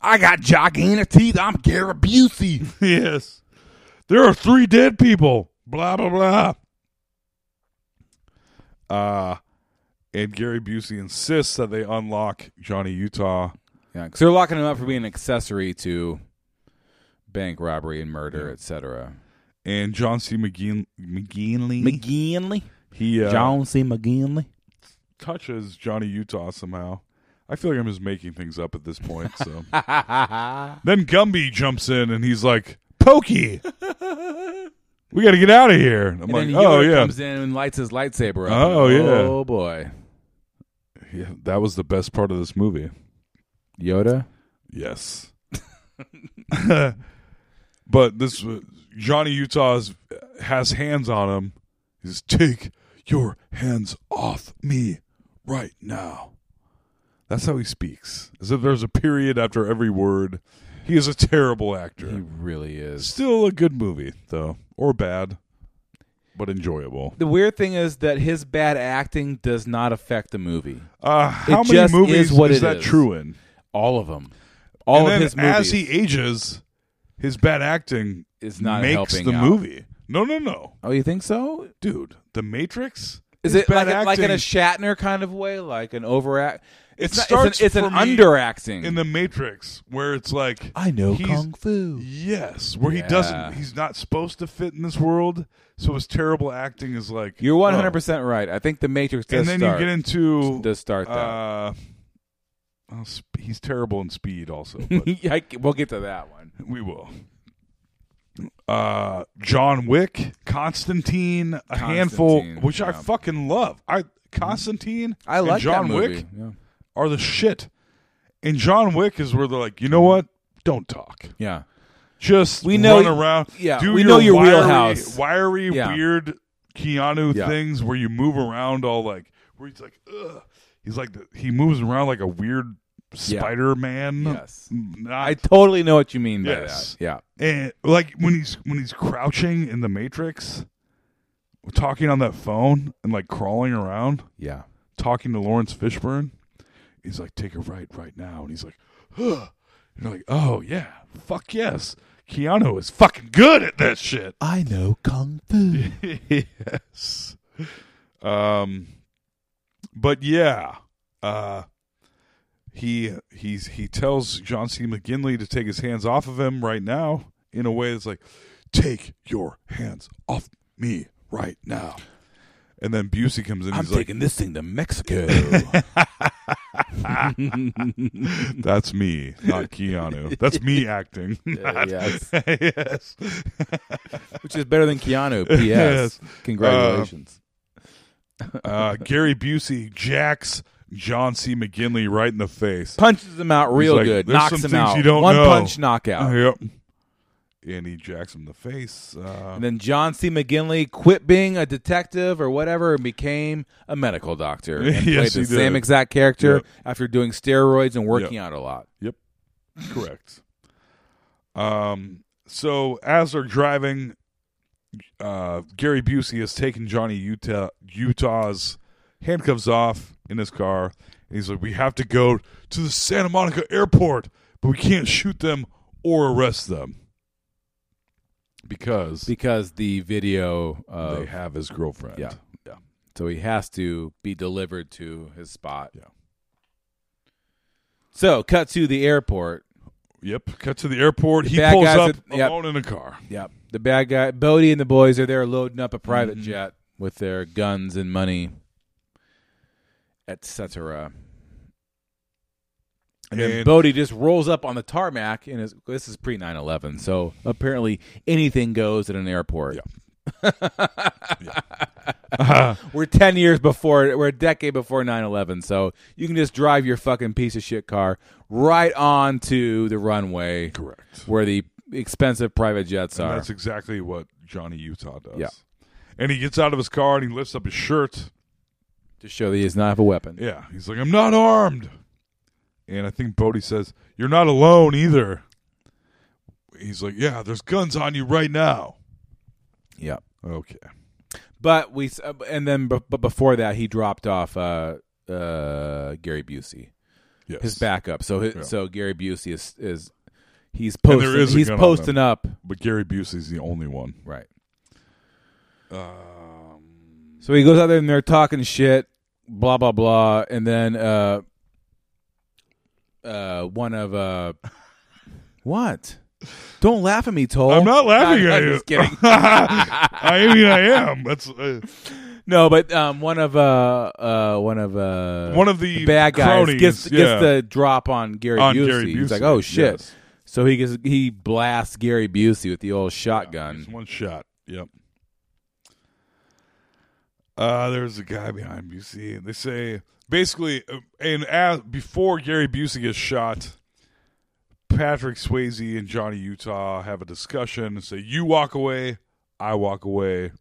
I got gigantic teeth. I'm Gary Busey." yes. There are three dead people. Blah blah blah. Uh and Gary Busey insists that they unlock Johnny Utah. Yeah, because they're locking him up for being an accessory to bank robbery and murder, etc. And John C. McGin- McGinley. McGinley. He uh, John C. McGinley. touches Johnny Utah somehow. I feel like I'm just making things up at this point. So then Gumby jumps in and he's like, "Pokey, we got to get out of here." And I'm and like, then "Oh Yoda yeah, comes in and lights his lightsaber up. Oh, yeah. Oh boy, yeah." That was the best part of this movie. Yoda. Yes. but this uh, Johnny Utah is, has hands on him. He says, "Take your hands off me right now." That's how he speaks. As if there's a period after every word. He is a terrible actor. He really is. Still a good movie though, or bad, but enjoyable. The weird thing is that his bad acting does not affect the movie. Uh, how It many just is movies what is it that is. true in? All of them. All and of then his movies. as he ages, his bad acting Is not makes helping the out. movie. No, no, no, oh, you think so? dude. The Matrix Is his it like, bad a- like in a acting- Shatner kind of way, like an overact? It It's not- starts. It's an, it's for an me underacting. in the Matrix where it's like I know he's- kung fu. Yes, where Yeah. he doesn't. He's not supposed to fit in this world. So his terrible acting is like You're oh. 100 percent right. I think the Matrix does And then start. you get into does start that. Uh, oh, sp- he's terrible in speed. Also, but I c- we'll get to that one. we will. uh, John Wick, Constantine, a handful, Constantine, which I yeah. fucking love. I Constantine, I like and John that movie, Wick yeah. are the shit. And John Wick is where they're like, you know what? Don't talk. Yeah. Just We know- run around. yeah, do we know your wiry, wheelhouse. Wiry, Yeah. weird Keanu Yeah. things where you move around all like where he's like, ugh. He's like the, he moves around like a weird Yeah. Spider Man. Yes. I totally know what you mean by Yes. that. Yeah. And like when he's when he's crouching in the Matrix, talking on that phone and like crawling around. Yeah. Talking to Lawrence Fishburne. He's like, take a right right now. And he's like, huh. And you're like, oh yeah, fuck yes. Keanu is fucking good at that shit. I know kung fu. yes. Um but yeah. Uh he he's he tells John C. McGinley to take his hands off of him right now in a way that's like, take your hands off me right now. And then Busey comes in. I'm he's like, taking this thing to Mexico. That's me, not Keanu. That's me acting. not- yes. yes. Which is better than Keanu. P.S. Yes. Congratulations. uh, Gary Busey jacks John C. McGinley right in the face. Punches him out real He's like, good. "There's Knocks him some things out. You don't One know." Uh, punch knockout. Yep. And he jacks him in the face. Uh, And then John C. McGinley quit being a detective or whatever and became a medical doctor and played Yes, the he did. same exact character Yep. after doing steroids and working Yep. out a lot. Yep. Correct. um. So as they're driving, uh, Gary Busey has taken Johnny Utah Utah's handcuffs off in his car, and he's like, "We have to go to the Santa Monica airport, but we can't shoot them or arrest them because Because the video of they have his girlfriend." Yeah. Yeah. So he has to be delivered to his spot. Yeah. So cut to the airport. Yep. Cut to the airport. The he bad pulls guys up are- yep. alone in a car. Yep. The bad guy Bodie and the boys are there loading up a private Mm-hmm. jet with their guns and money, etc. And, then And- Bodie just rolls up on the tarmac and is this is pre 9/11, so apparently anything goes at an airport. we're 10 years before we're a decade before 9-11 so you can just drive your fucking piece of shit car right on to the runway correct where the expensive private jets And are that's exactly what Johnny Utah does. Yeah. And he gets out of his car and he lifts up his shirt. to show that he does not have a weapon Yeah. He's like, I'm not armed. And I think Bodie says, You're not alone either. He's like, Yeah, there's guns on you right now. yeah Okay. but we s- uh, and then b- but before that he dropped off uh uh Gary Busey Yes. his backup so his, Yeah. so Gary Busey is is he's And posting there is a he's gun on posting them. up But Gary Busey's the only one. right Um, So he goes out there and they're talking shit, blah blah blah, and then uh, uh, one of uh, what? Don't laugh at me, Toll. I'm not laughing Oh, I'm at you. Just kidding. I mean, I am. That's uh, No, but um, one of uh, uh, one of uh, One of the bad guys cronies, gets yeah. gets the drop on Gary On Busey. Gary He's like, Busey, oh shit. yes. So he gets, he blasts Gary Busey with the old shotgun. It's one shot. Yep. Uh, there's a guy behind Busey. They say basically, uh, and as, before Gary Busey gets shot, Patrick Swayze and Johnny Utah have a discussion and say, "You walk away, I walk away,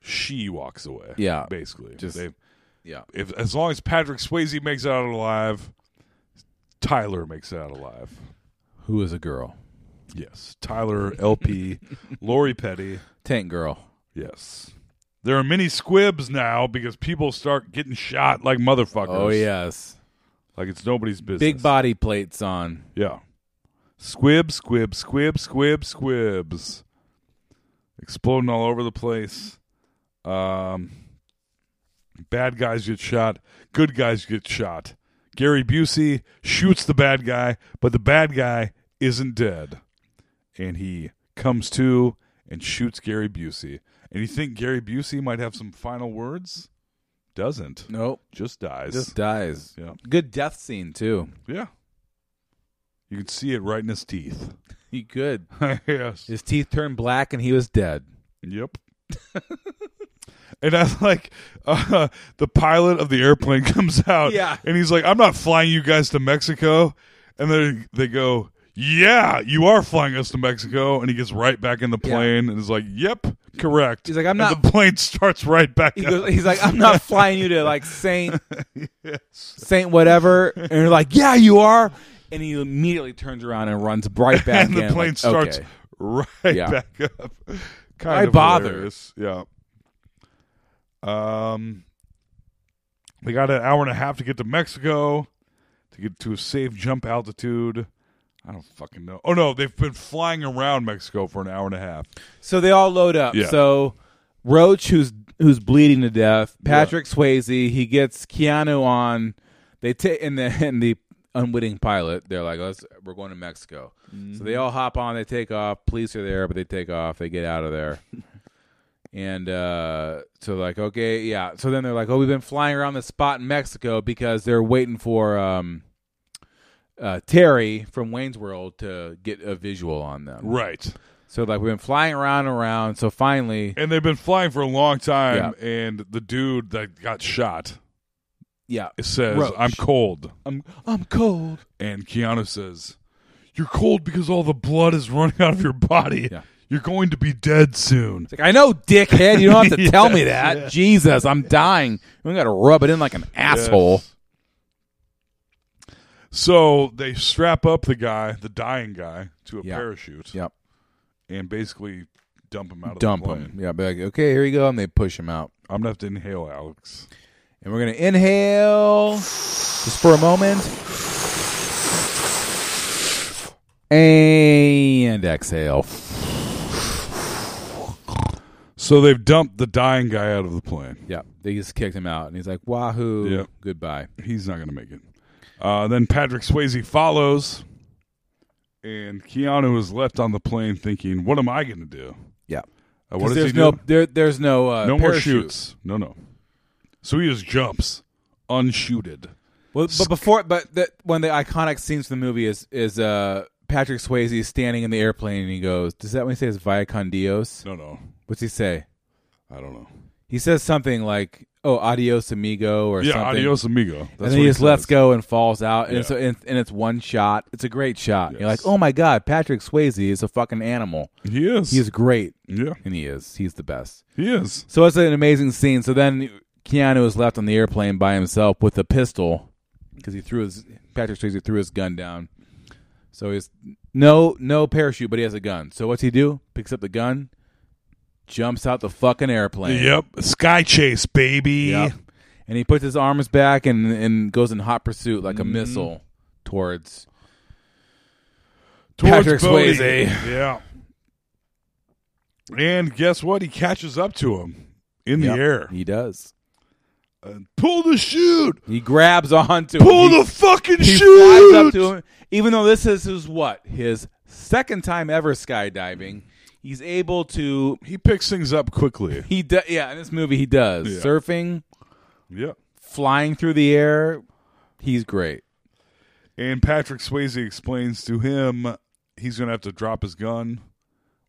she walks away." Yeah. basically, Just- They- yeah. If as long as Patrick Swayze makes it out alive, Tyler makes it out alive. Who is a girl? Yes, Tyler LP, Lori Petty. Tank girl. Yes. There are many squibs now because people start getting shot like motherfuckers. Oh yes. Like it's nobody's business. Big body plates on. Yeah. Squib, squib, squib, squib, squibs. Exploding all over the place. Um bad guys get shot, good guys get shot. Gary Busey shoots the bad guy, but the bad guy isn't dead. And he comes to and shoots Gary Busey. And you think Gary Busey might have some final words? Doesn't. Nope. Just dies. Just dies. Yeah. Good death scene too. Yeah. You can see it right in his teeth. He could. yes. His teeth turned black and he was dead. Yep. and I am like uh, the pilot of the airplane comes out. Yeah. And he's like, "I'm not flying you guys to Mexico." And then they go, "Yeah, you are flying us to Mexico." And he gets right back in the plane and is like, "Yep, correct." He's like, "I'm And not- The plane starts right back. He up. goes, he's like, I'm not flying you to like Saint Yes. Saint whatever, and you're like, yeah, you are. And he immediately turns around and runs right back. and the in, plane like, starts okay. right Yeah. back up. Why bother? hilarious. Yeah. Um, they got an hour and a half to get to Mexico to get to a safe jump altitude. I don't fucking know. Oh no, they've been flying around Mexico for an hour and a half. So they all load up. Yeah. So Roach, who's who's bleeding to death, Yeah. Patrick Swayze, he gets Keanu on. They take and the and the unwitting pilot. They're like, Let's, we're going to Mexico. So Mm-hmm. they all hop on. They take off. Police are there, but they take off. They get out of there. And uh, so like okay yeah so then they're like oh we've been flying around this spot in Mexico because they're waiting for um, uh, Terry from Wayne's World to get a visual on them Right. so like we've been flying around and around so finally And they've been flying for a long time. And the dude that got shot, Yeah. it says, Roach. "I'm cold." I'm I'm cold. And Keanu says, "You're cold because all the blood is running out of your body. You're going to be dead soon." It's like I know, dickhead. You don't have to Yes, tell me that. yeah. Jesus, I'm dying. We got to rub it in like an asshole. Yes. So they strap up the guy, the dying guy, to a parachute. Yep. And basically dump him out of Dump the plane. him. Yeah. Be like, okay, here you go, and they push him out. I'm gonna have to inhale, Alex. And we're gonna inhale just for a moment. And exhale. So they've dumped the dying guy out of the plane. Yeah. They just kicked him out, and he's like, "Wahoo! Yeah. Goodbye." He's not gonna make it. Uh, then Patrick Swayze follows, and Keanu is left on the plane thinking, "What am I gonna do?" Yeah. Uh, what 'Cause does there's he no do? there, there's no uh, no more parachute. shoots. No, no. So he just jumps, unshooted. Well, but before, but that one of the iconic scenes from the movie is is uh, Patrick Swayze standing in the airplane and he goes, "Does that when he says Via con Dios?" No, no. What's he say? I don't know. He says something like, "Oh, adios amigo," or Yeah, something. adios, amigo. That's and what then he he just lets go and falls out, and Yeah. so and, and it's one shot. It's a great shot. You're like, "Oh my god, Patrick Swayze is a fucking animal." He is. He's great. Yeah, and he is. He's the best. He is. So it's an amazing scene. So then Keanu is left on the airplane by himself with a pistol because he threw his Patrick Swayze threw his gun down. So he's no no parachute, but he has a gun. So what's he do? Picks up the gun, jumps out the fucking airplane. Yep. Sky chase, baby. Yep. And he puts his arms back and and goes in hot pursuit like a Mhm. missile towards Towards Patrick Bodie. Swayze. Yeah. And guess what? He catches up to him in Yep, the air. He does. Pull the chute. He grabs onto Pull him. He- the fucking he chute. flies up to him. Even though this is his what? His second time ever skydiving. He's able to He picks things up quickly. he do, yeah, in this movie he does. Yeah. Surfing, Yeah. flying through the air. He's great. And Patrick Swayze explains to him he's going to have to drop his gun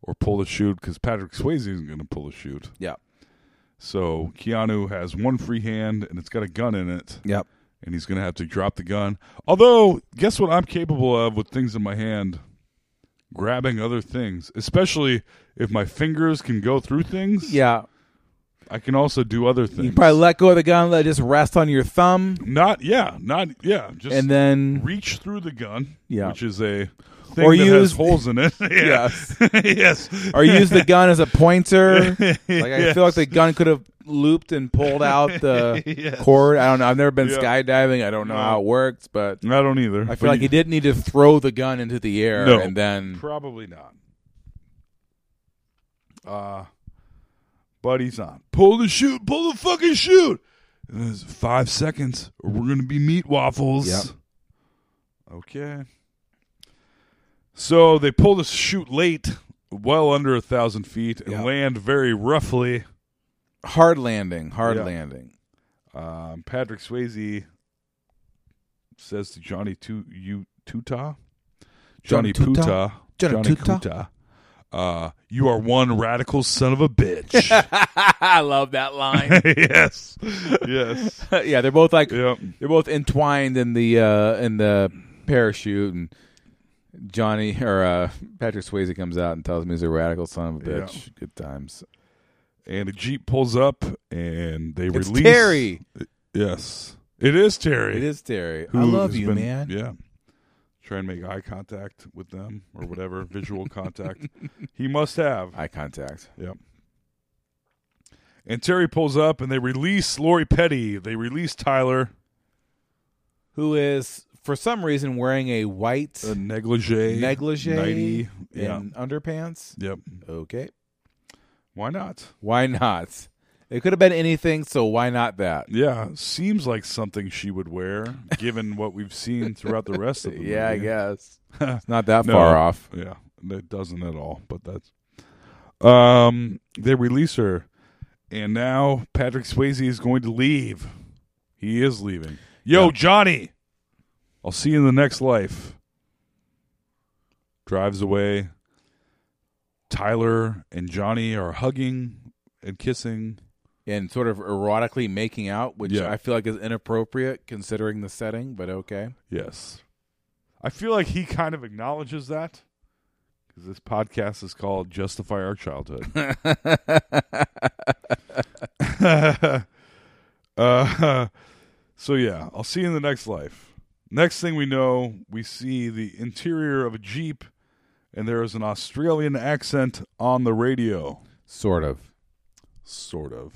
or pull the chute because Patrick Swayze isn't going to pull the chute. Yeah. So Keanu has one free hand and it's got a gun in it. Yep. And he's going to have to drop the gun. Although, guess what I'm capable of with things in my hand? Grabbing other things, especially if my fingers can go through things. Yeah. I can also do other You things. probably let go of the gun, let it just rest on your thumb. Not yeah, not yeah. Just And then- reach through the gun, Yeah. which is a thing Or that use- has holes in it. yeah. Yes. yes, Or use the gun as a pointer. like I Yes. feel like the gun could have looped and pulled out the Yes. cord. I don't know. I've never been Yeah. skydiving. I don't know No. how it works, but I don't either. I But feel like you- he did need to throw the gun into the air No. and then Probably not. Uh but he's not. Pull the shoot, pull the fucking shoot. And there's five seconds, or we're gonna be meat waffles. Yep. Okay. So they pull the shoot late, well under a thousand feet, and land very roughly. hard landing, hard Yeah. landing. Um, Patrick Swayze says to Johnny Tu you Tuta, Johnny Johnny Tuta? Puta, Johnny Kuta. Uh, you are one radical son of a bitch. I love that line. yes, yes, yeah. They're both like they're both entwined in the uh, in the parachute, and Johnny or uh, Patrick Swayze comes out and tells him he's a radical son of a Yeah. bitch. Good times. and a jeep pulls up, and they It's release Terry. Yes, it is Terry. It is Terry. I love has you, man. Yeah, try and make eye contact with them or whatever visual contact he must have. Eye contact. Yep. And Terry pulls up, and they release Lori Petty. They release Tyler. Who is for some reason wearing a white A negligee, negligee nightie, and uh, yeah. underpants? Yep. Okay. Why not? Why not? It could have been anything, so why not that? Yeah, seems like something she would wear, given what we've seen throughout the rest of the movie. Yeah, I guess. It's not that far off. Yeah, it doesn't at all. But that's um, they release her, and now Patrick Swayze is going to leave. He is leaving. Yo, Johnny, I'll see you in the next life. Drives away. Tyler and Johnny are hugging and kissing. And sort of erotically making out, which Yeah. I feel like is inappropriate considering the setting, but okay. Yes. I feel like he kind of acknowledges that because this podcast is called Justify Our Childhood. uh, so, yeah, I'll see you in the next life. Next thing we know, we see the interior of a Jeep and there is an Australian accent on the radio. Sort of. Sort of.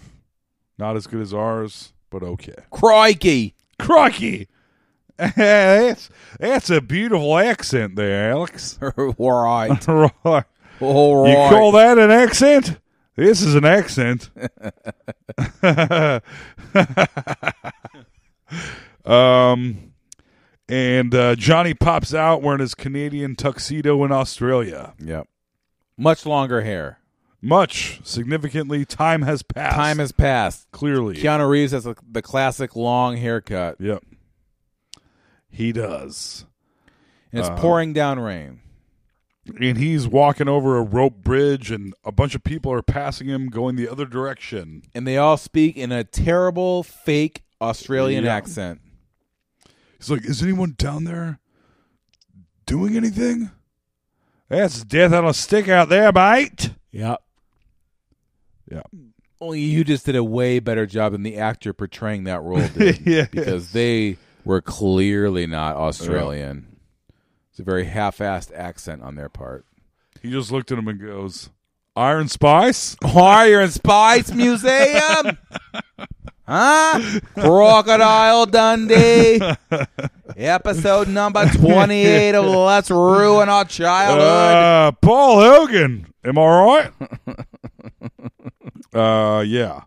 Not as good as ours, but okay. Crikey. Crikey. that's, that's a beautiful accent there, Alex. All right. right. All You right. call that an accent? This is an accent. um, and uh, Johnny pops out wearing his Canadian tuxedo in Australia. Yep. Much longer hair. Much significantly, time has passed. Time has passed. clearly. Keanu Reeves has a, the classic long haircut, Yep, he does. and it's Uh, pouring down rain. and he's walking over a rope bridge and a bunch of people are passing him going the other direction And they all speak in a terrible fake Australian Yeah. accent. he's like is anyone down there doing anything that's death on a stick out there mate Yep. yeah Only you just did a way better job than the actor portraying that role did, Yes. because they were clearly not Australian. It's a very half-assed accent on their part. he just looked at him and goes iron spice Oh, Fire and Spice Museum, huh? Crocodile Dundee, episode number twenty-eight of Let's Ruin Our Childhood. uh, paul hogan am i right uh yeah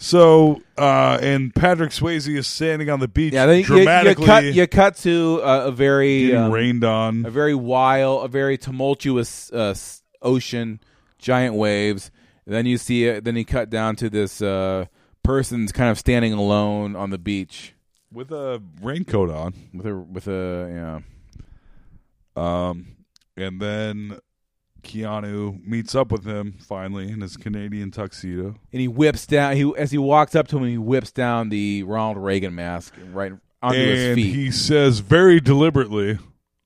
so uh and patrick swayze is standing on the beach yeah, they, you- you, dramatically cut you cut to uh, a very getting um, rained on a very wild, a very tumultuous uh, s- ocean, giant waves. And then you see it. Then you cut down to this uh, person's kind of standing alone on the beach with a raincoat on. with a with a Um, and then Keanu meets up with him finally in his Canadian tuxedo. yeah. And he whips down. He as he walks up to him, he whips down the Ronald Reagan mask right onto his and feet. he says very deliberately,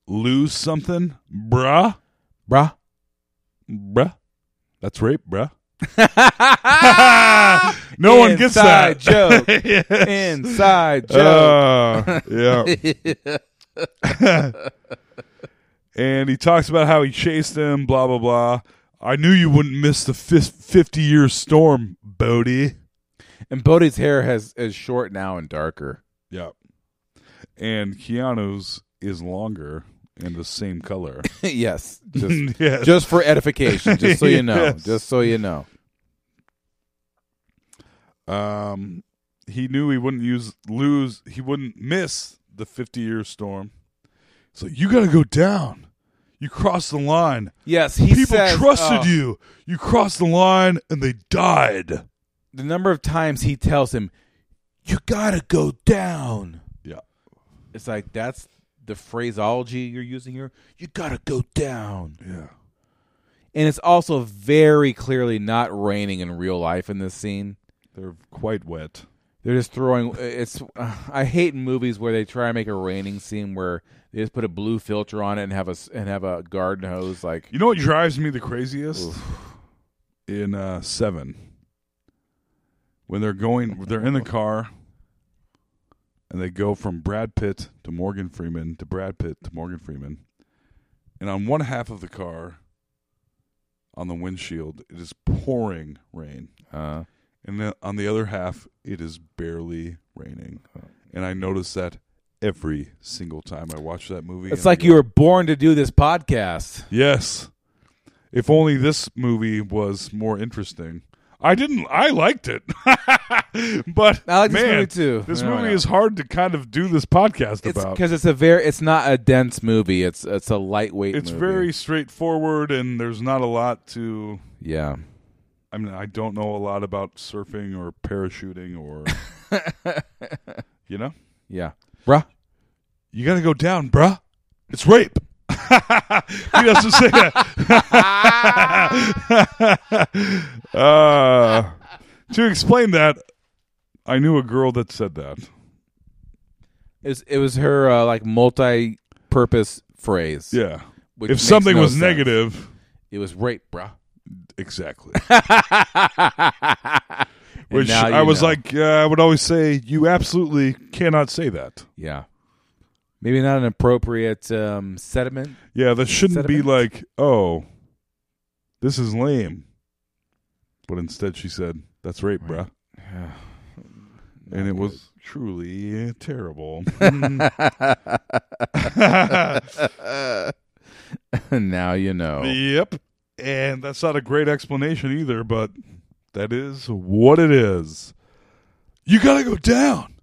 lose something, bruh, Bruh. bruh. That's rape, bruh. no one gets Inside that. joke. Yes. Inside joke. Uh, yeah. and he talks about how he chased him, blah, blah, blah. I knew you wouldn't miss the 50 year storm, Bodie. and Bodhi's hair has is short now and darker. Yeah. And Keanu's is longer and the same color. yes, just, Yes. just for edification, just so you know, Yes. just so you know. Um, he knew he wouldn't use lose. He wouldn't miss the fifty-year storm. So you got to go down. You crossed the line. Yes, he People says, trusted uh, you. You crossed the line, and they died. the number of times he tells him, "You gotta go down." Yeah, It's like that's the phraseology you're using here. You gotta go down. Yeah. And it's also very clearly not raining in real life in this scene. They're quite wet. They're just throwing. It's. Uh, I hate movies where they try to make a raining scene where they just put a blue filter on it and have a and have a garden hose. Like you know what drives me the craziest Oof. in uh, Seven when they're going, they're in the car, and they go from Brad Pitt to Morgan Freeman to Brad Pitt to Morgan Freeman, and on one half of the car, on the windshield, it is pouring rain. Uh-huh and then on the other half it is barely raining Uh-huh. and i notice that every single time i watch that movie it's like go, you were born to do this podcast yes if only this movie was more interesting i didn't i liked it but i like man, this movie too this no, movie no. is hard to kind of do this podcast it's, about because it's a very it's not a dense movie it's it's a lightweight it's movie. very straightforward and there's not a lot to yeah I mean, I don't know a lot about surfing or parachuting or, you know. Yeah, bruh, you gotta go down, bruh. It's rape. he doesn't say that. uh, to explain that, I knew a girl that said that. It was, it was her uh, like multi-purpose phrase. Yeah. If something no was sense. negative, it was rape, bruh. Exactly. Which I was know. like, uh, I would always say, you absolutely cannot say that. Yeah. Maybe not an appropriate um, sediment. Yeah, that shouldn't sediment? be like, oh, this is lame. But instead, she said, that's rape, right. bruh. Yeah. and it good. was truly terrible. now you know. Yep. And that's not a great explanation either, but that is what it is. You got to go down.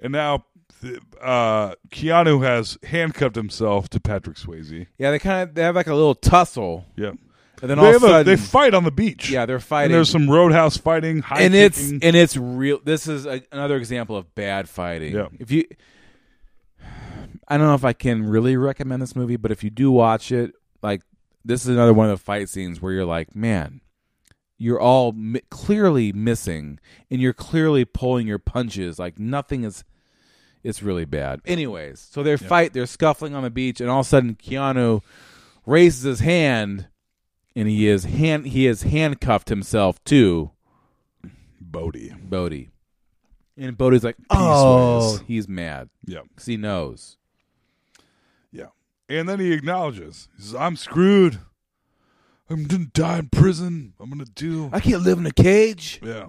And now uh, Keanu has handcuffed himself to Patrick Swayze. Yeah, they kind of they have like a little tussle. Yeah. And then they all of a sudden, they fight on the beach. Yeah, they're fighting. And there's some roadhouse fighting, and kicking. it's and it's real. This is a, another example of bad fighting. Yeah. If you, I don't know if I can really recommend this movie, but if you do watch it, like this is another one of the fight scenes where you're like, man, you're all mi- clearly missing, and you're clearly pulling your punches. Like nothing is. It's really bad. Anyways, so they yeah. fight, they're scuffling on the beach, and all of a sudden Keanu raises his hand, and he is hand he is handcuffed himself to Bodie. Bodie, and Bodie's like, oh, he's mad. Yeah, because he knows. And then he acknowledges. He says, I'm screwed. I'm going to die in prison. I'm going to do. I can't live in a cage. Yeah.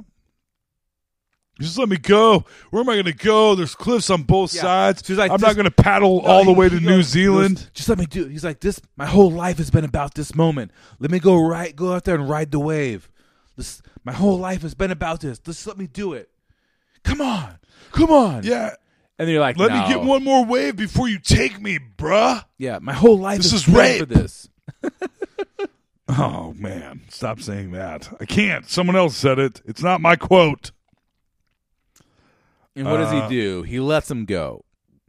Just let me go. Where am I going to go? There's cliffs on both yeah. sides. So like, I'm not going to paddle no, all the he, way to New goes, Zealand. Goes, just let me do. It. He's like this. My whole life has been about this moment. Let me go right. Go out there and ride the wave. This. My whole life has been about this. Just let me do it. Come on. Come on. Yeah. And you're like, let no. me get one more wave before you take me, bruh. Yeah, my whole life this is, is rape. for this. oh man, stop saying that. I can't. Someone else said it. It's not my quote. And what does he do? He lets him go.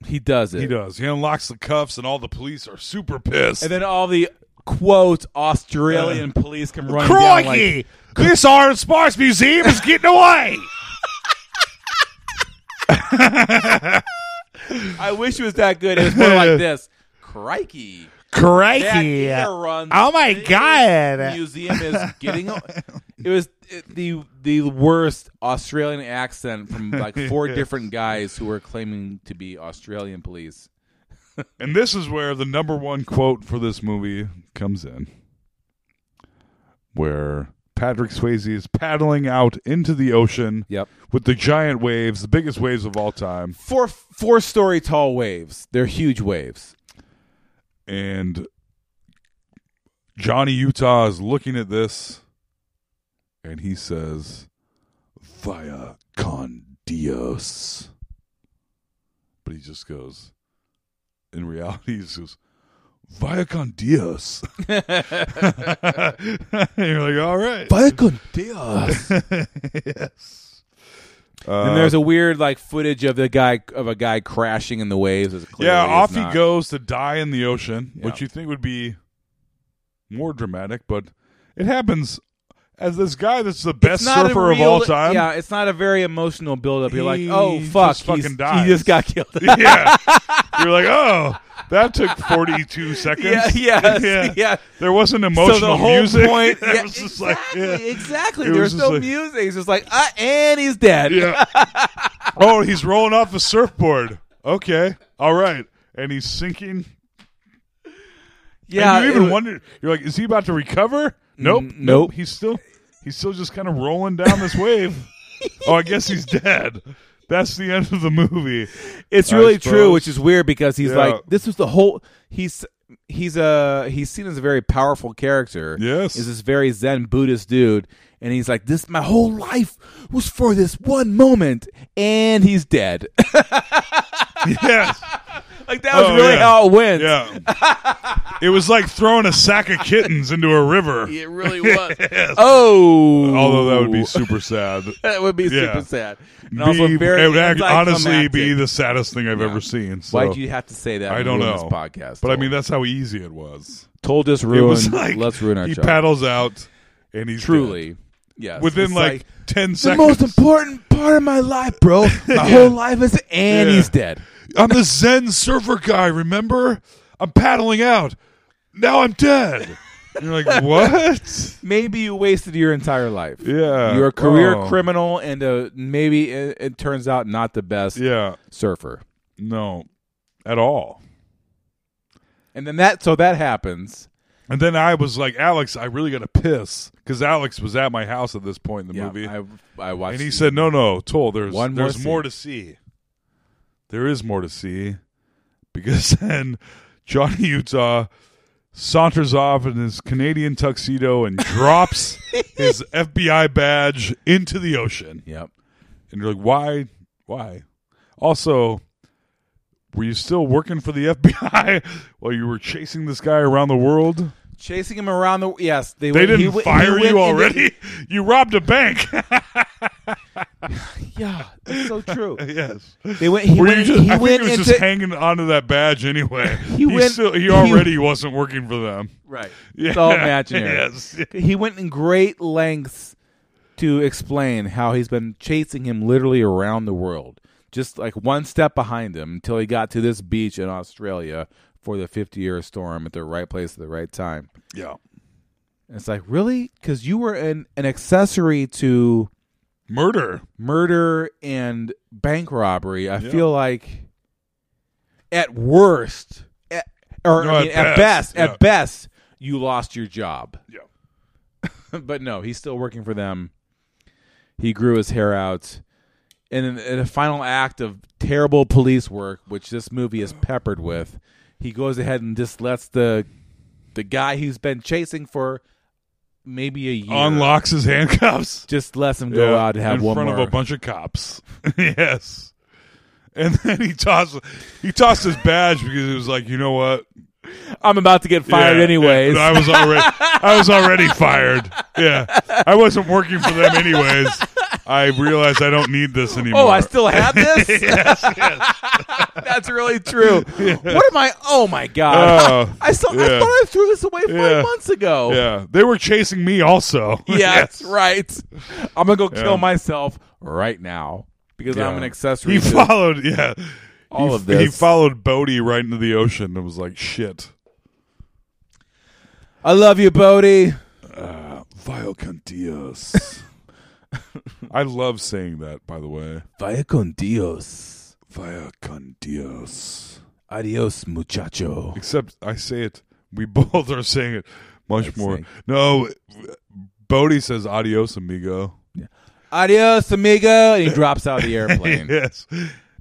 He does it. He does. He unlocks the cuffs, and all the police are super pissed. And then all the quote Australian uh, police come running Crikey! down. Like, this Iron Spice Museum is getting away. I wish it was that good. It was more like this. Crikey. Crikey. That runs oh my the god. Museum is getting It was the the worst Australian accent from like four Yes. different guys who were claiming to be Australian police. and this is where the number one quote for this movie comes in, where Patrick Swayze is paddling out into the ocean Yep. with the giant waves, the biggest waves of all time. Four four story tall waves. They're huge waves. And Johnny Utah is looking at this and he says, Via con Dios. But he just goes, in reality, he just goes, Via con Dios. you're like, all right. Vaya con Dios. yes. Uh, and there's a weird like footage of the guy of a guy crashing in the waves. as clearly yeah, is off he not- goes to die in the ocean, which Yeah. you think would be more dramatic, but it happens as this guy that's the best It's not a surfer of real- all time. Yeah, it's not a very emotional buildup. You're like, He oh fuck, just fucking he's- dies. he just got killed. yeah, you're like, oh, that took 42 seconds. Yeah, yes, yeah. There wasn't emotional so the whole music. point, It yeah, was just exactly, like, yeah. exactly. It was There's just no like- music. It's just like, ah, and he's dead. Yeah. oh, he's rolling off the surfboard. Okay, all right, and he's sinking. Yeah, and you it even wa- wonder. You're like, is he about to recover? Nope, Mm, nope. nope. He's still, he's still just kind of rolling down this wave. oh, I guess he's dead. That's the end of the movie. It's I really suppose. true, which is weird because he's Yeah. like, this was the whole. He's he's a he's seen as a very powerful character. Yes, is this very Zen Buddhist dude, and he's like, this my whole life was for this one moment, and he's dead. yes. Like that Oh, was really how it went. Yeah. it was like throwing a sack of kittens into a river. It really was. Yes. Oh. Although that would be super sad. That would be Yeah. super sad. And Be- also very it would act- honestly anticlimactic. be the saddest thing I've ever seen. So Why'd you have to say that I and don't know. ruin this podcast, but I Toll? mean that's how easy it was. Told us It was ruined. like, Let's ruin our He job. paddles out, and he's Truly. dead. Yes. Within It's like, like, ten the seconds. most important part of my life, bro. My whole life is and Yeah. he's dead. I'm the Zen surfer guy, remember? I'm paddling out. Now I'm dead. And you're like, what? Maybe you wasted your entire life. Yeah. You're a career Oh. criminal and uh maybe it, it turns out not the best Yeah. surfer. No. At all. And then that so that happens. And then I was like, Alex, I really got to piss because Alex was at my house at this point in the Yeah, movie. I I watched and he the- said, "No, no, Toll. There's One more there's scene. more to see. There is more to see because then Johnny Utah saunters off in his Canadian tuxedo and drops his FBI badge into the ocean. Yep. And you're like, why? Why? Also, were you still working for the FBI while you were chasing this guy around the world? chasing him around the yes, they They went- he didn't went- he fire went you into- already. you robbed a bank. yeah, that's so true. yes. They went he Were went you just, he I went think he was into just hanging onto that badge anyway. He, went- still, he he- already wasn't working for them. Right. Yeah. It's all imaginary. Yes. He went in great lengths to explain how he's been chasing him literally around the world, just like one step behind him until he got to this beach in Australia for the 50 year storm at the right place at the right time. Yeah. And it's like, really? Because you were an, an accessory to Murder. murder and bank robbery. I Yeah. feel like at worst, at, or No, I mean, at at best, best, yeah. at best, you lost your job. Yeah. but no, he's still working for them. He grew his hair out. And in, in a final act of terrible police work, which this movie is peppered with, he goes ahead and just lets the the guy who's been chasing for maybe a year Unlocks his handcuffs. Just lets him go Yeah, out and have in one front more. of a bunch of cops. yes. And then he tossed he tossed his badge because he was like, you know what? I'm about to get fired Yeah, anyways. yeah, I was already I was already fired. Yeah. I wasn't working for them anyways. I realized I don't need this anymore. Oh, I still have this? Yes, That's really true. What am I? Oh my god! Oh, I still yeah. I thought I threw this away five Yeah. months ago. Yeah. They were chasing me also. Yeah, that's right. I'm gonna go kill Yeah. myself right now because Yeah. I'm an accessory. He to- followed, yeah. All he, of He this. followed Bodie right into the ocean and was like, shit. I love you, Bodie. Vio con Dios. I love saying that, by the way. Vaya con Dios. Via con Dios. Adios, muchacho. Except I say it, we both are saying it much Let's more. see. No, Bodie says adios, amigo. Adios, amigo. And he drops out of the airplane. yes.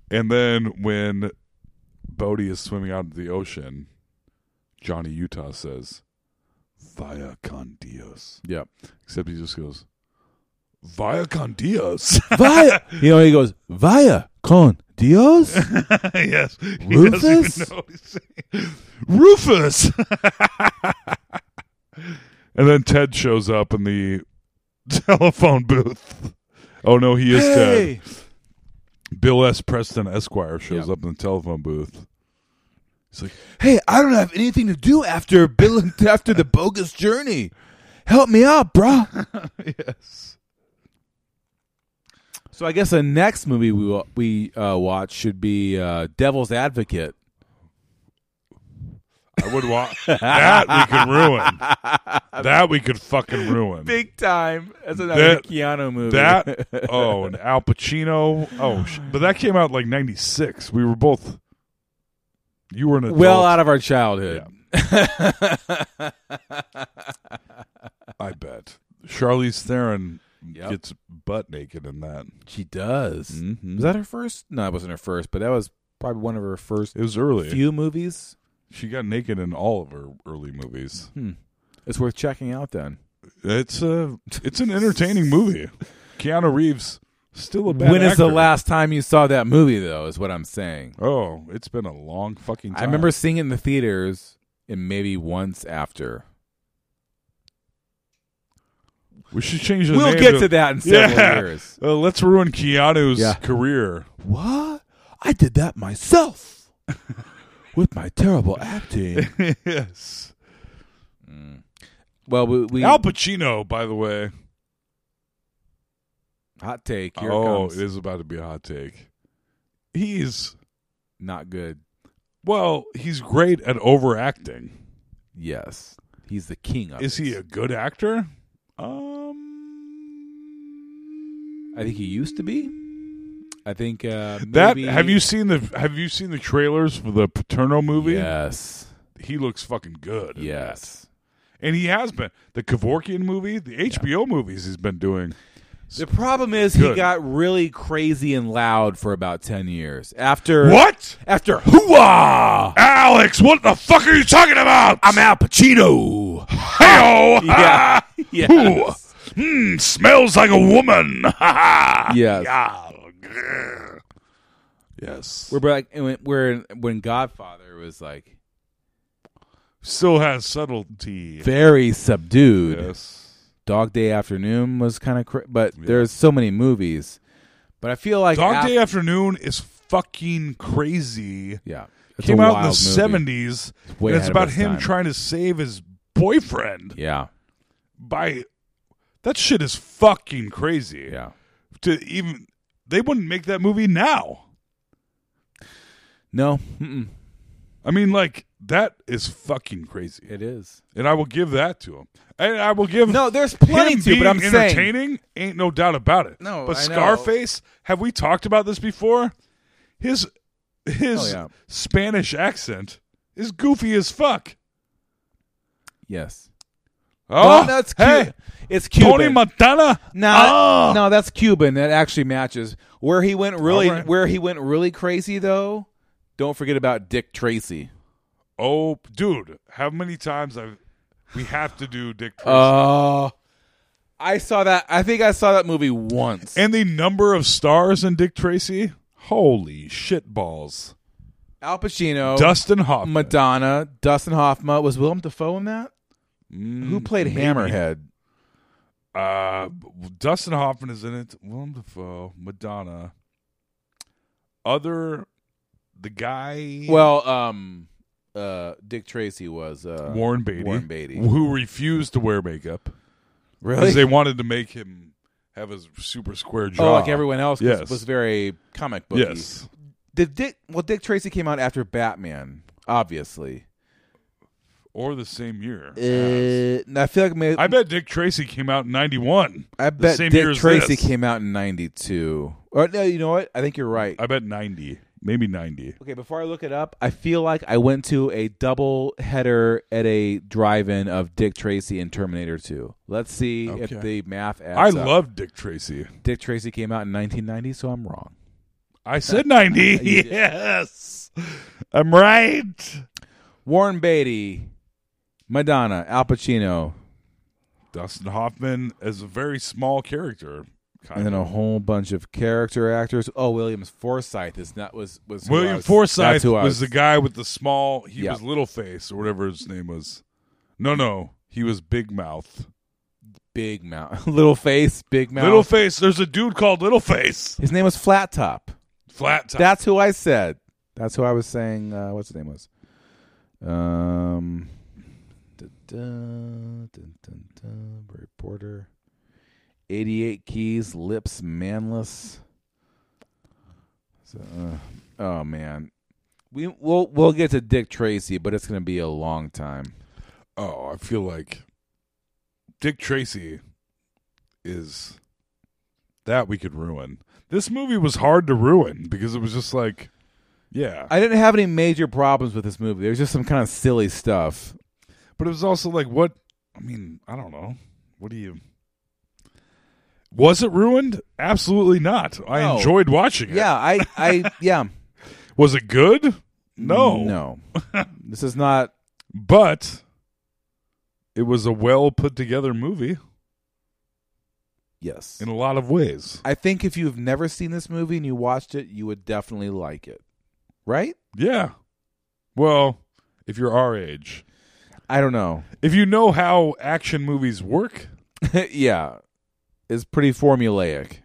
And then when Bodie is swimming out into the ocean, Johnny Utah says, Via con Dios. Yep. Except he just goes, Via con Dios. Vaya. You know he goes Vaya con Dios. yes. Rufus? He doesn't even know what he's saying. Rufus. and then Ted shows up in the telephone booth. Oh no, he is Hey. Ted. Bill S. Preston Esquire shows up in the telephone booth. He's like, Hey, I don't have anything to do after Bill after the bogus journey. Help me out, bruh. yes. So I guess the next movie we wa- we uh, watch should be uh, Devil's Advocate. I would watch that we could ruin. That we could fucking ruin. Big time. That's another That- Keanu movie. That oh, and Al Pacino. Oh, sh- but that came out like '96. We were both. You were an adult. well out of our childhood. I bet Charlize Theron Yep. gets butt naked in that. Mm-hmm. She does. Was that her first? No, it wasn't her first, but that was probably one of her first. It was early. Few movies. She got naked in all of her early movies. Hmm. It's worth checking out then. It's a it's an entertaining movie. Keanu Reeves still a bad when is the actor. last time you saw that movie though? Is what I'm saying. Oh, it's been a long fucking time. I remember seeing it in the theaters and maybe once after. we should change the We'll name get to that in several Yeah. years. Uh, let's ruin Keanu's Yeah. career. What? I did that myself with my terrible acting. yes. Well, we, we Al Pacino, by the way. hot take. Here it oh, comes. it is about to be a hot take. He's not good. well, he's great at overacting. Yes, he's the king of. Is it. he a good actor? Um, I think he used to be. I think uh, That maybe- have you seen the have you seen the trailers for the Paterno movie? Yes, He looks fucking good. in that. yes. And he has been. The Kevorkian movie, the HBO movies he's been doing. The problem is he Good. got really crazy and loud for about ten years after What? After hooah, Alex, what the fuck are you talking about? I'm Al Pacino. Hey, Yeah, yes. Hmm, smells like a woman. Yes. Yeah. Grr. Yes. We're like when- we're when Godfather was like Still has subtlety. very subdued. Yes. Dog Day Afternoon was kind of, cra- but there's so many movies. But I feel like Dog af- Day Afternoon is fucking crazy. yeah, it's Came a out in the wild movie. 70s. It's way and ahead it's of about its him time. trying to save his boyfriend. Yeah, by that shit is fucking crazy. Yeah. To even they wouldn't make that movie now. no, mm-mm. I mean, like that is fucking crazy, it is. and I will give that to him. And I will give No, there's plenty him to, but being I'm saying- entertaining. Ain't no doubt about it. No, but I know. Scarface. Have we talked about this before? His his Oh, yeah. Spanish accent is goofy as fuck. Yes. Oh, no, it's hey, Cuban. It's Cuban. Tony Montana. No, Ah! no, that's Cuban. That actually matches. Where he went really, All right. where he went really crazy though. Don't forget about Dick Tracy. Oh, dude, how many times I've we have to do Dick Tracy? Uh, I saw that. I think I saw that movie once. and the number of stars in Dick Tracy? Holy shit balls. Al Pacino, Dustin Hoffman. Madonna, Dustin Hoffman. Was Willem Dafoe in that? Mm, Who played maybe. Hammerhead? Uh, Dustin Hoffman is in it. Willem Dafoe, Madonna. Other, the guy Well, um, uh, Dick Tracy was uh, Warren Beatty, Warren Beatty. who refused to wear makeup because Really? they wanted to make him have his super square jaw. Oh, like everyone else 'cause Yes. was very comic booky. yes. Did Dick? Well, Dick Tracy came out after Batman, obviously. Or the same year. Uh, and I feel like may, I bet Dick Tracy came out in '91. I the bet same year Dick as Tracy this. came out in '92. Or no, you know what? I think you're right. I bet '90, maybe '90. Okay, before I look it up, I feel like I went to a double header at a drive-in of Dick Tracy and Terminator 2. Let's see Okay. if the math adds I up. love Dick Tracy. Dick Tracy came out in 1990, so I'm wrong. I said '90. yes, I'm right. Warren Beatty, Madonna, Al Pacino, Dustin Hoffman is a very small character. Kind and then of. a whole bunch of character actors. Oh, Williams Forsythe is not was was who I William was- Forsythe that's who I was, the guy with the small. He Yeah. was Little Face or whatever his name was. No, no, he was Big Mouth. big mouth, little face, big mouth. Little Face. There's a dude called Little Face. His name was Flat Top. Flat top. That's who I said. That's who I was saying. Uh, what's the name was? Um, dun, dun, dun, dun, dun, Barry Porter, eighty-eight keys, lips manless. So, uh, oh man, we we'll we'll get to Dick Tracy, but it's gonna be a long time. Oh, I feel like Dick Tracy is that we could ruin. This movie was hard to ruin because it was just like, yeah. I didn't have any major problems with this movie. There was just some kind of silly stuff. But it was also like, what? I mean, I don't know. What do you. Was it ruined? Absolutely not. I No. enjoyed watching it. Yeah, I, I, yeah. Was it good? No. Mm, No. this is not. But it was a well put together movie Yes. in a lot of ways. I think if you've never seen this movie and you watched it, you would definitely like it. Right? Yeah. Well, if you're our age, I don't know. if you know how action movies work, yeah. It's pretty formulaic.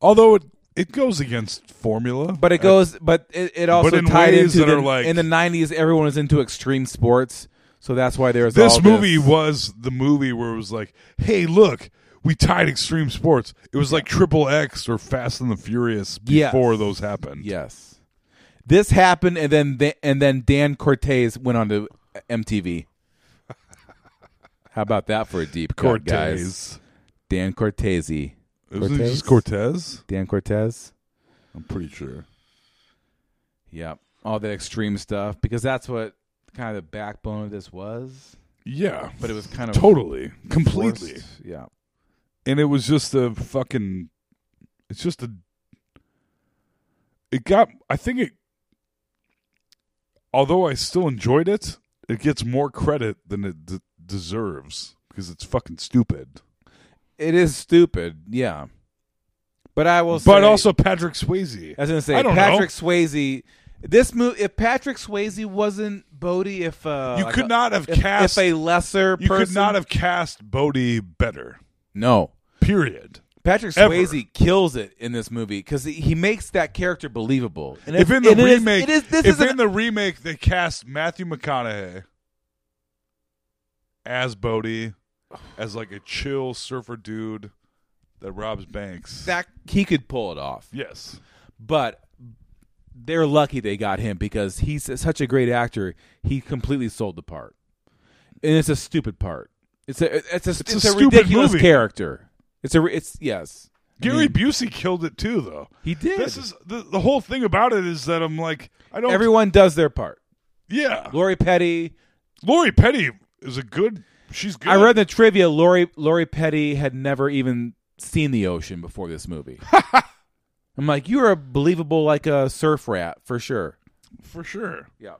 although it it goes against formula, But it I- goes but it, it also Uh, But in tied ways into that the, are like- in the nineties everyone was into extreme sports. So that's why there's this all movie was the movie where it was like, "Hey, look, we tied extreme sports." It was like Triple X or Fast and the Furious Yes. before those happened. Yes. This happened and then th- and then Dan Cortez went on to MTV. How about that for a deep cut, guys? Cortez. Dan Cortese. Isn't it just Cortez? Dan Cortez. I'm pretty sure. Yep. All that extreme stuff because that's what kind of the backbone of this was. Yeah, But it was kind of totally, completely, forced. Yeah. and it was just a fucking. It's just a. It got. I think it. Although I still enjoyed it, it gets more credit than it d- deserves because it's fucking stupid. It is stupid. Yeah. But I will But say- also Patrick Swayze. I was gonna say I don't Patrick know. Swayze. This movie, if Patrick Swayze wasn't Bodie, if uh, You like could a- not have if- cast- if a lesser You person, could not have cast Bodie better. no. Period. Patrick Ever. Swayze kills it in this movie because he, he makes that character believable. And If it- in the and it is- remake, it is, this if is an- in the remake they cast Matthew McConaughey as Bodie, as like a chill surfer dude that robs banks. that he could pull it off. yes, But they're lucky they got him because he's such a great actor. He completely sold the part, and it's a stupid part. It's a it's a it's, a a, stupid ridiculous movie. character. It's a re- it's yes. I Gary mean, Busey killed it too, though. He did. This is the, the whole thing about it is that I'm like I don't. everyone does their part. yeah, Lori Petty. Lori Petty is a good. She's good. I read the trivia. Lori Lori Petty had never even seen the ocean before this movie. I'm like, you're a believable like a surf rat for sure. for sure. Yeah.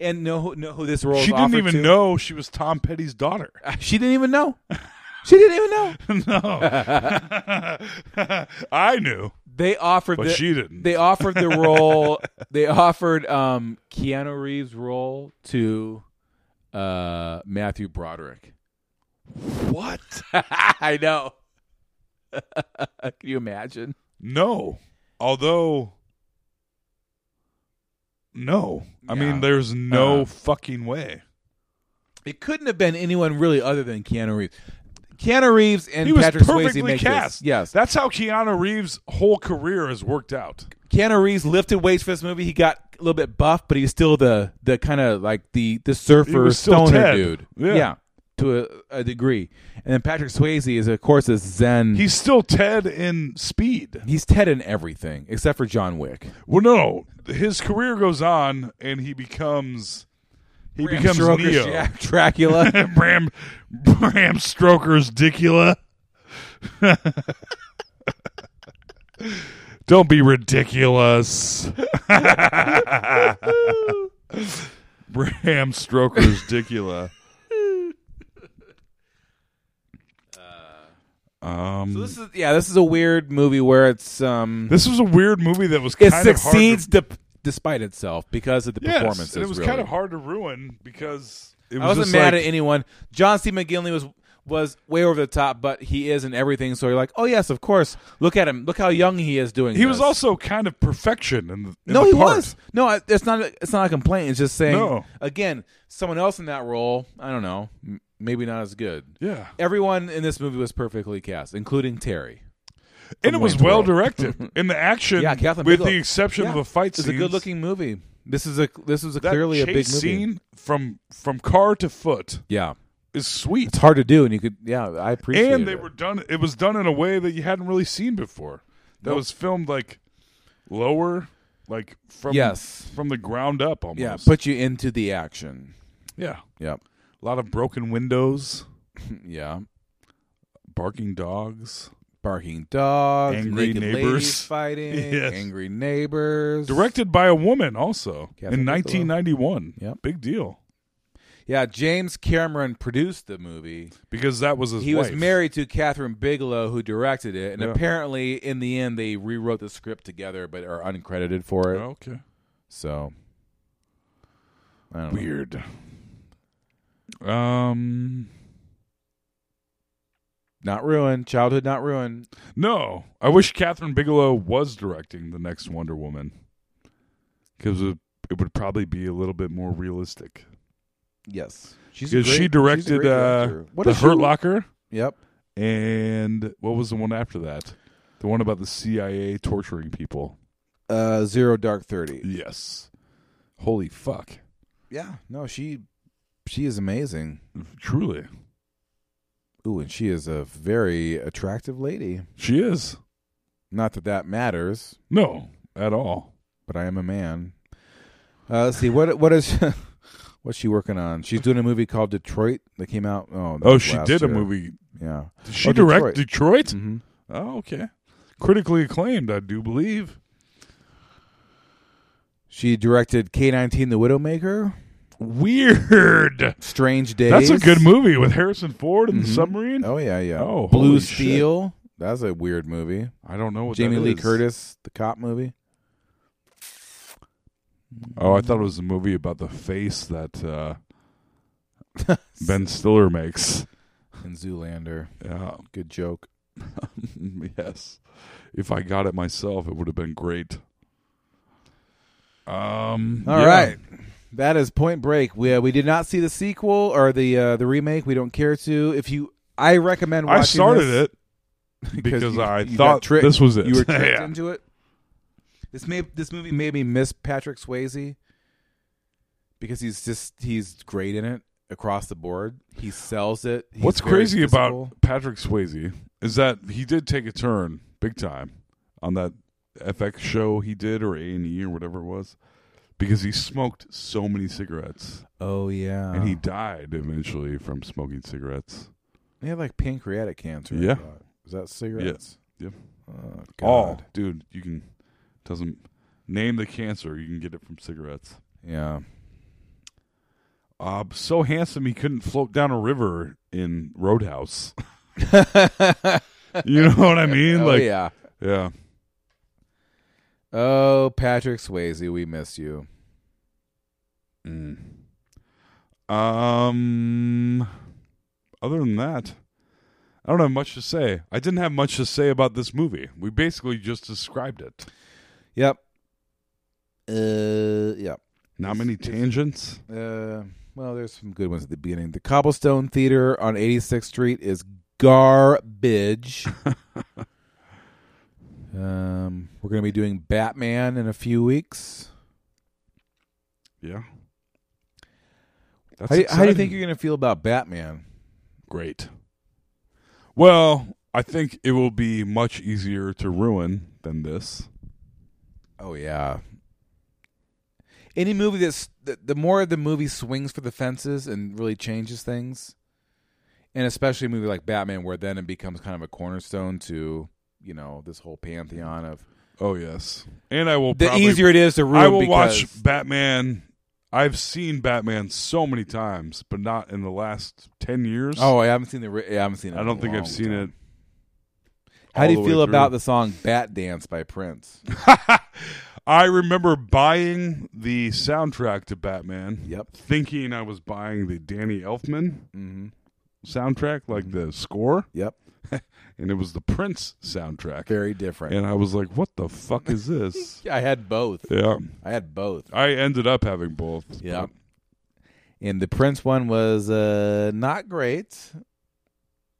And know who- know who this role? She was didn't offered even to? know she was Tom Petty's daughter. She didn't even know. She didn't even know. no, I knew. They offered, But the, she didn't. They offered the role. they offered um, Keanu Reeves' role to uh, Matthew Broderick. What? I know. Can you imagine? No. Although No. I mean Yeah. there's no Uh. fucking way. It couldn't have been anyone really other than Keanu Reeves. Keanu Reeves and he was Patrick Swayze perfectly make cast. this. Yes, That's how Keanu Reeves' whole career has worked out. Keanu Reeves lifted weights for this movie. He got a little bit buff, but he's still the the kind of like the the He surfer was still stoner Ted. dude. Yeah. to a, a degree. And then Patrick Swayze is of course is Zen. He's still Ted in speed. he's Ted in everything except for John Wick. Well no. His career goes on and he becomes he Bram becomes Stoker's Neo. Jack Dracula. Bram Bram Stroker's Dicula. Don't be ridiculous. Bram Stroker's Dicula. Uh, Um, so this is yeah, this is a weird movie where it's um this was a weird movie that was it kind succeeds of hard dep- despite itself because of the to, Yes, performances. and it was really. kind of hard to ruin because it was I wasn't just mad like- at anyone. John C. McGinley was was way over the top, but he is in everything. So you're like, oh yes, of course. Look at him. Look how young he is doing. He was this." also kind of perfection in the in no, the he part. was. No, I- it's not. It's not a complaint. It's just saying. No. Again, someone else in that role. I don't know. m- Maybe not as good. Yeah. Everyone in this movie was perfectly cast, including Terry. And it from was Wayne's well World. directed. In the action, yeah, Catherine with Bigelow. the exception of Yeah. a fight It's scene, a good-looking movie. This is a this was a That clearly a big chase movie. scene from from car to foot Yeah, is sweet. it's hard to do, and you could. Yeah, I appreciate. and they it. were done. It was done in a way that you hadn't really seen before. That Nope. was filmed like lower, like from Yes. from the ground up almost. yeah put you into the action. Yeah. Yep. A lot of broken windows, Yeah. barking dogs. Barking dogs, Angry naked neighbors. ladies fighting, Yes. angry neighbors. Directed by a woman also Catherine in Bigelow. 1991. Yep. Big deal Yeah, James Cameron produced the movie. because that was his He was wife. married to Catherine Bigelow, who directed it, and Yeah. apparently, in the end, they rewrote the script together, but are uncredited for it. Okay. So, I don't know. Weird. Um Not ruined. Childhood not ruined. no, I wish Catherine Bigelow was directing the next Wonder Woman because it, it would probably be a little bit more realistic. Yes, she's a Because she great- she's a directed great uh, director. What the is Hurt she- Locker Yep. and what was the one after that? The one about the CIA torturing people. Uh, Zero Dark Thirty. Yes. Holy fuck! Yeah. No, she she is amazing. Truly, Ooh, and she is a very attractive lady. she is. Not that that matters. No, at all. but I am a man. Uh, let's see what what is what's she working on? She's doing a movie called Detroit that came out. Oh, that Oh, was she last did a year. movie. Yeah, Did she Oh, direct Detroit? Mhm. Oh, okay. Critically acclaimed, I do believe. She directed K nineteen, The Widowmaker, Weird. Strange Days. That's a good movie with Harrison Ford and the submarine. Oh yeah, yeah. Oh, holy Blue shit. Steel. That's a weird movie. I don't know what Jamie that Lee is. Curtis, the cop movie. Oh, I thought it was a movie about the face that uh, Ben Stiller makes. And Zoolander. Yeah. Good joke. yes. If I got it myself, it would have been great. Um. All yeah. right, that is Point Break. We uh, we did not see the sequel or the uh, the remake. We don't care to. If you, I recommend. Watching I started this. it because, you- I you got thought tricked. this was it. You were tricked Yeah. into it. This may this movie made me miss Patrick Swayze because he's just he's great in it across the board. He sells it. He's What's very crazy physical. about Patrick Swayze is that he did take a turn big time on that FX show he did or A and E or whatever it was, because he smoked so many cigarettes Oh yeah, and he died eventually from smoking cigarettes. he had like pancreatic cancer. I Yeah. thought. is that cigarettes? Yep. Oh, God. All dude, you can doesn't name the cancer. You can get it from cigarettes. Yeah. Uh, so handsome he couldn't float down a river in Roadhouse. you know what I mean? Oh like yeah. yeah. Oh Patrick Swayze, we miss you. Mm. Um. Other than that, I don't have much to say. I didn't have much to say about this movie. We basically just described it. Yep. Uh. Yep. Not many tangents. Uh, well, there's some good ones at the beginning. The Cobblestone Theater on 86th Street is garbage. um, we're going to be doing Batman in a few weeks. Yeah. That's How, do- how do you exciting. think you're going to feel about Batman? Great. Well, I think it will be much easier to ruin than this. Oh yeah. Any movie that's the, the more the movie swings for the fences and really changes things, and especially a movie like Batman, where then it becomes kind of a cornerstone to you know this whole pantheon of Oh yes, and I will. the probably- easier it is to ruin. I will because- watch Batman. I've seen Batman so many times, but not in the last ten years. Oh, I haven't seen the. ri- yeah, I haven't seen it. I don't think I've seen it. it. How all do you the way feel about through. the song "Bat Dance" by Prince? I remember buying the soundtrack to Batman. Yep. Mm-hmm. Thinking I was buying the Danny Elfman soundtrack, like the score. Yep. and it was the Prince soundtrack. Very different. And I was like, what the fuck is this? I had both. Yeah. I had both. I ended up having both. Yeah. And the Prince one was uh, not great,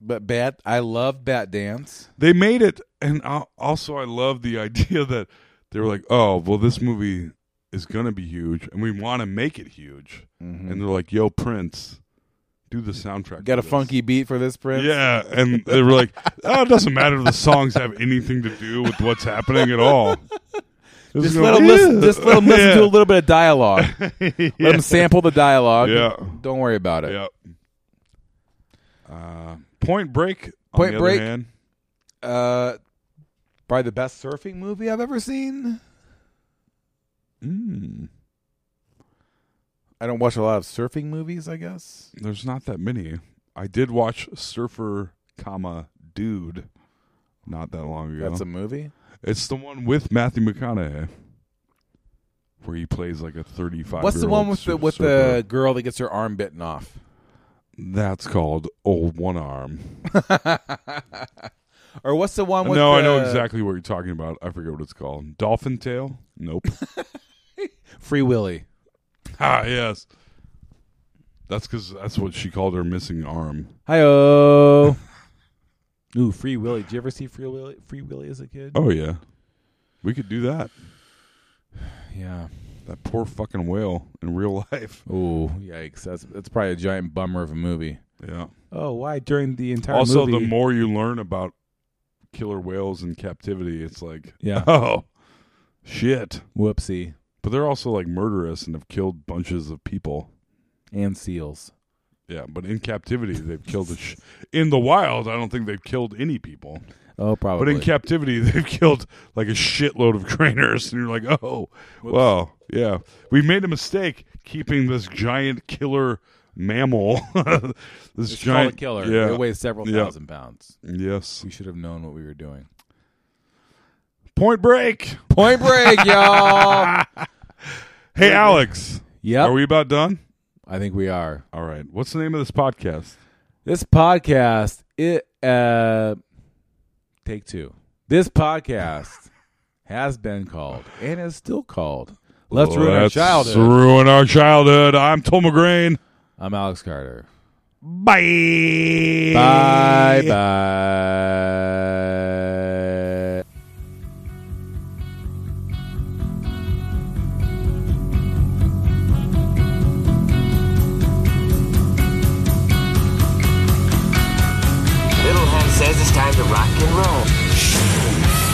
but bad. I loved Bat Dance. They made it, and al- also I love the idea that they were like, "Oh, well, this movie is gonna be huge, and we want to make it huge." Mhm. And they're like, "Yo, Prince, do the soundtrack." Got for a this." funky beat for this Prince. Yeah, and they were like, "Oh, it doesn't matter if the songs have anything to do with what's happening at all." This is Just gonna let, them be listen, it." just let 'em listen Yeah. to a little bit of dialogue. Let them sample the dialogue. Yeah. Don't worry about it. Uh, Point Break. on Point the other Break. hand- Uh, probably the best surfing movie I've ever seen. Hmm. Mm. I don't watch a lot of surfing movies. I guess There's not that many. I did watch Surfer, comma Dude, not that long ago. That's a movie? It's the one with Matthew McConaughey, where he plays like a 35. What's the one with the with the girl that gets her arm bitten off? That's called Old One Arm. Or what's the one with no, I the- know exactly what you're talking about. I forget what it's called. Dolphin Tail? Nope. Free Willy. ah, yes. That's because that's what she called her missing arm. Hi-oh. Ooh, Free Willy. Did you ever see Free Willy? Free Willy as a kid? Oh yeah, we could do that. Yeah, that poor fucking whale in real life. Ooh, yikes! That's that's probably a giant bummer of a movie. Yeah. Oh, why during the entire also, movie? the more you learn about killer whales in captivity, it's like, Yeah. oh shit, whoopsie. But they're also like murderous and have killed bunches of people and seals. Yeah, but in captivity, they've killed. A sh- in the wild, I don't think they've killed any people. Oh, probably. But in captivity, they've killed like a shitload of trainers, and you're like, oh, Whoops. wow, yeah, we made a mistake keeping this giant killer mammal. this It's called giant a killer. yeah, It weighs several yeah. thousand pounds. Yes, we should have known what we were doing. Point Break. Point Break, y'all. hey, Alex. Yeah. Are we about done? I think we are. All right. What's the name of this podcast? This podcast, it uh, take two. This podcast has been called and is still called. Let's ruin our Let's childhood. ruin our childhood. I'm Tom McGrain. I'm Alex Carter. Bye. Bye bye. Little Hen says it's time to rock and roll.